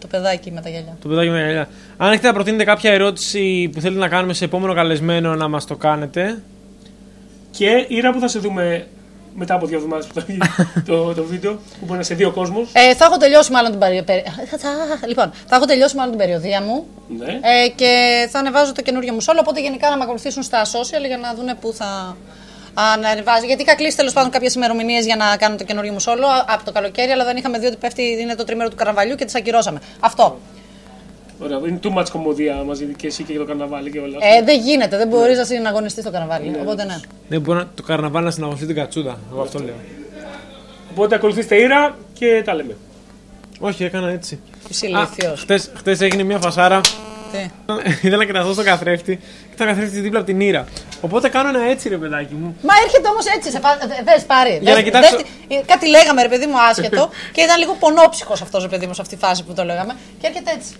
Speaker 3: Το παιδάκι με τα γυαλιά.
Speaker 2: Το παιδάκι με τα γυαλιά. Αν έχετε να προτείνετε κάποια ερώτηση που θέλετε να κάνουμε σε επόμενο καλεσμένο, να μας το κάνετε.
Speaker 1: Και Ήρα που θα σε δούμε μετά από δύο εβδομάδες που θα βγει το, το βίντεο, που μπορεί να σε δύο κόσμος.
Speaker 3: Ε, θα έχω τελειώσει μάλλον την περιοδία. Λοιπόν, θα έχω τελειώσει μάλλον την περιοδία μου.
Speaker 1: Ναι.
Speaker 3: Ε, και θα ανεβάζω το καινούριο μου σόλο. Οπότε γενικά να με ακολουθήσουν στα social για να δουν πού θα ανεβάζω. Γιατί είχα κλείσει τέλος πάντων κάποιες ημερομηνίες για να κάνω το καινούριο μου σόλο α- από το καλοκαίρι, αλλά δεν είχαμε δει ότι πέφτει, είναι το τρίμερο του καρναβαλιού και τις ακυρώσαμε. Αυτό.
Speaker 1: Ωραία, είναι too much κομμωδία μαζί και εσύ και για το καρναβάλι και όλα.
Speaker 3: Ε, δεν γίνεται, δεν μπορείς να συναγωνιστείς στο καρναβάλι. Οπότε ναι.
Speaker 2: Δεν μπορεί να- το καρναβάλι να συναγωγεί την κατσούδα. Εγώ αυτό λέω.
Speaker 1: Οπότε ακολουθήστε ήρα και τα λέμε.
Speaker 2: Όχι, έκανα έτσι.
Speaker 3: Είσαι ηλίθιος.
Speaker 2: Χτες, χτες έγινε μια φασάρα.
Speaker 3: Τι.
Speaker 2: Ήθελα να κοιταχθώ στον καθρέφτη και ήταν ο καθρέφτη δίπλα από την ήρα. Οπότε κάνω ένα έτσι, ρε παιδάκι μου.
Speaker 3: Μα έρχεται όμως έτσι, σε πα... δε- δες πάρει.
Speaker 2: Για να
Speaker 3: Δες-
Speaker 2: κοιτάξω-
Speaker 3: δες τι- ε, κάτι λέγαμε ρε παιδί μου άσχετο και ήταν λίγο πονόψυχος αυτός ρε παιδί μου σε αυτή τη φάση που το λέγαμε και έρχεται έτσι.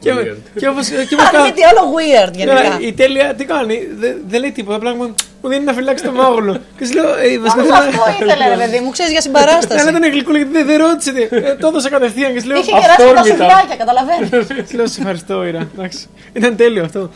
Speaker 2: Και,
Speaker 1: Weird.
Speaker 2: και όπως, και όπως
Speaker 3: Αν μη
Speaker 2: κάνω.
Speaker 3: τι άλλο weird γενικά.
Speaker 2: Τώρα, η τέλεια τι κάνει, δεν δεν λέει τίποτα. Απλά μου μου δίνει να φυλάξει το μάγουλο. Και σου λέω, Ε, βασικά.
Speaker 3: Όμως
Speaker 2: θέλω να-
Speaker 3: αυτό ήθελε ρε παιδί μου, ξέρεις για
Speaker 2: Ναι, Αλλά
Speaker 3: συμπαράσταση.
Speaker 2: ήταν γλυκούλα γιατί δεν- δεν ρώτησε. τι. Ε, Το έδωσα κατευθείαν και σου λέω.
Speaker 3: Είχε κεράσει τα
Speaker 1: Αυθόρμητα.
Speaker 3: σουβλάκια, καταλαβαίνεις.
Speaker 2: Σου λέω, σε ευχαριστώ, Ήρα. Εντάξει. Ήταν τέλειο αυτό.